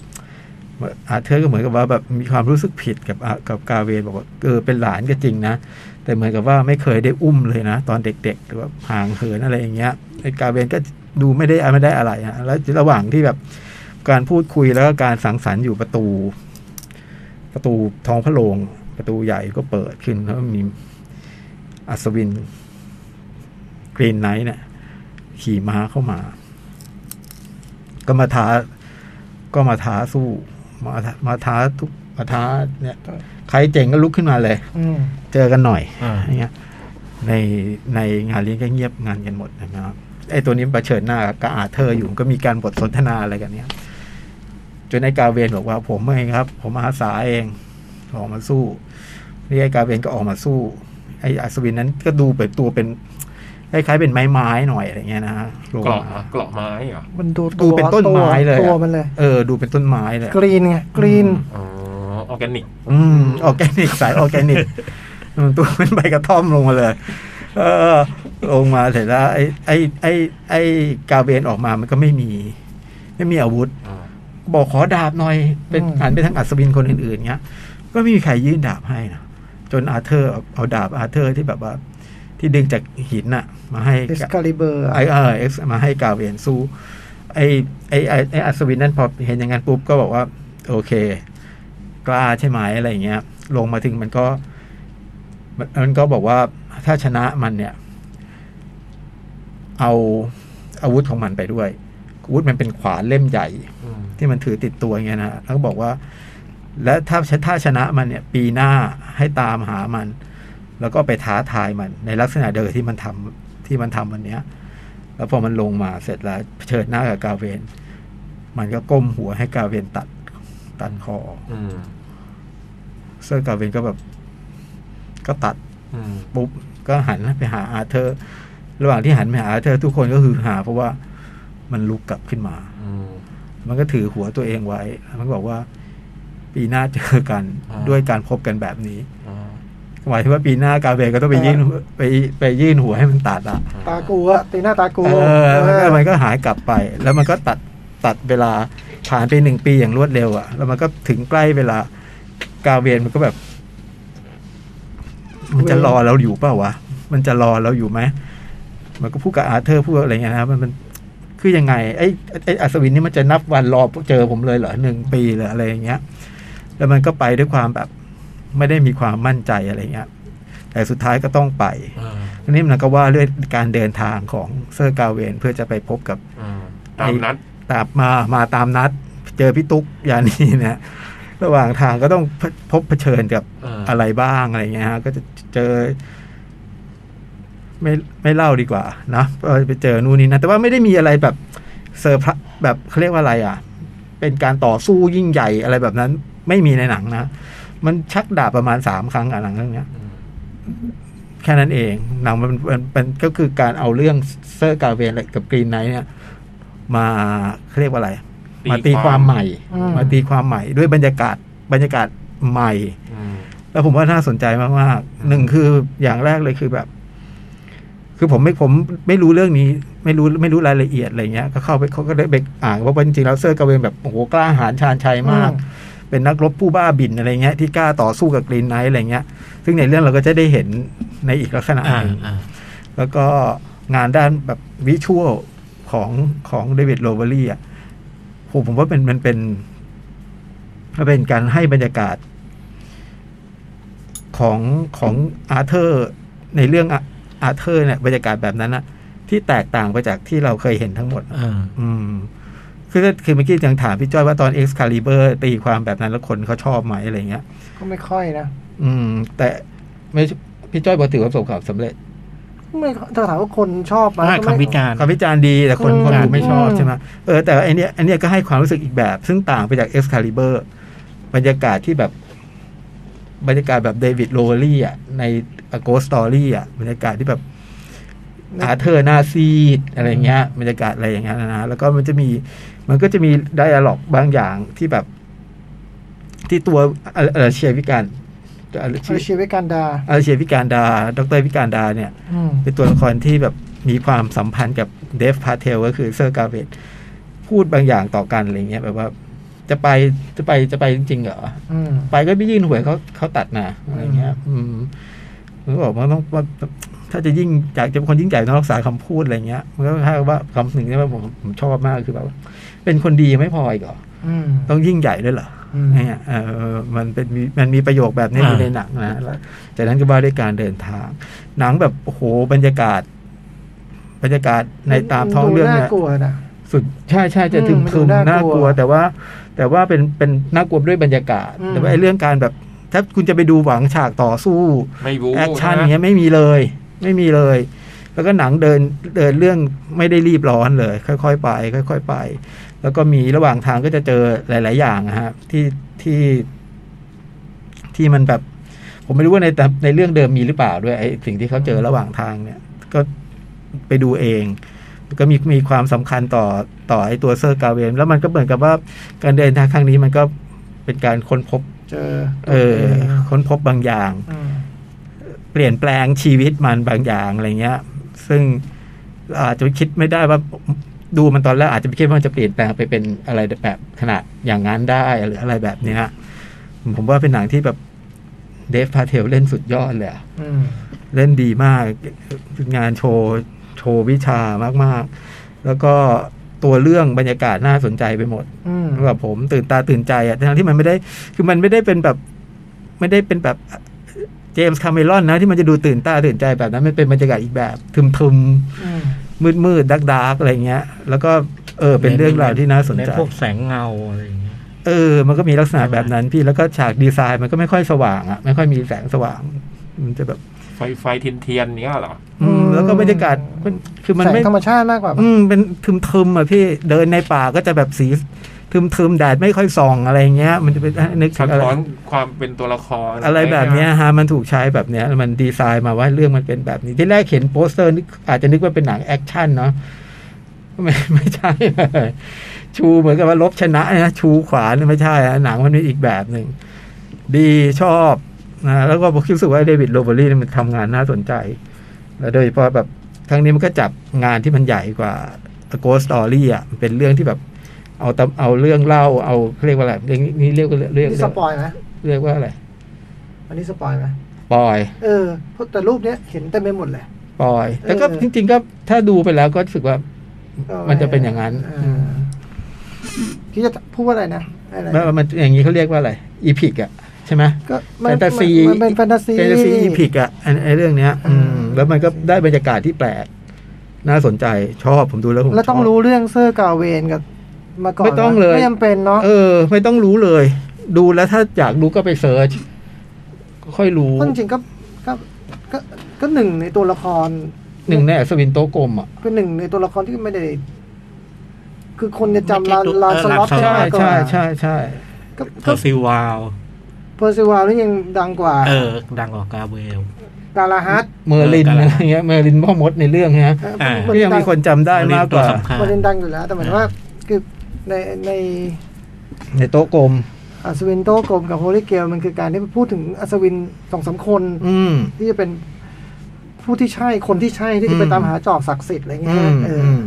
อาเธอร์ก็เหมือนกับว่าแบบมีความรู้สึกผิดกับอากับกาเวนบอกว่าเออเป็นหลานก็จริงนะ แต่เหมือนกับว่าไม่เคยได้อุ้มเลยนะ ตอนเด็กๆหรือว่าห่างเหินอะไรอย่างเงี้ยไอ้กาเวนก็ดูไม่ได้ไม่ได้อะไรนะแล้วระหว่างที่แบบการพูดคุยแล้วก็การสังสรรค์อยู่ประตู ประตูท้องพระโรงประตูใหญ่ก็เปิดขึ้นแล้วมี อัศวินกรีนไนท์เนี่ยขี่ม้าเข้ามา ก็มาท้าก็มาท้าสู้ มาท้ามาท้าทุกมาท้าเนี่ย ใครเจ๋งก็ลุกขึ้นมาเลย
อืม
เจอกันหน่อย
อ่า
อย่างเงี้ยในในงานเลี้ยงก็เงียบงานกันหมดนะครับไอ้ตัวนี้ประเผชิญหน้ากับอาเธอร์อยู่ก็มีการบทสนทนาอะไรกันเนี่ยจนไอ้กาเวนบอกว่า ผมเองครับ ผมอาสาเองออกมาสู้นี่ไอ้กาเวนก็ออกมาสู้ ไอ้อัศวินนั้นก็ดูเป็นตัวเป็นคล้ายๆเป็นไม้ๆหน่อยอะไรเงี้ยนะฮะลง
เกราะ
มา
เกราะไม้เหรอ
มันดู
ดูเป็นต้นไม้เลยอะ
ตัวมันเลย
เออ ดูเป็นต้นไม้เลยอะ
กรีนไงกรีน
อ๋อออร์แกนิก
อืมออร์แกนิก สายออร์แกนิกอืมตัวเป็นใบกระท่อมลงมาเลย เออ ลงมาเสร็จแล้ว ไอ้ไอ้ไอ้ไอ้กาเวนออกมามันก็ไม่มี ไม่มีอาวุธ
อ่า
บอกขอดาบหน่อย เป็น
อืม
หันไปทางอัศวินคนอื่นๆเงี้ย ก็ไม่มีใครยื่นดาบให้นะจนอาเธอร์เอาเอาดาบอาเธอร์ที่แบบว่า ที่ดึงจากหินน่ะ มาให้
เอ็ก
กับ
ซ์คาลิเบอร์
ไอเออเอ็กซ์มาให้กาเวนสู้ไอไอไอ้ไออัศวินนั่นพอเห็นอย่างนั้นปุ๊บก็บอกว่า โอเค กล้าใช่ไหมอะไรอย่างเงี้ย ลงมาถึงมันก็ มันมันก็บอกว่าถ้าชนะมันเนี่ย เอาอาวุธของมันไปด้วยอาวุธมันเป็นขวานเล่มใหญ่
อืม
ที่มันถือติดตัวอย่างเงี้ยนะแล้วก็บอกว่า และถ้าถ้าชนะมันเนี่ย ปีหน้าให้ตามหามัน แล้วก็ไปท้าทายมัน ในลักษณะเดิมที่มันทำที่มันทำวันเนี้ย แล้วพอมันลงมาเสร็จแล้วเผชิญหน้ากับกาเวน มันก็ก้มหัวให้กาเวนตัดตัดคอ
อืม
เซอร์กาเวนก็แบบ ก็ตัดปุ๊บก็หันไปหาอาเธอร์ ระหว่างที่หันไปหาอาเธอร์ทุกคนก็คือหา เพราะว่ามันลุกกลับขึ้นมา
อืม
มันก็ถือหัวตัวเองไว้แล้วมันก็บอกว่า ปีหน้าเจอกัน
อ่า
ด้วยการพบกันแบบนี้
อ่า
หมายถึงว่าปีหน้ากาเบรก็ต้องไปยื่นไปไปยื่นหัวให้มันตัดอะ
ตากูอะตีหน้าตากู
เออมันก็
เออ
มันก็หายกลับไป แล้วมันก็ตัดตัดเวลาผ่านไปหนึ่งปีอย่างรวดเร็วอะแล้วมันก็ถึงใกล้เวลากาเบรมันก็แบบ มันจะรอเราอยู่เปล่าวะมันจะรอเราอยู่ไหมมันก็พูดกับอาเธอร์พูดอะไรเงี้ยนะครับมันมันคือยังไงไอ้ไอ้อัศวินนี่มันจะนับวันรอเจอผมเลยเหรอหนึ่งปีหรืออะไรอย่างเงี้ย แล้วมันก็ไปด้วยความแบบ ไม่ได้มีความมั่นใจอะไรเงี้ย แต่สุดท้ายก็ต้องไป
อ่า
ทีนี้มันก็ว่าเรื่องการเดินทางของเซอร์กาเวนเพื่อจะไปพบกับ
อ่าตามนัด
ตามมามาตามนัด เจอพี่ตุ๊กยานีนะ ระหว่างทางก็ต้องพบเผชิญกับ
า
อะไรบ้างอะไรเงี้ยฮะก็จะเจอ ไม่ไม่เล่าดีกว่านะเออไปเจอนู่นนี่นะแต่ว่าไม่ได้มีอะไรแบบเซอร์ไพรส์แบบเขาเรียกว่าอะไรอ่ะ เป็นการต่อสู้ยิ่งใหญ่อะไรแบบนั้น ไม่มีในหนังนะมันชักดาบประมาณสามครั้งอ่ะหนังเรื่องเนี้ย
อืม
แค่นั้นเองหนังมันมันมันก็คือการเอาเรื่องเซอร์กาเวนกับกรีนไนท์เนี่ย มาเขาเรียกว่าอะไร มาตีความใหม่
อืม
มาตีความใหม่ด้วยบรรยากาศบรรยากาศใหม่
อืม
แล้วผมว่าน่าสนใจมากๆหนึ่งคืออย่างแรกเลยคือแบบ คือผมไม่ผมไม่รู้เรื่องนี้ ไม่รู้ไม่รู้รายละเอียดอะไรเงี้ย ก็เข้าไปเขาก็ได้ไปอ่านว่าจริงๆแล้วเซอร์กาเวนแบบโอ้โหกล้าหาญชาญชัยมาก เป็นนักรบผู้บ้าบินอะไรเงี้ยที่กล้าต่อสู้กับกรีนไนท์อะไรเงี้ย ซึ่งในเรื่องเราก็จะได้เห็นในอีกลักษณะหนึ่ง
อ่า
แล้วก็งานด้านแบบวิชวลของของเดวิดโรเบอรี่อ่ะผมผมว่าเป็นมันเป็นมันเป็นการให้บรรยากาศ ของของอาเธอร์ ในเรื่องอาเธอร์เนี่ยบรรยากาศแบบนั้นอะที่แตกต่างไปจากที่เราเคยเห็นทั้งหมด
อ่า
อืม คือก็คือเมื่อกี้ยังถามพี่จ้อยว่าตอน Excalibur ตีความแบบนั้นแล้วคนเขาชอบไหมอะไรเงี้ย
ก็ไม่ค่อยนะ
อืม แต่ไม่พี่จ้อยบอกถือว่าประสบความสำเร็จ ไม่
ไม่ถ้าถามว่าคนชอบไหม
อ่า
ก็
คำ
ไม่
วิจารณ์
คำวิจารณ์ดีแต่คน
อืม
คนดูไม่ชอบ
อืม
ใช่ไหมเออแต่ไอเนี้ยไอันเนี้ยก็ให้ความรู้สึกอีกแบบ ซึ่งต่างไปจาก Excalibur บรรยากาศที่แบบบรรยากาศแบบเดวิดโรเลี่อ่ะใน A Ghost Story อ่ะบรรยากาศที่แบบอาเธอร์หน้าซีดอะไรเงี้ยบรรยากาศอะไรอย่างเงี้ยนะแล้วก็มันจะมี มันก็จะมีไดอะล็อกบางอย่างที่แบบ ที่ตัวอะไรอะไรเชียวิการอะไร
เอาชีวิตการดา
อะไรเชียวิการดา ดรวิการดาเนี่ย
อืม
เป็นตัวละครที่แบบมีความสัมพันธ์กับเดฟพาเทลก็คือเซอร์กาเวตพูดบางอย่างต่อกันอะไรเงี้ยแบบว่า จะไปจะไปจะไปจริงๆเหรอ
อืม
ไปก็ไปยื่นหวยเขาเขาตัดนะอะไรเงี้ย อืมมันก็บอกมันต้องว่าถ้าจะยิ่งอยากจะเป็นคนยิ่งใหญ่ต้องรักษาคำพูดอะไรเงี้ยมันก็ค่าว่าคำหนึ่งที่ว่าผมผมชอบมากคือแบบว่าเป็นคนดีไม่พออีกเหรอ
อืม
ต้องยิ่งใหญ่ด้วยเหรอ เนี่ยเออมันเป็นมีมันมีประโยคแบบนี้
อ่า
อยู่ในหนังนะแล้วจากนั้นก็ว่าด้วยการเดินทาง หนังแบบโอ้โหบรรยากาศ บรรยากาศในตามท้องเรื่อง
ดู
เนี่ย
น่ากลัวนะ
สุดใช่ใช่จะ
อืม
ถึงคืม
ดูน่า
น่าก
ลัว
กลัว แต่ว่า แต่ว่าเป็นเป็นน่ากลัวด้วยบรรยากาศ
อืม
แต่ว่าไอ้เรื่องการแบบถ้าคุณจะไปดูหวังฉากต่อสู้
ไม่บู๊
แอคชั่น
นะ
เนี้ยไม่มีเลย ไม่มีเลย แล้วก็หนังเดินเดินเรื่องไม่ได้รีบร้อนเลย ค่อยๆไป ค่อย ๆไป แล้วก็มีระหว่างทางก็จะเจอหลาย ๆ อย่างนะฮะที่ที่ที่มันแบบ ผมไม่รู้ว่าในแต่ในเรื่องเดิมมีหรือเปล่าด้วยไอ้สิ่งที่เขาเจอระหว่างทางเนี่ย ก็ไปดูเองแล้วก็มีมีความสำคัญต่อต่อไอ้ตัวเซอร์กาเวนแล้วมันก็เหมือนกับว่าการเดินทางครั้งนี้มันก็เป็นการค้นพบ
เจอ
เออ ค้นพบบางอย่าง
ม
เปลี่ยนแปลงชีวิตมันบางอย่างอะไรเงี้ย ซึ่งอาจจะคิดไม่ได้ว่าดูมันตอนแรกอาจจะไม่คิดว่ามันจะเปลี่ยนแปลงไปเป็นอะไรแบบขนาดอย่างนั้นได้หรืออะไรแบบเนี้ยผมว่าเป็นหนังที่แบบเดฟพาเทลเล่นสุดยอดเลยอะ
อืม
เล่นดีมากงานโชว์โชว์วิชามากๆ แล้วก็ตัวเรื่องบรรยากาศน่าสนใจไปหมด
อืม
แบบผมตื่นตาตื่นใจอ่ะทั้งที่มันไม่ได้ คือมันไม่ได้เป็นแบบ ไม่ได้เป็นแบบเจมส์คาเมรอนนะ ที่มันจะดูตื่นตาตื่นใจแบบนั้น มันเป็นบรรยากาศอีกแบบ ทึมๆ
อืม
มืดๆ ดักๆ อะไรเงี้ย แล้วก็เออ เป็นเรื่องราวที่น่าสนใจ
พวกแสงเงาอะไรอย่างเงี้ย
เออ มันก็มีลักษณะ
ใช่ไหม
แบบนั้นพี่ แล้วก็ฉากดีไซน์มันก็ไม่ค่อยสว่างอ่ะ ไม่ค่อยมีแสงสว่าง มันจะแบบ
ไฟไฟเทียนเทียนๆเนี้ยเหรอ
อืมแล้วก็บรรยากาศมันคือมัน
แสง
ไม่
ธรรมชาติมากกว่า
อืมเป็นทึมๆอ่ะพี่ เดินในป่าก็จะแบบสี ทึมๆแดดไม่ค่อยส่องอะไรอย่างเงี้ย มันจะเป็นนึกถึ
สะ
งอะไร
ท้อนความเป็นตัวละคร
อะไรแบบเนี้ยฮะมันถูกใช้แบบเนี้ยมันดีไซน์มาว่าเรื่องมันเป็นแบบนี้ที่แรกเห็นโปสเตอร์นึกอาจจะนึกว่าเป็นหนังแอคชั่นเนาะ ไม่ไม่ใช่เลยชูเหมือนกับว่าลบชนะนะชูขวานเนี่ยไม่ใช่อะหนังมันมีอีกแบบหนึ่งดีชอบนะแล้วก็ผมคิดสึกว่าเดวิดโรเบอรี่เนี่ยมันทำงานน่าสนใจ แล้วโดยเฉพาะแบบครั้งนี้มันก็จับงานที่มันใหญ่กว่า A Ghost Story อ่ะมันเป็นเรื่องที่แบบเอาตำเอาเรื่องเล่าเอาเรียกว่าอะไรเรื่องนี้เรียกว่าเรียก
นี่สปอยไหม
เรียกว่าอะไร
อันนี้สปอยไหม
ปอย
เออเพราะแต่รูปเนี้ยเห็นเต็มไปหมดเลย
ปล่อยแต่ก็
เออ
จริง ๆ ก็ถ้าดูไปแล้วก็รู้สึกว่า มันจะเป็นอย่างนั้น
เออพี่จะพูดว่าอะไรนะอะไร
ว่ามันอย่างนี้เขาเรียกว่าอะไรอีพิกอะใช่ไหม
ก็มัน
แฟนตาซี
มันเป็นแฟนตาซี
แฟนตาซีอีพิกอะอันไอ้เรื่องเนี้ย อืม
อ่า
แล้วมันก็ได้บรรยากาศที่แปลก น่าสนใจชอบผมดูแล้วผม
แล้วต้อง
ชบ
รู้เรื่องเซอร์กาเวนกับมาก่อน
ไม่ต้องเลย
ไม่จำเป็นเนาะ
เออ ไม่ต้องรู้เลย ดูแล้วถ้าอยากรู้ก็ไปเซิร์ชค่อยรู้
เพราะจริงๆก็ก็ก็ก็หนึ่งในตัวละคร
หนึ่งในอัศวินโตะกลมอะ
คือหนึ่งในตัวละครที่ไม่ได้ คือคนจะจำลา
ไม่คิดดู
ลาสล็อต
เออ
ใช่
ได้มากกว่า
ใช่ใช่ใช่
ก็
เพ
ก็
อร์ซิวาล
เพอร์ซิวานี่ยังดังกว่า
เออ ดังกว่ากาเบล
ดาราฮัต
เมอร์ลิน
เออ
อะ
กา
ไร
ละ
เงี้ยเมอร์ลินพ่อมดในเรื่องเนี้ย
เออ
อ่า
มั
ก็ยังมีคนจำได้มากก
ตั
ว่า
สำคัญ
มันยังดังอยู่แล้ว แต่เหมือนว่า คือในใน
ในโตะกลม
อัศวินโตกลมกับโฮลิเกลมันคือการที่พูดถึงอัศวินสองสามคน
อืม
ที่จะเป็นผู้ที่ใช่คนที่ใช่ที่จะไปตามหาจอบศักดิ์สิทธิ์อะไรเงี้ยเออ
ม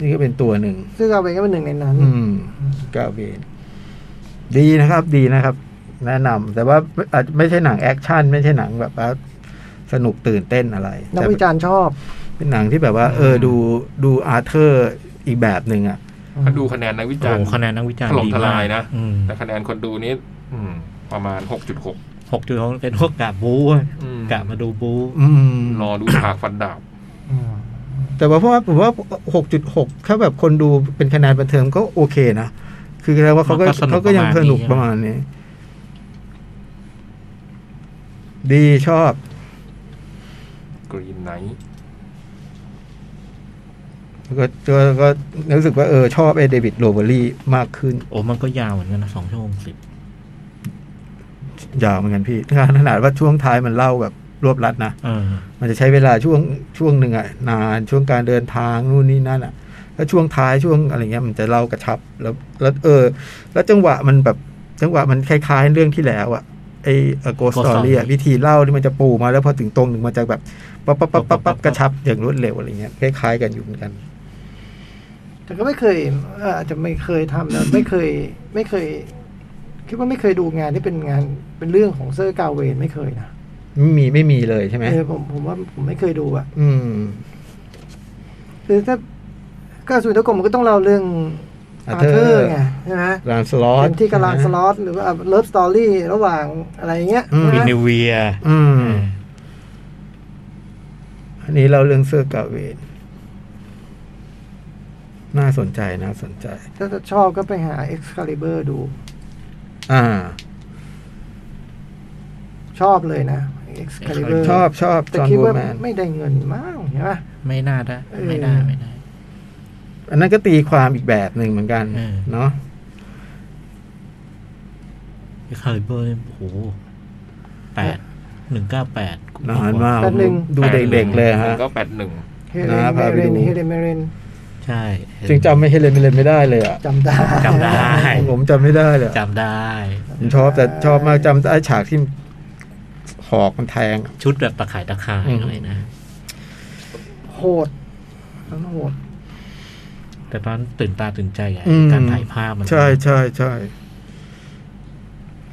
นี่ก็เป็นตัวหนึ่ง
ซึ่งเราเองก็เป็นหนึ่งในนั้น
อืมกาเวนดีนะครับ ดีนะครับ แนะนำแต่ว่าอาจจะไม่ใช่หนังแอคชั่น ไม่ใช่หนังแบบว่าสนุกตื่นเต้นอะไร
นัก
แต่
วิจารณ์ชอบ
เป็นหนังที่แบบว่า เออดูดูอาเธอร์อีกแบบหนึ่งอ่ะ
ถ้าดูคะแนนนักวิจาร
โอ้
ณ์
โหคะแนนนักวิจารณ์
ถล่ม
ดี
ท
มา
ลาย
ก
นะ แต่คะแนนคนดูนี้อืมประมาณ 6.6
หกจุดหกเป็นพวกกาบูเว้ย
อืม
กามาดูบู
อืม
รอดูฉากฟันดาบ
แต่ว่าเพราะว่าผมว่า 6.6 ถ้าแบบคนดูเป็นคะแนนบันเทิงก็โอเคนะ คือแปลว่าเขาก็
มันก็สนุก
เขาก็ยังสนุกป
ประ ระ
มา
มาณ
ณ
นี้
นี้ ดีชอบ
กรีนไนท์
ก็ก็ก็รู้สึกว่าเออชอบไอเดวิดโรเบอรี่มากขึ้น
โอ้มันก็ยาวเหมือนกันนะสองชั่วโมงสิบ
ยาวเหมือนกันพี่ ขนาดว่าช่วงท้ายมันเล่าแบบรวบรัดนะ
เออ
มันจะใช้เวลาช่วงช่วงหนึ่งอะนานช่วงการเดินทางนู่นนี่นั่นอะแล้วช่วงท้ายช่วงอะไรเงี้ยมันจะเล่ากระชับแล้วแล้วเออ แล้วจังหวะมันแบบจังหวะมันคล้ายๆเรื่องที่แล้วอะไอโกส
Ghost
ตอรี่อะ
Story
วิธีเล่าที่มันจะปูมาแล้วพอถึงตรงหนึ่งมันจะแบบปั๊บปั๊บปั๊บปั๊บปั๊บกระชับอย่างรวดเร็วอะไรเงี้ยคล้ายๆกันอยู่เหมือนกัน
แต่ก็ไม่เคยเอ่ออาจจะไม่เคยทำแล้วไม่เคย ไม่เคย คิดว่าไม่เคยดูงานที่เป็นงานเป็นเรื่องของเซอร์กาเวนไม่เคยนะ
ไม่มีไม่มีเลยใช่ไหม
เออผมผมว่าผมไม่เคยดูอะ
อืม
คือถ้าก็สุดท้ายกลมมันก็ต้องเล่าเรื่องอา
Arthur
เธอร์ไงใช่ไหม
ลานสล็อต
เป็นที่กำลังสล็อตหรือว่าเลิฟสตอรี่ระหว่างอะไรเงี้ย
อืม
ใช่
วิน
ไหม
เนเวีย
อืม อันนี้เราเรื่องเสื้อกาเวนน่าสนใจน่าสนใจ
ถ้าชอบก็ไปหาเอ็กซ์คาลิเบอร์ดู
อ่า
ชอบเลยนะ Excalibur
ชอบชอบ
แต่
จอห์น
คิด
วู
ว่า
แมน
ไม่ได้เงินมากใช่ปะ
ไม่น่าได้
เออ
ไม่น่าไม่น่า
อันนั้นก็ตีความอีกแบบหนึ่งเหมือนกัน
อืม
เนาะ
คาลิเบอร์เนี่ยโอ้โหแปดหนึ่งเก้าแปด
นานมาก
แป๊บหนึ่ง
ดูเด็กๆเลยฮะ
ก็ 81
เฮเล
นะ
นเม
พาไป
เร
ดู
นเฮเลนเมเรน
ใช่
จึงจำไม่เฮเลนไม่เลนไม่ได้เลยอ่ะ
จำได้
จำได้
ผมจำไม่ได้เลยอะ
จำได้
ผมชอบแต่ชอบมากจำได้ฉากที่หอกมันแทง
ชุดแบบตะข่ายตะข่าย
อืม
หน่อยนะ
โหดทั้งโหด
แต่ตอนตื่นตาตื่นใจอะ
อืม
การถ่ายภาพมัน
ใช่ใช่ใช่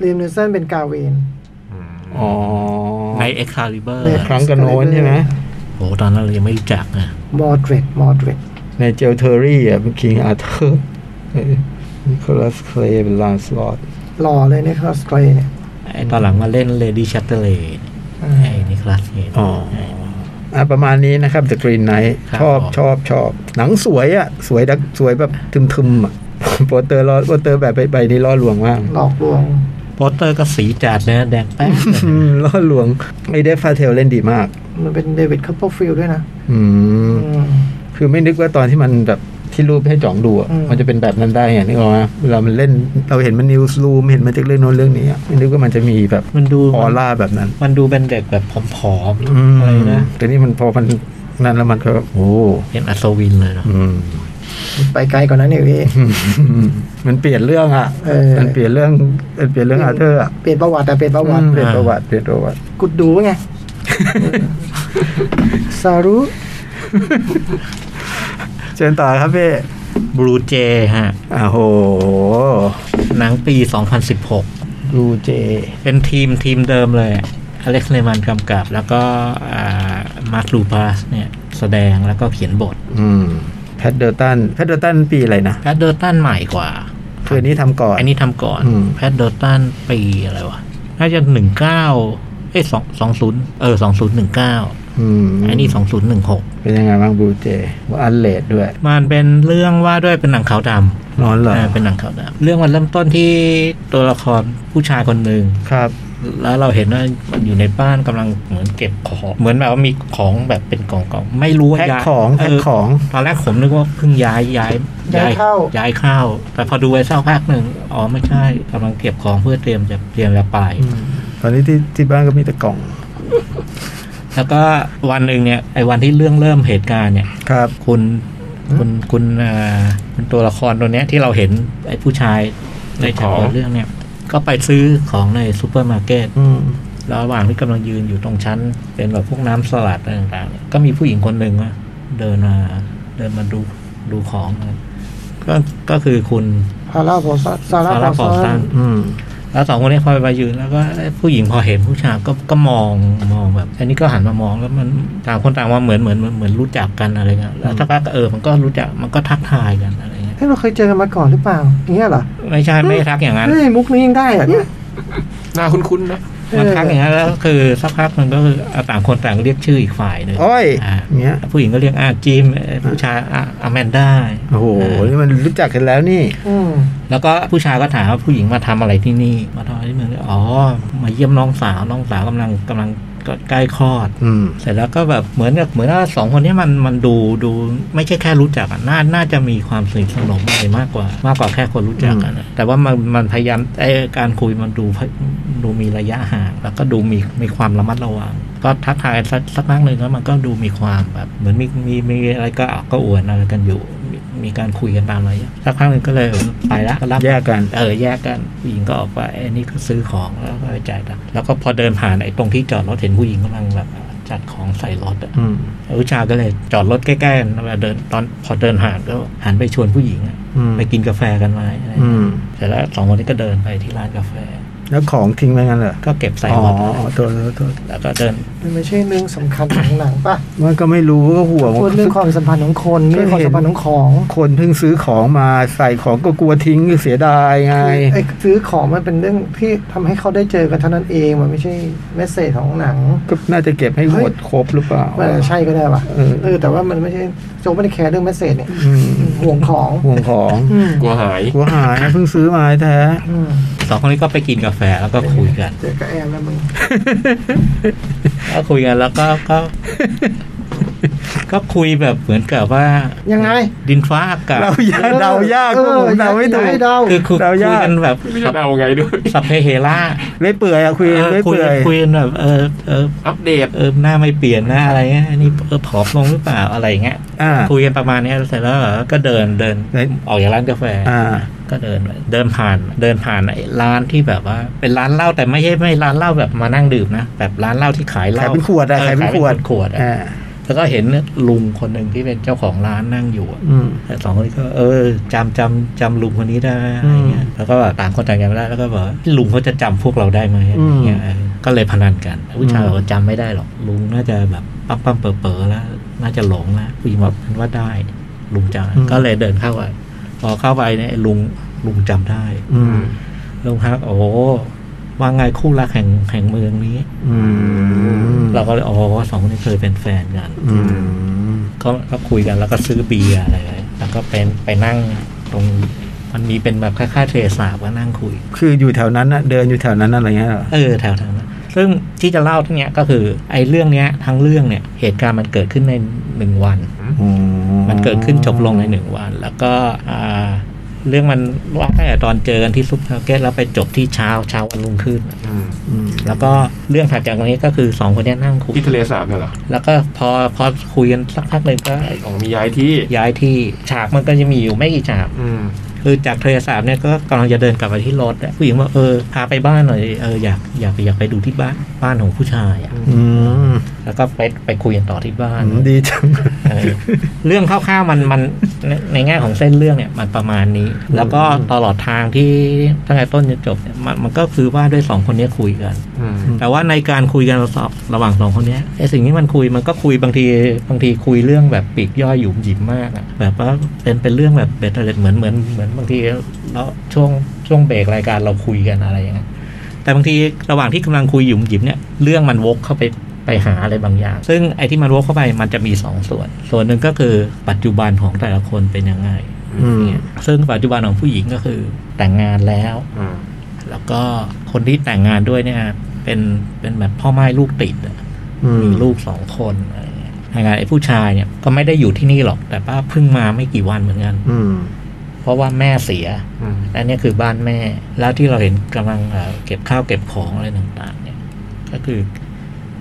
รีมเนลสันเป็นกาเวน
อ๋อ
ในเอ็กคาลิเบอร์
ในครั้งกันโน้นใช่ไหม
โอ้ตอนนั้นเรายังไม่รู้จักนะ
มอร์เดรดมอร์เดรด
ในเจลเทอรี่อ่ะเป็นคิงอาร์เธอร์นิโคลัสเคลย์เป็นลานสลอต
หล่อเลยเนี่ยคาสเตรเนี่ย
ไอตอนหลังมาเล่นเลดี้ชัตเตอร์เล
อ่า
ไอนิคลัสเฮน
อ๋ออ่ะประมาณนี้นะครับ The Green Knight
ครับ
ชอบ
ผม
ชอบชอบ หนังสวยอ่ะ สวยดักสวยแบบทึมๆอ่ะ โปสเตอร์ล้อโปสเตอร์แบบใบใบนี้ล่อลวงมาก
หลอกลวง
โปสเตอร์ก็สีจัดนะ แดงแป๊บ
อืม ล่อลวงไอเดฟฟาเทลเล่นดีมาก
มันเป็นเดวิดคัพเปอร์ฟิลด์ด้วยนะ
อืม
อืม
คือไม่นึกว่าตอนที่มันแบบ ที่รูปให้จ่องดูอะ
อืม
มันจะเป็นแบบนั้นได้ไงนึกออกไหมเวลามันเล่นเราเห็นมันนิวส์รูมเห็นมันจากเรื่องโน้นเรื่องนี้อะไม่นึกว่ามันจะมีแบบ
มันดู
ออร่าแบบนั้น
มันดูเป็นเด็กแบบผอม
อืม
ๆอะไรนะ
แต่นี่มันพอมันนั่นแล้วมันก็โอ้
เป็นอัศวินเลยเนอะ
อืม
ไปไกลกว่านั้นเนี่ยพี่
มันเปลี่ยนเรื่องอ่ะ
เออ
มันเปลี่ยนเรื่องมันเปลี่ยนเรื่องอาเธอร์อ่ะ
เปลี่ยนประวัติแต่เปลี่ยนประวัติ
เปลี่ยนประวัติเปลี่ยนประวัติ
กุดดู ไง ซารุ
เชิญต่อครับพี่
บลูเจฮะ
อ้าวโห
หนังปี 2016
รูเจ
เป็นทีมทีมเดิมเลยอเล็กซ์เนมันกำกับ แล้วก็มาร์คลูพาสเนี่ย แสดงแล้วก็เขียนบท
อืมแพทเดอร์ตันแพทเดอร์ตันปีอะไรนะ
แพทเดอร์ตันใหม่กว่า
คืออนนี้ทำก่อน
อันนี้ทำก่อน
อืม
แพทเดอร์ตันปีอะไรวะ น่าจะ 19 เอ้ยสองสองศูนย์เออ 2019
อืม
อันนี้ 2016
เป็นยังไงบ้างบูเจอันเลดด้วย
มันเป็นเรื่องว่าด้วยเป็นหนังขาวดำ
นอนเหรอ
เออเป็นหนังขาวดำเรื่องมันเริ่มต้นที่ตัวละครผู้ชายคนหนึ่ง
ครับ
แล้วเราเห็นว่ามันอยู่ในบ้านกำลังเหมือนเก็บของ เหมือนแบบว่ามีของแบบเป็นกล่องๆ ไม่รู้ว่า
แพ็ค
ย้าย
ของแพ็คของ
เตอนแรกผมนึกว่าเพิ่งย้ายย้ายย้ายเข้า แต่พอดูไปสักพักหนึ่งอ๋อไม่ใช่กำลังเก็บของเพื่อเตรียมจะเตรียมจะไป
ตอนนี้ที่ที่บ้านก็มีแต่กล่อง
แล้วก็วันหนึ่งเนี่ยไอ้วันที่เรื่องเริ่มเหตุการณ์เนี่ย
ครับ
คุณคุณคุณเอ่อคุณตัวละครตัวเนี้ยที่เราเห็นไอ้ผู้ชายในจาก
ของ
เรื่องเนี่ย ก็ไปซื้อของในซูเปอร์มาร์เก็ต
อืม
ระหว่างที่กำลังยืนอยู่ตรงชั้น เป็นแบบพวกน้ำสลัดอะไรต่างๆเนี่ยก็มีผู้หญิงคนหนึ่งว่าเดินมาเดินมาดูดูของนะก็ก็คือคุณ
พาราโพซาซารา
ซา
โพ
ร่าปอ
ซา
สัน
อืม
แล้วสองคนนี้พอไปยืนแล้วก็ผู้หญิงพอเห็นผู้ชายก็ก็มองมองแบบอันนี้ก็หันมามองแล้วมันต่างคนต่างว่าเหมือนเหมือนเหมือนเหมือนรู้จักกันอะไรเงี้ยแล้วสักพักก็เออมันก็รู้จักมันก็ทักทายกันอะไรเงี้ย
เฮ้ยเราเคยเจอกันมาก่อนหรือเปล่าอย่างเงี้ยเหรอ
ไม่ใช่ไม่ได้ทักอย่างนั้น
เฮ้ยมุกนี้ยังได้เหรอเนี่ย
หน้าคุ้นๆนะ
มันทักอย่างนั้นแล้วก็คือสักพักมันก็คือเอาต่างคนต่างเรียกชื่ออีกฝ่ายหนึ่ง
โอ้ย
อ่า
อย่างเงี้ย
ผู้หญิงก็เรียกอาจิมเอ่อผู้ชายอ่ะอาแมนด้า
โอ้โหนี่มันรู้จักกันแล้วนี่
อืม
แล้วก็ผู้ชายก็ถามว่าผู้หญิงมาทำอะไรที่นี่ มาทำอะไรที่เมืองอ๋อ มาเยี่ยมน้องสาวน้องสาวกำลังกำลังก็ใกล้คลอด
อืม
เสร็จแล้วก็แบบเหมือนกับเหมือนว่าสองคนนี้มันมันดูดูไม่ใช่แค่รู้จักอะน่าน่าจะมีความสนิทสนมอะไรมากกว่ามากกว่าแค่คนรู้จักกันอะแต่ว่ามันมันพยายามไอการคุยมันดูดูมีระยะห่าง แล้วก็ดูมีมีความระมัดระวัง ก็ทักทายสักสักพักหนึ่งแล้วมันก็ดูมีความแบบเหมือนมีมีมีอะไรก็อ่ะก็อวนอะไรกันอยู่มีมีการคุยกันตามอะไรอย่างเงี้ยสักพักหนึ่งก็เลยไปละก็รับ
แยกกัน
เออแยกกันผู้หญิงก็ออกไปไอ้นี่ก็ซื้อของแล้วก็ไปจ่ายตังค์แล้วก็พอเดินผ่านไอ้ตรงที่จอดรถเห็นผู้หญิงกำลังแบบจัดของใส่รถอะ
อืม
ผู้ชายก็เลยจอดรถใกล้ๆกันแล้วเดินตอนพอเดินผ่านก็หันไปชวนผู้หญิงอะ
อืม
ไปกินกาแฟกันไหมอะไร
อืม
เสร็จแล้วสองคนนี้ก็เดินไปที่ร้านกาแฟ
แล้วของทิ้งไว้งั้นเหรอ
ก็เก็บใส่
อ๋อ
รถ
ตัวตัว
แล้วก็เดิน
มันไม่ใช่เรื่องสำคัญของหนังป่ะ
มันก็ไม่รู้ก็ห่วง
พูดเรื่องความสัมพันธ์ของคนเรื่องความสัมพันธ์ของของ
คนเพิ่งซื้อของมาใส่ของก็กลัวทิ้งเสียดายไง
ไอ้ซื้อของมันเป็นเรื่องที่ทำให้เขาได้เจอกันเท่านั้นเองมันไม่ใช่เมสเซจของหนัง
ก็น่าจะเก็บให้หมดครบหรือเปล่า
มันอาจจะใช่ก็ได้ป่ะ
เออ
เออแต่ว่ามันไม่ใช่โจไม่ได้แคร์เรื่องเมสเซจเนี่ย
อืม
ห่วงของ
ห่วงของ
อืม
กลัวหาย
หัวหายเพิ่งซื้อมาแท้
อืม
สองคนนี้ก็ไปกินกาแฟแล้วก็คุยกัน
เจอกับแอมแล้วมึง
ก็คุยกันแล้วก็ก็ ก็คุยแบบเหมือนกับว่า
ยังไง
ดินฟ้าอากาศ
เรายากเดายาก
เอ
ก็
อ
ผมเดาไม่ถูก
ให้เดา
คือคุย
เรายา
คุย
ก
กันแบบ
ไม่รู้จะเอาไงด้วย
สัพเพเฮรา
เล่อยเปื่อยอะคุยกันเล่อย
คุย
เปื่อย
คุยแบบเออเออ
อัปเดต
เออหน้าไม่เปลี่ยนหน้าอะไรเงี้ยอันนี้เออผอมลงหรือเปล่าอะไรเงี้ย
อ่า
คุยกันประมาณเนี้ยเสร็จแล้วก็เดินเดิน
ไหน
ออกจากร้านกาแฟ
อ่า
ก็เดินไปเดินผ่านเดินผ่านไอ้ร้านที่แบบว่า เป็นร้านเหล้าแต่ไม่ใช่ไม่ร้านเหล้าแบบมานั่งดื่มนะแบบร้านเหล้าที่ขายเหล้า
ขายเป็นขวดอะ
ออ
ขายเป็นขวด
ขวดอะ
อ่า
แล้วก็เห็นลุงคนหนึ่งที่เป็นเจ้าของร้านนั่งอยู่อะ
อืม
แต่สองคนนี้ก็เออจำจำจำลุงคนนี้ได้ไหมอะไรเงี้ยแล้วก็แบบต่างคนต่างจำไม่ได้แล้วก็บอกว่าลุงเขาจะจำพวกเราได้ไหมอะไรเงี้ยเออก็เลยพนันกันผู้ชายบอกว่าจำไม่ได้หรอกลุงน่าจะแบบปั๊มปั๊มเป๋อเป๋อๆแล้วน่าจะหลงแล้วผู้หญิงบอกว่าได้ ลุงจ
อืม
ำก็เลยเดินเข้าไปพอเข้าไปเนี่ยลุงลุงจำได้
อืม
ลุงทักโอ้ว่าไงคู่รักแห่งแห่งเมืองนี้
อืม
เราก็เลยอ๋อสองคนนี้เคยเป็นแฟนกัน
อืม
ก็ก็คุยกันแล้วก็ซื้อเบียร์อะไรไว้แล้วก็ไปไปนั่งตรงมันมีเป็นแบบค่ายๆเทสาบก็นั่งคุย
คืออยู่แถวนั้นอะเดินอยู่แถวนั้นอะไรเงี้ยเหรอ
เออแถวๆนั้นซึ่งที่จะเล่าทั้งเนี้ยก็คือไอ้เรื่องเนี้ยทั้งเรื่องเนี่ยเหตุการณ์มันเกิดขึ้นในหนึ่งวัน
อื
มัน เกิดขึ้นจบลงในหนึ่งวัน แล้วก็อ่าเรื่องมันว่าตั้งแต่ตอนเจอกันที่ซุปเปอร์มาร์เก็ตแล้วไปจบที่เช้าเช้าวันรุ่งขึ้น
อืม
อืมแล้วก็เรื่องถัดจากตรงนี้ก็คือสองคนเนี้นั่งคุย
ที่ทะเลสาบเนี่ยเหรอ
แล้วก็พอพอคุยกันสักพักหนึ่งก็
ของมีย้ายที่
ย้ายที่ฉากมันก็จะมีอยู่ไม่กี่ฉาก
อืม
คือจากทะเลสาบเนี่ยก็กำลังจะเดินกลับมาที่รถอะผู้หญิงว่าเออพาไปบ้านหน่อยเอออยากอยากอยากไปดูที่บ้านบ้านของผู้ชายอะ
อืม
แล้วก็ไปไปคุยกันต่อที่บ้าน
ดีจัง
เออเรื่องคร่าวๆมันมันในในแง่ของเส้นเรื่องเนี่ยมันประมาณนี้ แล้วก็ตลอดทางที่ตั้งแต่ต้นจนจบเนี่ยมันมันก็คือว่าด้วยสองคนเนี้ยคุยกัน
อืม
แต่ว่าในการคุยกันสอบระหว่างสองคนเนี้ยไอสิ่งที่มันคุยมันก็คุยบางทีบางทีคุยเรื่องแบบปลีกย่อยหยุมหยิมมากอะแบบว่าเป็นเป็นเรื่องแบบเบ็ดเสร็จเหมือนเหมือนเหมือนบางทีแล้วช่วงช่วงเบรกรายการเราคุยกันอะไรอย่างเงี้ยแต่บางทีระหว่างที่กำลังคุยหยุมหยิมเนี่ยเรื่องมันวกเข้าไปไปหาอะไรบางอย่าง ซึ่งไอ้ที่มันวกเข้าไปมันจะมีสองส่วน ส่วนหนึ่งก็คือปัจจุบันของแต่ละคนเป็นยังไง
อืม
ซึ่งปัจจุบันของผู้หญิงก็คือแต่งงานแล้ว
อืม
แล้วก็คนที่แต่งงานด้วยเนี่ยเป็นเป็นแบบพ่อไม้ลูกติดอะ
อืม
มีลูกสองคนอะไรเงี้ยแต่งงานไอ้ผู้ชายเนี่ยก็ไม่ได้อยู่ที่นี่หรอก แต่ว่าเพิ่งมาไม่กี่วันเหมือนกัน
อืม
เพราะว่าแม่เสีย
อืม
และเนี่ยคือบ้านแม่ แล้วที่เราเห็นกำลังเอ่อเก็บข้าวเก็บของอะไรต่างๆ เนี่ย ก็คือ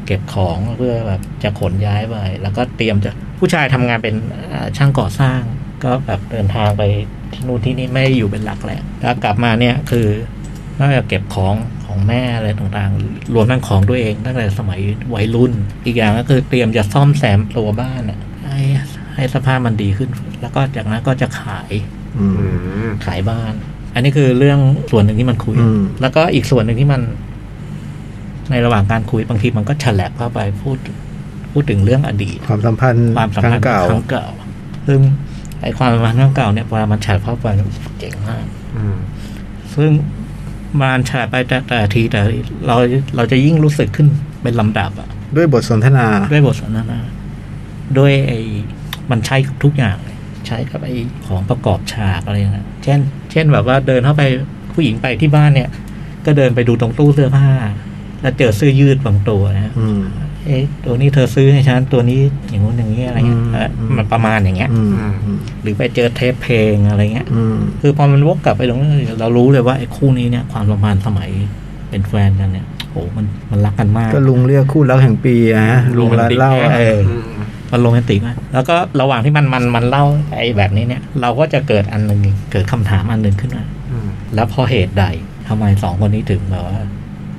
เก็บของเพื่อแบบจะขนย้ายไปแล้วก็เตรียมจะผู้ชายทำงานเป็นเอ่อช่างก่อสร้าง ก็แบบเดินทางไปที่นู่นที่นี่ไม่ได้อยู่เป็นหลักแหละแล้วกลับมาเนี่ยคือ นอกจากเก็บของของแม่อะไรต่างๆ รวมทั้งของตัวเองตั้งแต่สมัยวัยรุ่น อีกอย่างก็คือเตรียมจะซ่อมแซมตัวบ้านอะให้ให้สภาพมันดีขึ้น แล้วก็จากนั้นก็จะขาย
อืม
อืม
ขายบ้าน อันนี้คือเรื่องส่วนหนึ่งที่มันคุย
อืม
แล้วก็อีกส่วนหนึ่งที่มัน ในระหว่างการคุยบางทีมันก็ฉลับเข้าไปพูด พูดถึงเรื่องอดีต
ความสัมพันธ์
ความสัม
ครั้
พัน
ง
ธ์
เก่า
ครั้งเก่า ซึ่งไอ้ความสัมพันธ์ครั้งเก่าเนี่ยเวลามันฉลับเข้าไปเนี่ยเจ๋งมาก
อืม
ซึ่งมันฉายไปแต่แต่ละทีแต่ละทีเราเราจะยิ่งรู้สึกขึ้นเป็นลำดับอะ
ด้วยบทสนทนา
ด้วยบทสนทนาด้วยไอ้มันใช้กับทุกอย่างเลยใช้กับไอ้ของประกอบฉากอะไรอย่างเงี้ยเช่น เช่นแบบว่าเดินเข้าไปผู้หญิงไปที่บ้านเนี่ย ก็เดินไปดูตรงตู้เสื้อผ้า แล้วเจอเสื้อยืดบางตัวนะฮะ
อืม
เอ๊ะตัวนี้เธอซื้อให้ฉันตัวนี้อย่างงู้นอย่างนี้อะไรเงี้ย
อืม
เออมันประมาณอย่างเงี้ย
อืม
หรือไปเจอเทปเพลงอะไรเงี้ย
อืม
คือพอมันวกกลับไปตรงนั้นเรารู้เลยว่าไอ้คู่นี้เนี่ยความสัมพันธ์สมัยเป็นแฟนกันเนี่ยโหมันมันรักกันมาก
ก็ลุงเรียกคู่รักแห่งปีอะฮะลุงร้านเหล้าอะ
เออ
อืม
มันโรแมนติกมากแล้วก็ระหว่างที่มันมันมันเล่าไอ้แบบนี้เนี่ย เราก็จะเกิดอันหนึ่งเกิดคำถามอันหนึ่งขึ้นมา
อืม
แล้วเพอเหตุใดทำไมสองคนนี้ถึงแบบว่า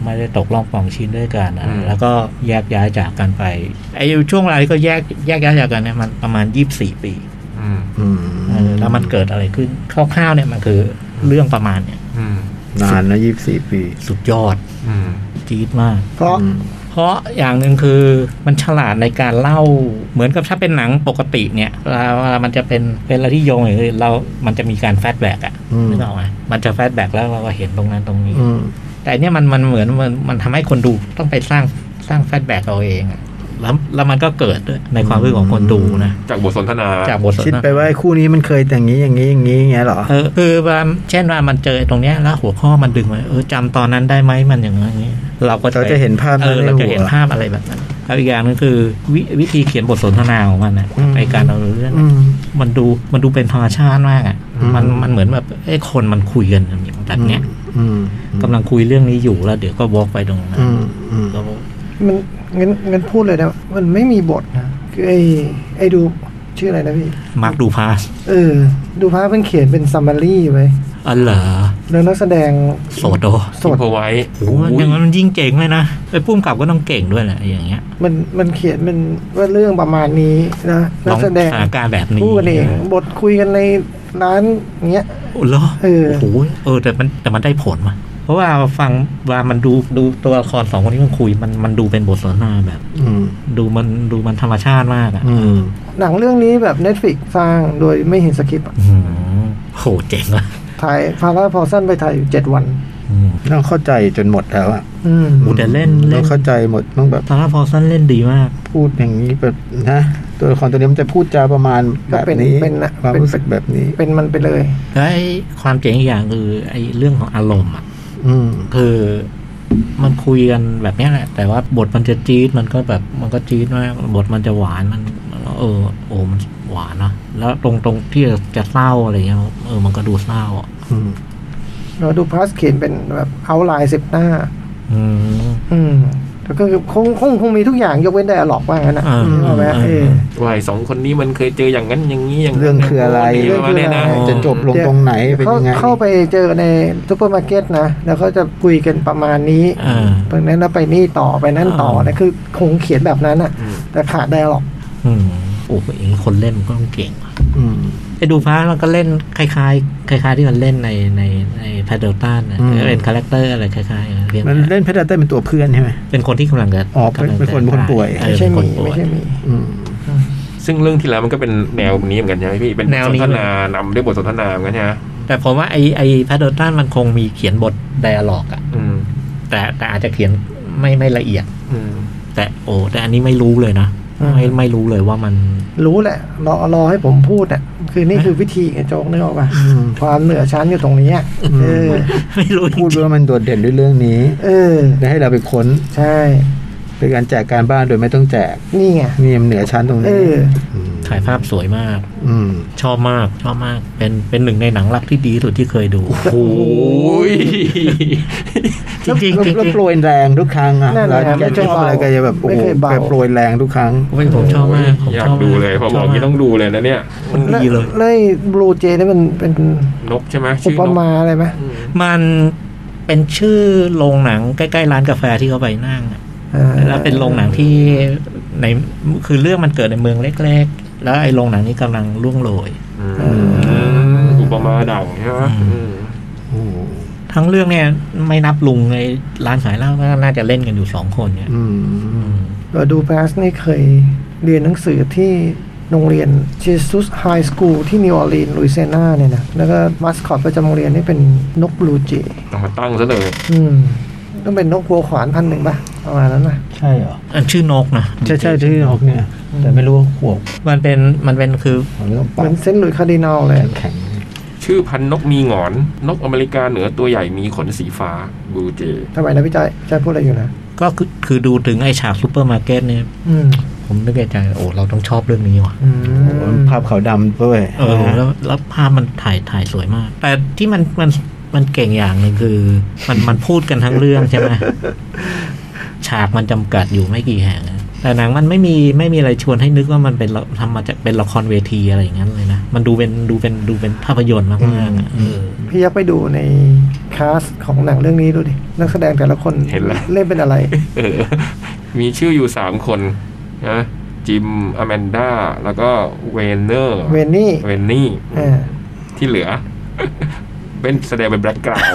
ไม่ได้ตกล่องปองชิ้นด้วยกันอะ
อืม
แล้วก็แยกย้ายจากกันไปไอ้ช่วงเวลาที่ก็แยกแยกย้ายจากกันเนี่ยมันประมาณยี่สิบสี่ปี
อืม
อืม
เออแล้วมันเกิดอะไรขึ้นคร่าวๆเนี่ยมันคือเรื่องประมาณเนี่ย
อืม
นานนะยี่สิบสี่ปี
สุดยอด
อืม
จี๊ดมาก
เพราะ
อืม
เพราะอย่างหนึ่งคือมันฉลาดในการเล่าเหมือนกับถ้าเป็นหนังปกติเนี่ยเวลาเวลามันจะเป็นเป็นอะไรที่โยงอย่างอื่นเรา มันจะมีการแฟลชแบ็กอะ
อืม
นึกออกไหมมันจะแฟลชแบ็กแล้วเราก็เห็นตรงนั้นตรงนี้
อืม
แต่อันเนี่ยมันมันเหมือนมันมันทำให้คนดูต้องไปสร้างสร้างแฟลชแบ็กเอาเองอะแล้วแล้วมันก็เกิดด้วยในความรู้สึกของคนดูนะ
จากบทสนทนา
จากบทสนท
คิด
นา
ไปว่าไอ้คู่นี้มันเคยแต่งนี้อย่างนี้อย่างนี้อย่างเงี้ยเหรอ
เออคือว่าเช่นว่ามันเจอตรงเนี้ยแล้วหัวข้อมันดึงไว้เออจำตอนนั้นได้ไหมมันอย่างไรเงี้ยเราก็
เราจะเห็นภาพ
เออ
นั้นใน
เราจะเห็น
หัว
ภาพอะไรแบบนั้นแล้วอีกอย่างหนึงคือววิธีเขียนบทสนทนาของมันนะ
อืม
ในการเอาเรื่อง
อืม
มันดูมันดูเป็นธรรมชาติมากอ่ะ
อืม
มันมันเหมือนแบบไอ้ยคนมันคุยกันอย่างแบบเนี้ย
อืม
กำลังคุยเรื่องนี้อยู่แล้วเดี๋ยวก็วอกไปตรงนั้น
อืมอืม
แล้ว
มันงั้นงั้นพูดเลยนะมันไม่มีบทนะคือไอ้ไอ้ดูชื่ออะไรนะพี่
มาร์คดูพาส
เออ ดูพระมันเขียนเป็นซัมมารีไว้
อ๋อเหรอ
แล้วนักแสดง
โสดโด
สด
พอไว้
โอ้โหอย่างนั้นมันยิ่งเจ๋งเลยนะไอ้พุ่มกับก็ต้องเก่งด้วยแหละอย่างเงี้ย
มันมันเขียนเป็นว่าเรื่องประมาณนี้นะ
ล
นั
อก ง
แสดง
สถานการณ์แบบนี้
พูดกันเองบทคุยกันในร้านเนี้ย
โอ้เหรอ
เออ
โอ้โหเออแต่มันแต่มันได้ผลมาเพราะว่าฟังว่ามันดูดูตัวละครสองคนนี้มันคุยมันมันดูเป็นบทสนทนาแบบ
อืม
ดูมันดูมันธรรมชาติมากอ่ะ
อืม
หนังเรื่องนี้แบบ Netflix สร้างโดยไม่เห็นสคริปต์อะ
อื้อหือโหเจ๋งอ่ะ
ถ่ายพาราพอสั้นไปถ่ายอยู่เจ็ดวัน
อืม
ต้องเข้าใจจนหมดแล้วอะ
อืม
โอ้แต่เล่นเล่น
ต้องเข้าใจหมดต้องแบบ
ซาร่าพอลสันเล่นดีมาก
พูดอย่างนี้แบบนะตัวละครตัวนี้มันจะพูดจาประมาณ
ก็
แบบ
เป็น
นี้
เป็นนะ
ความ
เป็น
รู้สึกแบบนี้
เป็นมันไปเลย
แล้วไอ้ความเจ๋งอีกอย่างคือไอ้เรื่องของอารมณ์อ่ะ
อืม
คือมันคุยกันแบบเนี้ยแหละ แต่ว่าบทมันจะจี๊ดมันก็แบบมันก็จี๊ดมากบทมันจะหวานมันมันก็เออโอ้มันโอ้ หวานนะแล้วตรงตรงที่จะเศร้าอะไรเงี้ยเออมันก็ดูเศร้าอ่ะ
อืม
เราดูพาสเขียนเป็นแบบเอาไลน์สิบหน้า
อืม
อืมแต่ก็คือคงคงคงมีทุกอย่างยกเว้นแต่หลอกว่างั้นนะ
อ่า
ใช่ไหมเออ
วายสองคนนี้มันเคยเจออย่างนั้นอย่างนี้อย่างนั้น
เรื่องคืออะไร
เรื่องคืออะไรนะ
เรื่องคืออไร
จะจบลงตรงไหนเป็น
เขา
ยังไง
เข้าไปเจอในซูเปอร์มาร์เก็ตนะ แล้วเขาจะคุยกันประมาณนี้
อ่า
ตรงนั้นแล้วไปนี่ต่อไปนั่นต่อ
อ่า
นะคือคงเขียนแบบนั้นอ่ะ
อืม
แต่ขาดไดอะล็อก
อืมโอ้โหเองคนเล่นมันก็ต้องเก่งว่ะ
อืม
ไอ้ดูฟ้ามันก็เล่นคล้ายๆคล้ายๆที่มันเล่นในในในแพดเดิลตันนะ
อืม
เป็นคาแรคเตอร์อะไรคล้ายๆอย่างเงี้ย
มันเล่นแพทเทิร์นเป็นตัวเพื่อนใช่ไหม
เป็นคนที่กำลังจะ
อ๋อเป็นเป็นคน
กำลังจะ
คนป่วย
เออ
ไม่ใช่
เป็นค
มี
นป่ว
ไม่
ย
ใช่มี
อืม
ซึ่งเรื่องที่แล้วมันก็เป็นแนวนี้เหมือนกันใช่ไหมพี่ เป็นบ
แน
ท
ว
สน
นี้
ทนานำด้วยบทสนทนาเหมือนกันใช่ไหม
แต่ผมว่าไอ้ไอ้แพดเดิลตันมันคงมีเขียนบทไดอะล็อกอะ
อืม
แต่แต่อาจจะเขียนไม่ไม่ละเอียด
อืม
แต่โอ้แต่อันนี้ไม่รู้เลยนะ
อืม
ไม่ไม่รู้เลยว่ามัน
รู้แหละ รอรอให้ผมพูดอ่ะ คือนี่คือวิธีไงโจ๊กนึกออกป่ะ
อืม
ความเหนือชั้นอยู่ตรงนี้อะเออ
ไม่รู้จ
พูด
ริง
ว่ามันโดดเด่นด้วยเรื่องนี้
เออ
และให้เราไปค้น
ใช่
เป็นการแจกการบ้านโดยไม่ต้องแจก
นี่ไง
นี่มันเหนือชั้นตรง
เอ
นี้
อ
ม
ๆถ่ายภาพสวยมาก
อืม
ชอบมากชอบมาก เป็นเป็นหนึ่งในหนังรักที่ดีที่สุดที่เคยดู
โอ้ย
จริงๆจริง
แล้
ๆ
วแล้วโปรยแรงทุกครั้งอ่ะ
นั่นแห
เรา
ละ
แกชอบอะไรแกจะแบบโอ้
ไม่
โห
เคยเบา
แกโปรยแรงทุกครั้ง
ผมผมชอบมากผม
อยา
ช
ก
อบม
ดูเลยพอบอก
ช
นี้ต้องดูเลยนะเนี่ย
มันดีเลย
แล้วบลูเจนี่มันเป็น
นกใช่ไหม
อุ
ชื่อ
ป
นก
มาอะไรไหม
อืม
มันเป็นชื่อโรงหนังใกล้ๆร้านกาแฟที่เขาไปนั่งอะ
อ่า
แล้วเป็นโรงหนังที่ในคือเรื่องมันเกิดในเมืองเล็กๆ แล้วไอ้โรงหนังนี้กำลังร่วงโรย
อืมอุปมาดังใช่ไหมอืม
โอ้โห
ทั้งเรื่องเนี่ยไม่นับลุงในร้านขายเหล้าน่าจะเล่นกันอยู่สองคนเนี่ย
อืม
เราดูแพสนี่เคยเรียนหนังสือที่โรงเรียน Jesus High School ที่นิวออร์ลีนลุยเซียนาเนี่ยนะ แล้วก็มัสคอตประจำโรงเรียนนี่เป็นนกบลูเจ
ต้องมาตั้งซะเลย
อืมต้องเป็นนกหัวขวานพันหนึ่งป่ะประมาณนั้นนะ
ใช่เหรอ
อันชื่อนกนะ
ใช่ใช่ที่นกเนี่ย แต่ไม่รู้ว่าขวบ
มันเป็นมันเป็นคือ
ผมไม่ต้อง
เห
ปั
มื
ก
อนเซนต์หลุยส์คาร์ดินัลเลย
แข็ง
ชื่อพันธุ์นกมีหงอน นกอเมริกาเหนือตัวใหญ่มีขนสีฟ้าบลูเจ
ทำไมนะพี่จ้อยจ้อยพูดอะไรอยู่นะ
ก็คือคือดูถึงไอ้ฉากซูเปอร์มาร์เก็ตเนี่ย
อืม
ผมนึกในใจโอ้เราต้องชอบเรื่องนี้ว่ะ
อื
ๆโอ้โห
ม
ภาพขาวดำด้วย
เออแล้วแล้วภาพมันถ่ายถ่ายสวยมาก แต่ที่มันมันมันเก่งอย่างหนึ่งคือ มันมันพูดกันทั้งเรื่องใช่ ไหมฉากมันจำกัดอยู่ไม่กี่แห่งนะแต่หนังมันไม่มีไม่มีอะไรชวนให้นึกว่ามันเป็นละทำมาจากเป็นละครเวทีอะไรอย่างนั้นเลยนะมันดูเป็นดูเป็นดูเป็นภาพยนตร์มากๆอะเออ
พี่ยักษ์ไปดูในคาสของหนังเรื่องนี้ดูดิ นักแสดงแต่ละคน
เห็นแล้ว
นเป็นอะไร
เออ มีชื่ออยู่สามคนนะจิมอแมนด้าแล้วก็เวนเนอร์
เวนนี่
เวนนี่
อ่า
ที่เหลือ เป็นแสดงเป็นแบล็กกราว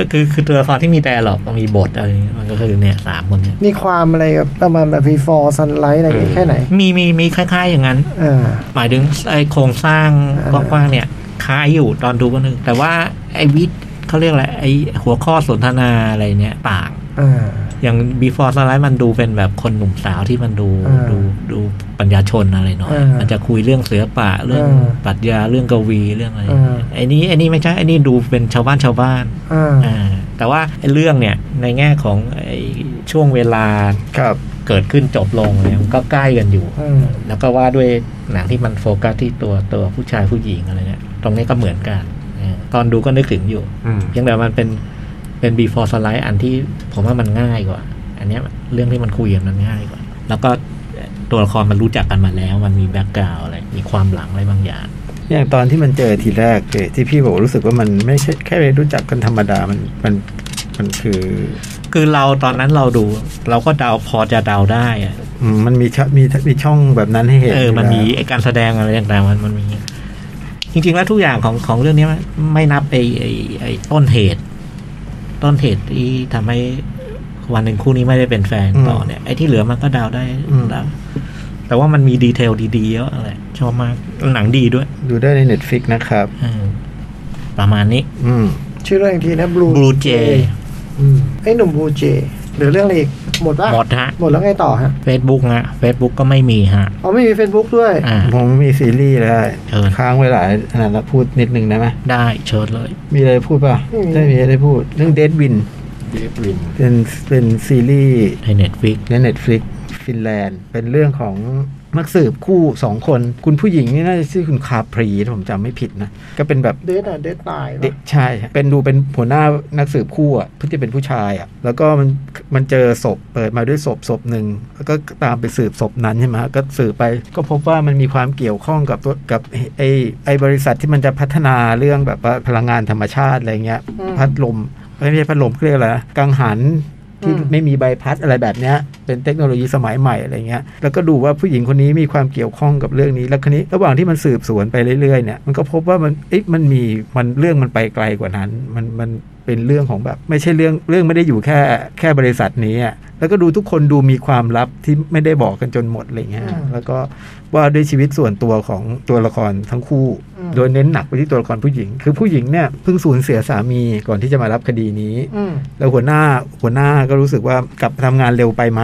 ก็คือคือตัวละครที่มีแต่หรอกมีบทอะไรอย่างเงี้ยมันก็คือเนี่ยสามคนเนี่ย
นี่ความอะไรแบบประมาณแบบฟีฟอร์ซันไลท์อะไรอย่างงี้แค่ไหน
มีมีมีคล้าย ๆ อย่างนั้น
อ่า
หมายถึงไอ้โครงสร้าง
เออ
กว้างๆเนี่ยคล้ายอยู่ตอนดูก็นึงแต่ว่าไอ้วิทย์เขาเรียกอะไรไอ้หัวข้อสนทนาอะไรเนี่ยต่าง
อ่า
อย่าง before sunrise มันดูเป็นแบบคนหนุ่มสาวที่มันดู
เออ
ดูดูปัญญาชนอะไรหน่อย
เออ
มันจะคุยเรื่องเสือป่าเรื่อง
เออ
ปรัชญาเรื่องกวีเรื่องอะไร
เออ
ไอ้นี้ไอ้นี้ไม่ใช่ไอ้นี้ดูเป็นชาวบ้านชาวบ้าน
อ่า
อ่าแต่ว่าไอ้เรื่องเนี่ยในแง่ของไอ้ช่วงเวลา
ครับ
เกิดขึ้นจบลงเนี่ยมันก็ใกล้กันอยู่
อืม
แล้วก็ว่าด้วยหนังที่มันโฟกัสที่ตัวตัวผู้ชายผู้หญิงอะไรเนี่ยตรงนี้ก็เหมือนกันอ่าตอนดูก็นึกถึงอยู่
อืม
เพียงแต่มันเป็นเป็น before sunrise อันที่ผมว่ามันง่ายกว่า อันเนี้ยเรื่องที่มันคุยกันมันง่ายกว่า แล้วก็ตัวละครมันรู้จักกันมาแล้ว มันมีแบ็กกราวอะไรมีความหลังอะไรบางอย่าง
อย่างตอนที่มันเจอทีแรกเจอที่พี่บอกว่ารู้สึกว่ามันไม่ใช่แค่รู้จักกันธรรมดามันมันมันคือ
คือเราตอนนั้นเราดู เราก็เดาพอจะเดาได้อะ
อืมมันมีช่องมีมีช่องแบบนั้นให้เห็น
เออ มันมี
ยู่แล้ว
ไอการแสดงอะไรต่างๆมันมันมี จริงๆ แล้วทุกอย่างของของเรื่องนี้มันไม่นับไอไอไอต้นเหตุ ต้นเหตุที่ทำให้วันหนึ่งคู่นี้ไม่ได้เป็นแฟนต่อเนี่ย ไอที่เหลือมันก็เดาวได้เดาแต่ว่ามันมีดีเทลดีๆเยอะอะไรชอบมากหนังดีด้วย
ดูได้ในเน็ตฟิกนะครับ
เออประมาณนี้
อืม
ชื่อเรื่องอีกทีนะบลู
บลูเจ
ไอ้ยหนุ่มบลูเจหรือเรื่องอะไรอีกหมดป่ะ
หมดฮะ
หมดแล้วไงต่อฮะ
Facebook ฮะ Facebook ก็ไม่มีฮะ
อ๋อไม่มี Facebook ด้วย
อ่า
ผมมีซีรีส์แล้ว
เชิญ
ค้างไว้หลายอันนั้นแล้วพูดนิดนึงได้ไหม
ได้เชิญเลย
มีอะไรพูดป่ะ
อืม
ได้มีอะไรพูด เรื่องเดดวิน
เดฟลิน
เป็นเป็นซีรีส์
ในเน็ตฟิก
ในเน็ตฟลิกฟินแลนด์ เป็นเรื่องของ นักสืบคู่สองคน คุณผู้หญิงนี่น่าจะชื่อคุณคาพรีถ้าผมจำไม่ผิดนะ ก็เป็นแบบ
เดทอะเดทตาย
เด็กใช่ฮะเป็นดูเป็นหัวหน้านักสืบคู่อ่ะเพื่อจะเป็นผู้ชายอ่ะ แล้วก็มันมันเจอศพเปิดมาด้วยศพศพหนึ่งแล้วก็ตามไปสืบศพนั้นใช่ไหมฮะก็สืบไปก็พบว่ามันมีความเกี่ยวข้องกับตัวกับไอไอบริษัทที่มันจะพัฒนาเรื่องแบบว่าพลังงานธรรมชาติอะไรเงี้ย พัดลมไม่ใช่พัดลมเขาเรียกอะไรนะกังหัน ที่ไม่มีใบพัดอะไรแบบเนี้ยเป็นเทคโนโลยีสมัยใหม่อะไรเงี้ย แล้วก็ดูว่าผู้หญิงคนนี้มีความเกี่ยวข้องกับเรื่องนี้ แล้วคนนี้ระหว่างที่มันสืบสวนไปเรื่อยๆเนี่ย มันก็พบว่ามันเอ๊ะมันมีมันเรื่องมันไปไกลกว่านั้น มันมันเป็นเรื่องของแบบ ไม่ใช่เรื่องเรื่องไม่ได้อยู่แค่แค่บริษัทนี้อะแล้วก็ดูทุกคนดูมีความลับที่ไม่ได้บอกกันจนหมดอะไรเงี้ย แล้วก็ว่าด้วยชีวิตส่วนตัวของตัวละครทั้งคู่ โดยเน้นหนักไปที่ตัวละครผู้หญิง คือผู้หญิงเนี่ยเพิ่งสูญเสียสามีก่อนที่จะมารับคดีนี้
อืม
แล้วหัวหน้าหัวหน้าก็รู้สึกว่ากลับทำงานเร็วไปไหม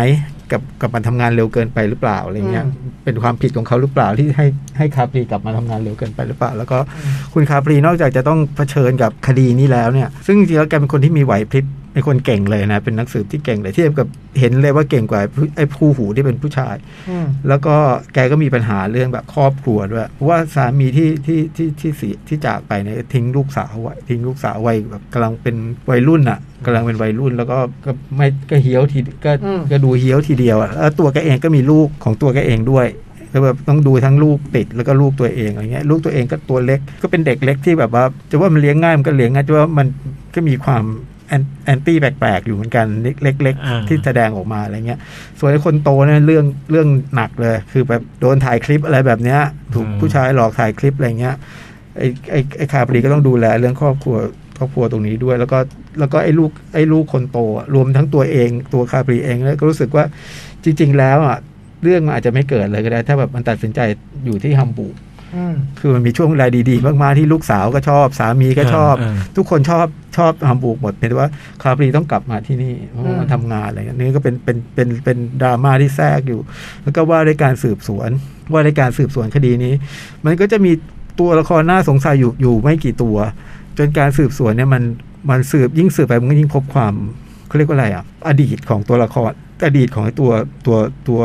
กับกับมันทำงานเร็วเกินไปหรือเปล่าอะไรเงี้ย
อื
เป็นความผิดของเขาหรือเปล่าที่ให้ให้คาปรีกลับมาทำงานเร็วเกินไปหรือเปล่า แล้วก็
อืม
คุณคาปรีนอกจากจะต้องเผชิญกับคดีนี้แล้วเนี่ยซึ่งจริงๆแล้วแกเป็นคนที่มีไหวพริบเป็นคนเก่งเลยนะเป็นนักสืบที่เก่งเลยเทียบกับเห็นเลยว่าเก่งกว่าผู้ไอ้ผู้หูที่เป็นผู้ชาย
อืม
แล้วก็แกก็มีปัญหาเรื่องแบบครอบครัวด้วยเพราะว่าสามีที่ที่ที่ที่เสียที่จากไปเนี่ยทิ้งลูกสาวไว้ทิ้งลูกสาววัยแบบกำลังเป็นวัยรุ่นอ่ะกำลังเป็นวัยรุ่น แล้วก็ก็ไม่ก็เหี้ยวทีก็
อืม
ก็ดูเหี้ยวทีเดียวอ่ะแล้วตัวแกเองก็มีลูกของตัวแกเองด้วยแล้วแบบต้องดูทั้งลูกติดแล้วก็ลูกตัวเองอะไรเงี้ยลูกตัวเองก็ตัวเล็กก็เป็นเด็กเล็กที่แบบว่าจะว่ามันเลี้ยงง่ายมันก็เลี้ยงง่ายจะว่ามันก็มีความแอนตี้แปลกๆอยู่เหมือนกันเล็ก
อ่า
ๆที่ แสดงออกมาอะไรเงี้ย ส่วนไอ้คนโตเนี่ยเรื่องเรื่องหนักเลย คือแบบโดนถ่ายคลิปอะไรแบบเนี้ย ถูก
อืม
ผู้ชายหลอกถ่ายคลิปอะไรเงี้ย ไอ้ไอ้ไอ้คาปรีก็ต้องดูแลเรื่องครอบครัวครอบครัวตรงนี้ด้วย แล้วก็แล้วก็ไอ้ลูกไอ้ลูกคนโตอะรวมทั้งตัวเองตัวคาปรีเองแล้วก็รู้สึกว่าจริง ๆ แล้วอ่ะเรื่องมันอาจจะไม่เกิดเลยก็ได้ ถ้าแบบมันตัดสินใจอยู่ที่ฮัมบูร์ก
อืม
คือมันมีช่วงเวลาดีๆ มากๆที่ลูกสาวก็ชอบ สามีก็ชอบ
เ
ทุกคนชอบชอบฮัมบูร์กหมดเพียงแต่ว่าคาปรีต้องกลับมาที่นี่เพราะว่า
อืม
มาทำงานอะไรเงี้ยนี่ก็เป็นเป็นเป็นเป็นดราม่าที่แทรกอยู่ แล้วก็ว่าด้วยการสืบสวน ว่าด้วยการสืบสวนคดีนี้ มันก็จะมีตัวละครน่าสงสัยอยู่อยู่ไม่กี่ตัว จนการสืบสวนเนี่ยมันมันสืบยิ่งสืบไปมันก็ยิ่งพบความเขาเรียกว่าอะไรอ่ะอดีตของตัวละครอดีตของตัวตัวตัว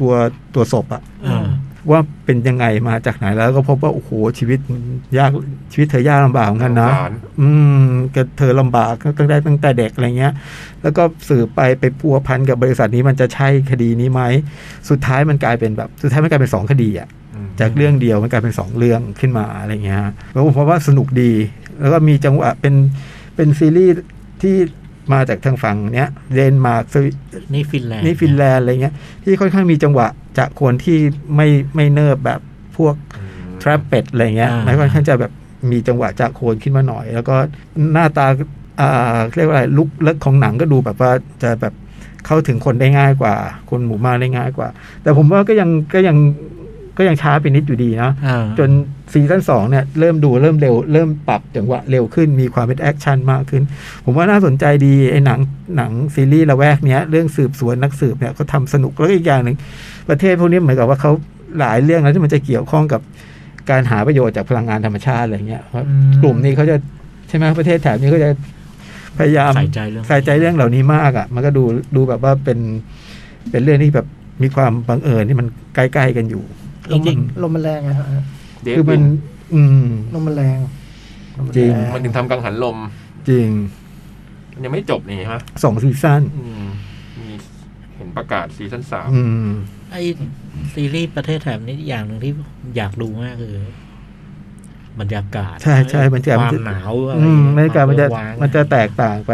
ตัวตัวศพอ่ะ
เออ
ว่าเป็นยังไงมาจากไหนแล้วก็พบว่าโอ้โหชีวิตมันยากชีวิตเธอยากลำบากเหมือนกันนะ
สงสาร
อืมก็เธอลำบากตั้งแต่ตั้งแต่เด็กอะไรเงี้ย แล้วก็สืบไปไปพัวพันกับบริษัทนี้มันจะใช่คดีนี้ไหมสุดท้ายมันกลายเป็นแบบ สุดท้ายมันกลายเป็นสองคดีอะจากเรื่องเดียวมันกลายเป็นสองเรื่องขึ้นมาอะไรเงี้ยแล้วผมว่าสนุกดี แล้วก็มีจังหวะเป็นเป็นซีรีส์ที่มาจากทางฝั่งเนี้ยเดนมาร์กสวิ
นี่ฟินแลนด์
นี่ฟินแลนด์อะไรเงี้ยที่ค่อนข้างมีจังหวะจากคนที่ไม่ไม่เนิบแบบพวกทรั p เป็ดอะไรเงี้ยมันค่อนข้างจะแบบมีจังหวะจากโคนขึ้นมาหน่อย แล้วก็หน้าตาอ่าเรียกว่าอะไรลุกเลิกของหนังก็ดูแบบว่าจะแบบเข้าถึงคนได้ง่ายกว่า คนหมู่มากได้ง่ายกว่า แต่ผมว่าก็ยังก็ยังก็ยังช้าไปนิดอยู่ดีนะ
เออ
จนซีซั่นสองเนี่ยเริ่มดูเริ่มเร็ว เริ่มปรับจังหวะเร็วขึ้นมีความเป็นแอคชั่นมากขึ้น ผมว่าน่าสนใจดี ไอ้หนังหนังซีรีส์ละแวกเนี้ยเรื่องสืบสวนนักสืบเนี่ยเขาทำสนุก แล้วก็อีกอย่างหนึ่งประเทศพวกนี้เหมือนกับว่าเขาหลายเรื่องแล้วที่มันจะเกี่ยวข้องกับการหาประโยชน์จากพลังงานธรรมชาติอะไรเงี้ยครับ
อืม
กลุ่มนี้เขาจะใช่ไหมประเทศแถบนี้เขาจะพยายาม
ใส่ใจเรื่อง
ใส่ใจเรื่องเหล่านี้มากอะ่ะ มันก็ดูดูแบบว่าเป็น เป็นเรื่องที่แบบมีความบังเอิญที่มันใกล้ๆกันอยู่
จริง
ลมมันแรงนะฮะ
เดฟ
คือ
วิ
มัน
น
อืม
ลมมันแรงลมมัน
จริ
แรง ง
มันถึงทำกังหันลม
จริง
มันยังไม่จบนี่ฮะ
สองซีซั่น
อืมมีเห็นประกาศซีซั่นสาม
อืม
ไอซีรีส์ประเทศแถบนี้อย่างหนึ่งที่อยากดูมากคือ บรรยากาศ
ใช่ใช่บรรยากาศ
ความหนาวอะไร
อืมบรรยากาศมันจะ
ควว้ง
มันจะแตกต่างไป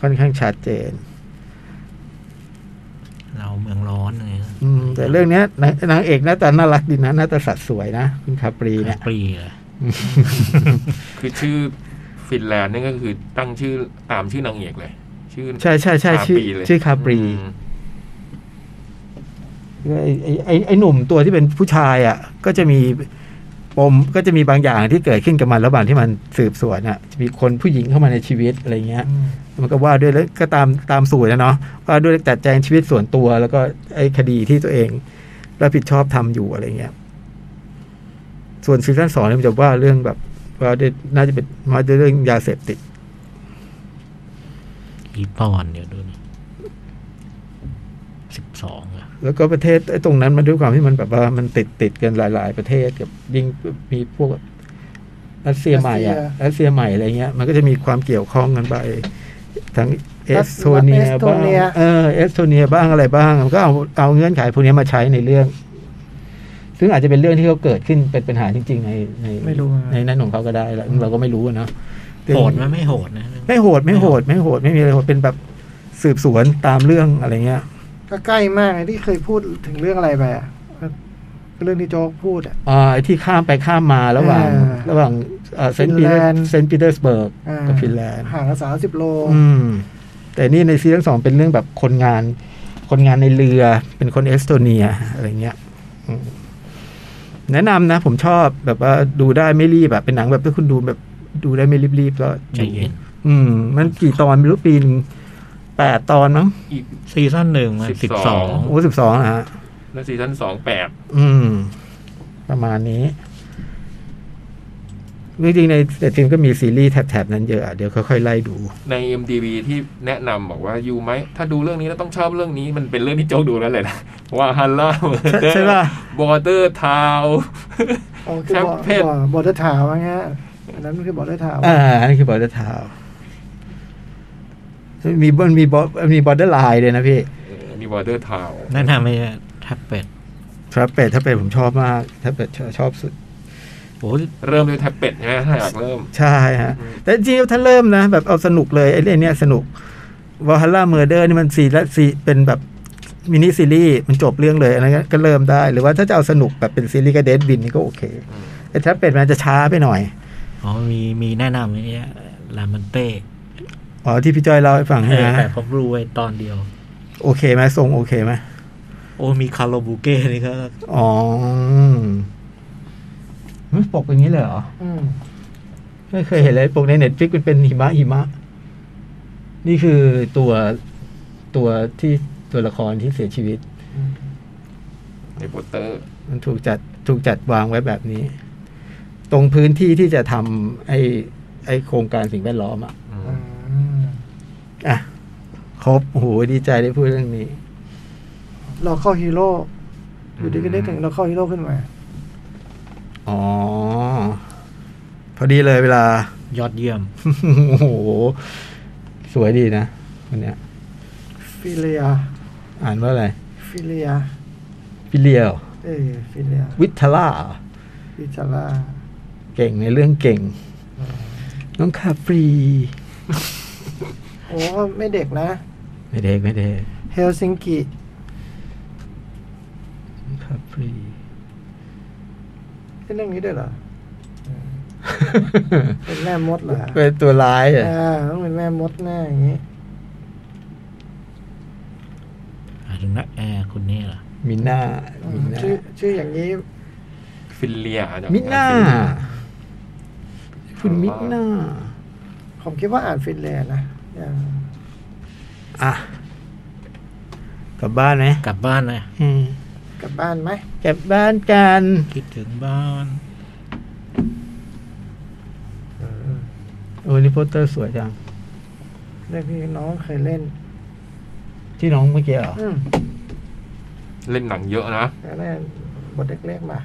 ค่อนข้างชัดเจน
เราเมืองร้อนอะไรเงี้ย
อืม แต่เรื่องเนี้ยนางนางเอกหน้าตาน่ารักดีนะหน้าตาสัดสวยนะคุณคาปรีเนี่ย
ปรีเลย
คือชื่อฟินแลนด์นี่ก็คือตั้งชื่อตามชื่อนางเอกเลย ชื่อ
ใช่ใช่ใช่
คา
ชื่อ
ปีเลย
ชื่อคาปรี
อืม
ไอ้ไอ้ไอ้ไอ้หนุ่มตัวที่เป็นผู้ชายอ่ะ ก็จะมีปมก็จะมีบางอย่างที่เกิดขึ้นกับมันระหว่างที่มันสืบสวนอ่ะจะมีคนผู้หญิงเข้ามาในชีวิตอะไรเงี้ย มันก็ว่าด้วยแล้วก็ตามตามสูตรนะเนาะว่าด้วยจัดแจงชีวิตส่วนตัวแล้วก็ไอ้คดีที่ตัวเองรับผิดชอบทำอยู่อะไรเงี้ย ส่วนซีซั่นสองเนี่ยมันจะว่าเรื่องแบบว่าด้วยน่าจะเป็นมาด้วยเรื่องยาเสพติด
อีปอนเดี๋ยวดูสิบสองอะ
แล้วก็ประเทศไอ้ตรงนั้นมันด้วยความที่มันแบบว่ามันติดติดกันหลาย ๆ ประเทศกับยิ่งมีพวกรัสเซียใหม่อะรัสเซียใหม่อะไรเงี้ยมันก็จะมีความเกี่ยวข้องกันไปทั้งเอสโตเนีย
รัสเซียเอสโต
บ้าง
เนีย
เออเอสโตเนียบ้างอะไรบ้างมันก็เอาเอาเงื่อนไขพวกนี้มาใช้ในเรื่อง ซึ่งอาจจะเป็นเรื่องที่เขาเกิดขึ้นเป็นปัญหาจริง ๆ ในใน
ไม่รู้อะ
ในนั้นของเขาก็ได้แล้วเราก็ไม่รู้อะเนาะ
โหดไหมไม่โหดนะ
ไม่โหดไม่โหดไม่โหดไม่มีอะไรโหดเป็นแบบสืบสวนตามเรื่องอะไรเงี้ย
ก็ใกล้มากไอ้ที่เคยพูดถึงเรื่องอะไรไปอ่ะเรื่องที่โจ๊กพูดอ่ะ
อ่าไอ้ที่ข้ามไปข้ามมาระหว่าง
อ่า
ระหว่างเซนต์ปีเตอร์
Finland
เซนต์ปีเตอร์สเบิร์ก
อ่า
กับฟินแลนด์
ห่างกันสามสิบโล
อืม แต่นี่ในซีซั่นสองเป็นเรื่องแบบคนงาน คนงานในเรือเป็นคนเอสโตเนียอะไรเงี้ยอืมแนะนำนะ ผมชอบแบบว่าดูได้ไม่รีบแบบเป็นหนังแบบที่คุณดูแบบดูได้ไม่รีบๆแล้ว
ใจเย็น
อืม มันกี่ตอนไม่รู้ปีหนึ่งแปดตอนมั้ง
อีก
ซีซั่นหนึ่งมา
สิ
สิ
บบ ส
ส
อ
อง ง
โอ้สิบสองนะฮะ
แล้วซีซั่นสองแปด
อืม ประมาณนี้จริงๆในแต่จริงก็มีซีรีส์แถบๆนั้นเยอะอะเดี๋ยวค่อยๆไล่ดู
ใน MDB ที่แนะนำบอกว่าอยู่ไหม ถ้าดูเรื่องนี้แล้วต้องชอบเรื่องนี้มันเป็นเรื่องที่โจ๊กดูแล้วเลยนะว่าฮันล่า
ใช่ใช่ป่ะ
บอเตอร์ทาว
อ๋อคือ
แชมป์
บ่อ
เพศ
บ่อบอเดอร์ทาวน์ว่างั้นอันนั้นมันคือบอเดอร์ทาวน์
อ่าอันนี้คือบอร์เดอร์ทาวมีมันมีบอมีบอร์เดอร์ไลน์เลยนะพี่
มีบอเตอร์ทาว
แนะนำไม่แท็บเป็ด
ทรัปเป็ดทรัปเป็ดผมชอบมากทรัปเป็ดชอบชอบสุด
โอ้ย
เริ่มด้วยแท็บเป็ดใช่ไหมถ้าอยากเริ่ม
ใช่ฮะ แต่จริงๆถ้าเริ่มนะ แบบเอาสนุกเลย ไอ้เรื่องเนี้ยสนุกวอลฮัลล่าเมอร์เดอร์นี่มันซีและซีเป็นแบบมินิซีรีส์มันจบเรื่องเลยอันนั้นก็เริ่มได้ หรือว่าถ้าจะเอาสนุกแบบเป็นซีรีส์ก็เดดบินนี่ก็โอเค
อืม
ไอ้ถ้าเป็นมันจะช้าไปหน่อย
อ๋อมีมีแนะนำไอ้เนี่ยลามันเต้
อ๋อ ที่พี่จ้อยเล่าให้ฟัง
เออแต่
นะ
ผมรู้ไว้ตอนเดียว
โอเคไหมทรงโอเคไหม
โอ้มีคาร์โลบูเก้นี่ก็
อ๋อมันปกอย่างนี้เลยเหรอ
อืม
ไม่เคยเห็นเลยปกในเน็ตฟิกมันเป็นหิมะหิมะ นี่คือตัวตัวที่ตัวละครที่เสียชีวิต
ในโปสเตอร์
มันถูกจัดถูกจัดวางไว้แบบนี้ ตรงพื้นที่ที่จะทำไอ้ไอ้โครงการสิ่งแวดล้อมอ่ะ
อืม
อ่ะครบโอ้โหดีใจได้พูดเรื่องนี้
เราเข้าฮีโร่อยู่ดีก็ได้ถึงเราเข้าฮีโร่ขึ้นมา
อ๋อ พอดีเลยเวลา
ยอดเยี่ยม
โอ้โห สวยดีนะวันเนี้ย
ฟิเลีย
อ่านว่าอะไร
ฟิเลีย
พิเลียว
เออฟิเลีย
วิทลา
ฟิจาร่า
เก่งในเรื่องเก่ง น้องคาปรี
โอ้ไม่เด็กนะ
ไม่เด็กไม่เด็ก
เฮลซิงกิ
น้องคาปรี
เล่นเรื่องนี้ด้วยเหรอเป็นแม่มดเหรอ
เป็นตัวร้ายอ่ะ
อ่าต้องเป็นแม่มดแน่อย่างนี้
หมายถึงนักแอร์คนนี้เหรอ
มิน่า
อื
มิ
ม
น่า
ชื่อชื่ออย่างนี้
ฟินเลียจก
มิน่า
ฟิเลีย
คุณมิน่า
ผมคิดว่าอ่านฟินแลนด์นะอย่าง
อ่ะ กลับบ้านไหม
กลับบ้านนะ
อืม
กลับบ้านไหม
กลับบ้านกัน
คิดถึงบ้าน
โอ้ยนี่โปสเตอร์สวยจัง
เรื่องที่น้องเคยเล่น
ที่น้องเมื่อกี้เหรอ
อืม
เล่นหนังเยอะนะ
แล้วนั่นบทเล็กๆมา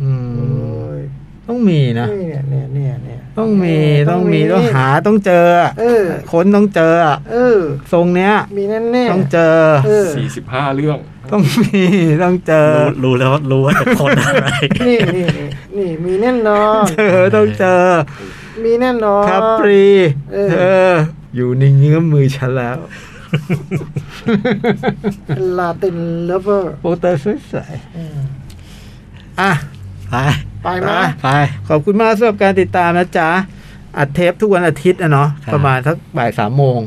อื
โอ้
ม
ย
ต้องมีนะ
นี่เนี่ยเนี่ยเนี่ยเนี่ย
ต้องมี
เ
ต้องมีต้องหาต้องเจออะ
เออ
คนต้องเจออะ
เออ
ทรงเนี้ย
มีแน่แน่ๆ
ต้องเจอ
เออ
45 เรื่อง
ต้องมี ต้องเจอ
รู้รู้แล้วรู้ว่าจะคนอะไร
นี่นี่นี่นี่มีแน่นอน
เจอต้องเจอ
มีแน่นอน
ครับปรี
เออ
เธออยู่ในเงื้อมมือฉันแล้ว
ลาตินเลเวอร์
โปสเตอร์สวยๆอ่ะ
ไป
ไปไหม
ไป ขอบคุณมากสำหรับการติดตามนะจ๊ะ อัดเทปทุกวันอาทิตย์นะเนาะ
ครับ
ประมาณสักบ่ายสามโมง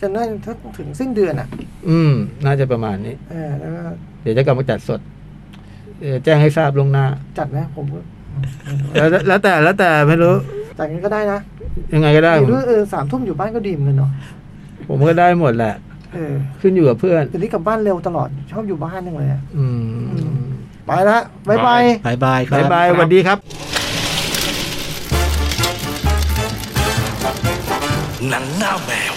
จะน่าจะถึงสิ้นเดือนอ่ะ
อืม น่าจะประมาณนี้
เออแล้วก็
เดี๋ยวจะกลับมาจัดสดเอ่อแจ้งให้ทราบลวงหน้า
จัดนะผมก็
แล้วแล้วแต่แล้วแต่ไม่รู้
จัดกันก็ได้นะ
ยังไงก็ได้
ห
ผ
รือ
ม
ว่าเออสามทุ่มอยู่บ้านก็ดีเหมือนกันเนาะ
ผมก็ได้หมดแหละ
เออ
ขึ้นอยู่กับเพื่อน
เดี๋ยวนี้กลับบ้านเร็วตลอด ชอบอยู่บ้านจังเลยอะ
อืม
ไปละบ๊ายบาย
บายบายครับ
า
บ
ยบายสวัสดีครับ
หนังหน้าแมว